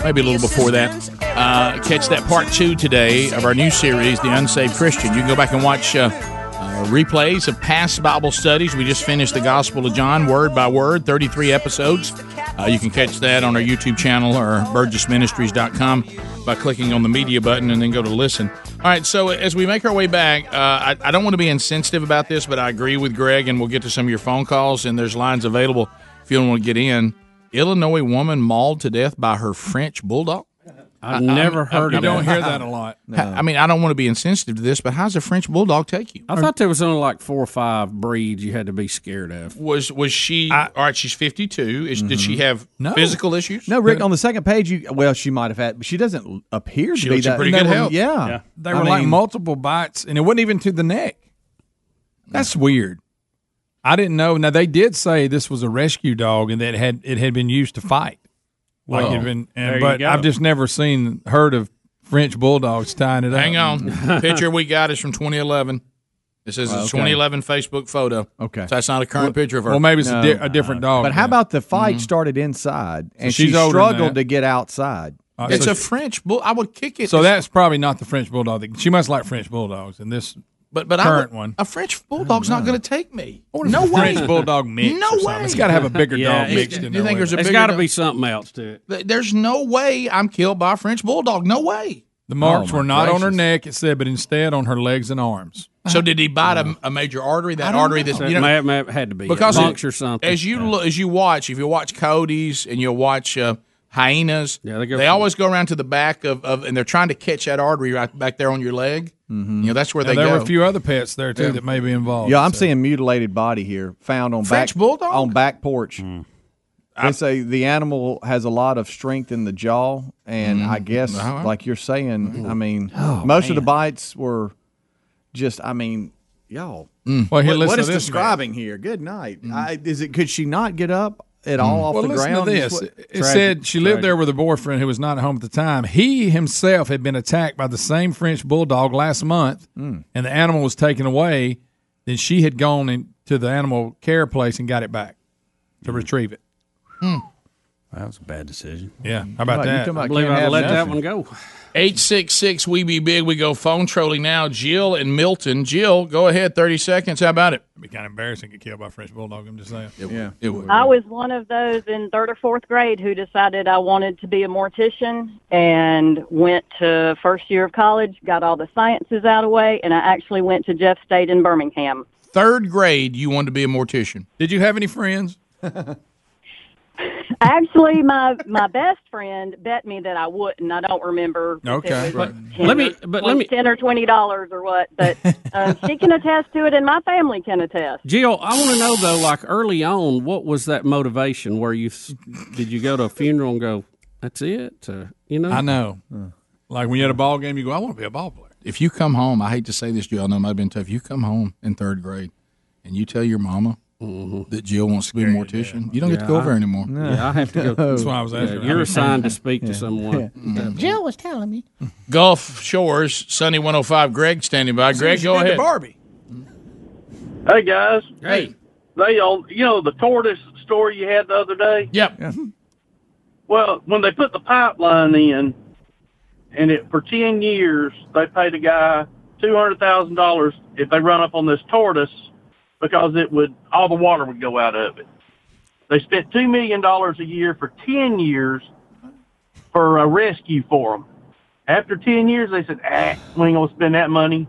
maybe a little before that. Uh, catch that part two today of our new series, The Unsaved Christian. You can go back and watch uh, uh, replays of past Bible studies. We just finished the Gospel of John, word by word, 33 episodes. Uh, you can catch that on our YouTube channel or burgessministries.com by clicking on the media button and then go to listen. All right, so as we make our way back, uh, I, I don't want to be insensitive about this, but I agree with Greg, and we'll get to some of your phone calls, and there's lines available if you don't want to get in. Illinois woman mauled to death by her French bulldog. I've never heard You of don't that. hear that a lot. No. I mean, I don't want to be insensitive to this, but how's a French bulldog take you? I thought there was only like four or five breeds you had to be scared of. Was was she all right? She's fifty two. Is did she have physical issues? No, Rick. On the second page, you well, she might have had, but she doesn't appear to She be looks in that. pretty no, good well, health. Yeah, Yeah. They I were like mean, multiple bites, and it wasn't even to the neck. That's weird. I didn't know. Now they did say this was a rescue dog, and that it had it had been used to fight. Like Well, it'd been, there you and, but go. I've just never seen heard of French bulldogs tying it up. Hang on. picture we got is from 2011. This is Oh, a mm-hmm. okay. 2011 Facebook photo. Okay. So that's not a current Well- picture of her. well, maybe it's a di- a different dog. But how then. about the fight started inside, and she's she older than struggled that. to get outside? Uh, It's so- a French bull. I would kick it. So that's probably not the French bulldog. She must like French bulldogs, and this But but Current I, one. a French bulldog's not going to take me. No it's a way. French bulldog mix No or something. way. It's gotta have a bigger Yeah, dog it's- mixed in Do you there with think there's it. a It's bigger gotta dog? be something else to it. Th- There's no way I'm killed by a French bulldog. No way. The marks Oh, my were not on her gracious. neck, it said, but instead on her legs and arms. So did he bite a, a major artery? That artery that's you know may, may have had to be it, because monks it- or something. As you look, as you watch, if you watch coyotes and you watch uh, hyenas, yeah, they, always go around to the back of, of and they're trying to catch that artery right back there on your leg. Mm-hmm. You know that's where Now, they there go. were a few other pets there too Yeah. that may be involved. Yeah, I'm seeing mutilated body here found on French back bulldog? on back porch. They say the animal has a lot of strength in the jaw, and I guess, All right. like you're saying, I mean, Oh, most of man. the bites were just, I mean, y'all. Mm. Well, here, what- what listen is to this, describing here? Good night. I, is it? Could she not get up at all off Hmm. well, the listen ground? To Is this. what- It said she lived there with a boyfriend who was not at home at the time. He himself had been attacked by the same French bulldog last month, Hmm. Mm. and the animal was taken away. Then she had gone in, to the animal care place and got it back to retrieve it. That was a bad decision. Yeah, Hmm. how about that? go. 866 We Be Big. We go phone trolling now. Jill and Milton. Jill, go ahead. 30 seconds. How about it? It'd be kind of embarrassing to get killed by a French bulldog. I'm just saying. yeah. It would. I was one of those in third or fourth grade who decided I wanted to be a mortician and went to first year of college, got all the sciences out of the way, and I actually went to Jeff State in Birmingham. Third grade, you wanted to be a mortician. Did you have any friends? Actually, my my best friend bet me that I wouldn't. I don't remember. if it was But let me. But let me. ten or twenty dollars or what, but uh, she can attest to it, and my family can attest. Jill, I want to know though, like early on, what was that motivation? Where you s- did you go to a funeral and go, "That's it," or you know? I know. Like when you had a ball game, you go, "I want to be a ball player." If you come home, I hate to say this, Jill, I know it might have been tough. You come home in third grade and you tell your mama that Jill wants to be a mortician, you don't get to Mm-hmm. Yeah, go I- over anymore. Yeah, I have to go. Yeah, you're assigned to speak to someone. Jill was telling me. Gulf Shores, Sunny 105, Greg standing by. Soon Greg, as you go did the ahead. Barbie. Hey guys. Hey. They all you know the tortoise story you had the other day? Yep. Well, when they put the pipeline in and it for ten years they paid a guy two hundred thousand dollars if they run up on this tortoise because it would all the water would go out of it. They spent two million dollars a year for ten years for a rescue for them. After ten years, they said, "Ah, we ain't gonna spend that money."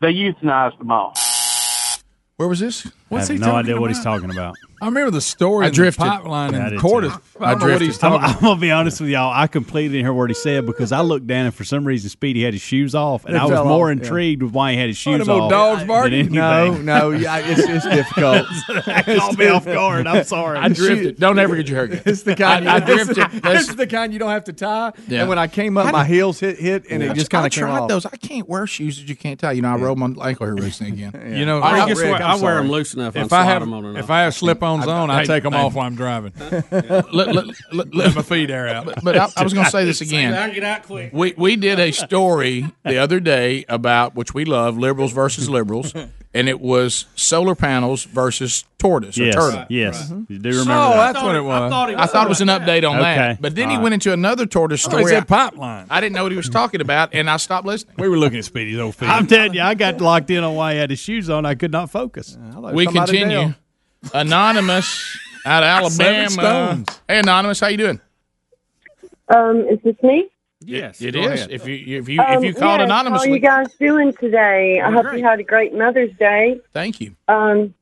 They euthanized them all. Where was this? What's I he have no talking idea what he's about? talking about. I remember the story. I in drifted. The pipeline Yeah, I and did the too. tortoise. I, don't know what he's I'm, talking about. I'm gonna be honest with y'all. I completely heard what he said because I looked down and for some reason Speedy had his shoes off, and They I was fell more off, yeah. intrigued with why he had his Oh, shoes them old off. dogs than barking? anything. No, no, yeah, it's- it's difficult. that caught me off guard. I'm sorry. I drifted. Don't ever get your hair cut. It's the kind I, I you- this is- drifted. This is the kind you don't have to tie. Yeah. And when I came I up, my don't- heels hit hit, and Yeah. it just kind I of came tried off. those. I can't wear shoes that you can't tie. You know, I rolled my ankle here recently again. You know, I, guess what? I wear them loose enough. If I I slide have them on and if off. I have slip-ons on, I Hey, take them hey. off while I'm driving. let, let, let, let my feet air out. But I, I was going to say this again. We we did a story the other day about which we love liberals versus liberals, and it was solar panels versus tortoise Yes, or turtle. yes. Right. You do remember Oh, that. that's what it was. I thought it was, an update on Okay. that. But then he All went into another tortoise I thought story. he said pipeline. I didn't know what he was talking about, and I stopped listening. We were looking at Speedy's old feet. I'm telling you, I got locked in on why he had his shoes on. I could not focus. we continue. Anonymous out of Seven Alabama. stones. Hey, anonymous, how you doing? Um, is this me? Yes, it go is. ahead. If you if you if Um, you called yes, anonymously, How are you guys doing today? I Doing hope great. you had a great Mother's Day. thank you. Um,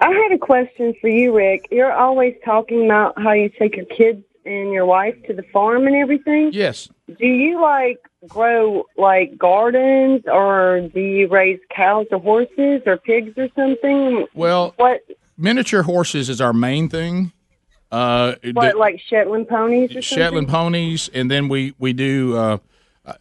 I had a question for you, Rick. You're always talking about how you take your kids and your wife to the farm and everything. Yes. Do you like grow like gardens, or do you raise cows or horses or pigs or something? Well, what miniature horses is our main thing. Uh, What the like Shetland ponies or Shetland something? ponies, and then we we do. Uh,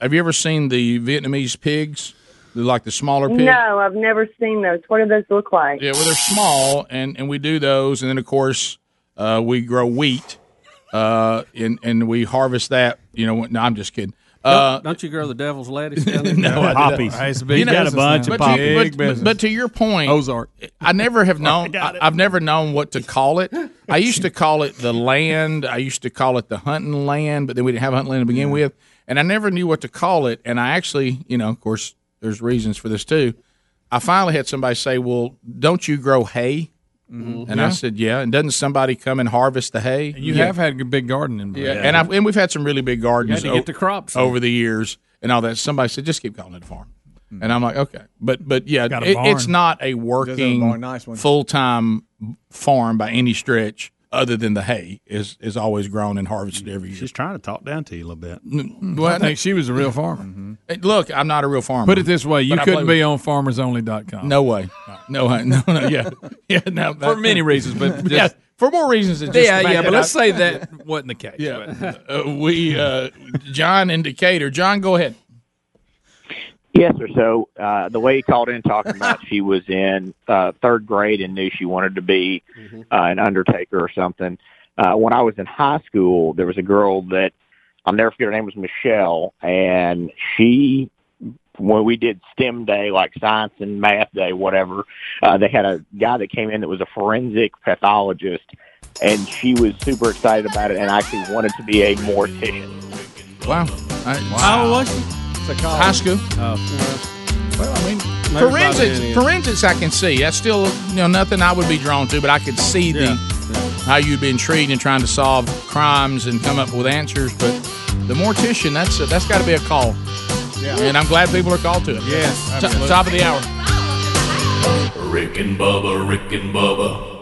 have you ever seen the Vietnamese pigs? They're like the smaller pigs. No, I've never seen those. What do those look like? Yeah, well, they're small, and, and we do those, and then of course uh, we grow wheat, uh, and and we harvest that. You know, when- no, I'm just kidding. Uh, don't, don't you grow the devil's lettuce down there? no, I do not. You know, but you- but- but, but to your point, Ozark. I never have known. I, have never known what to call it. I used to call it the land. I used to call it the hunting land, but then we didn't have hunting land to begin with, and I never knew what to call it. And I actually, you know, of course, there's reasons for this too. I finally had somebody say, "Well, don't you grow hay?" And I Mm-hmm. Yeah. said, "Yeah." And doesn't somebody come and harvest the hay? You have had a big garden in Yeah, and I've, and we've had some really big gardens. You had to get o- the crops in. over the years and all that. Somebody said just keep calling it a farm, Hmm. and I'm like, okay, but but yeah, Got a it- barn. it's not a working barn, nice one. full time farm by any stretch. Other than the hay is is always grown and harvested every year. She's trying to talk down to you a little bit. Hmm. Well, I think she was a real farmer. Hey, Look, I'm not a real farmer. Put it this way, you But I couldn't play be on farmersonly.com. No way. No, I- no, no, yeah. Yeah, no, For that- many reasons, but just- Yeah, for more reasons than just Yeah, the fact yeah, but that I- let's say that wasn't the case. Yeah. Uh, we, uh, John in Decatur. John, go ahead. Yes, sir. So uh, the way he called in talking about she was in uh, third grade and knew she wanted to be uh, an undertaker or something. Uh, when I was in high school, there was a girl that I'll never forget. Her name was Michelle, and she when we did STEM day, like science and math day, whatever, uh, they had a guy that came in that was a forensic pathologist, and she was super excited about it and actually wanted to be a mortician. Wow. How was she? High school. Oh, Well, I mean, Maybe forensics. probably it is. Forensics, I can see. That's still you know nothing I would be drawn to, but I could see the how you'd be intrigued in trying to solve crimes and come up with answers. But the mortician, that's a, that's got to be a call. Yeah. And I'm glad people are called to it. Yes, Top- absolutely. top of the hour. Rick and Bubba, Rick and Bubba.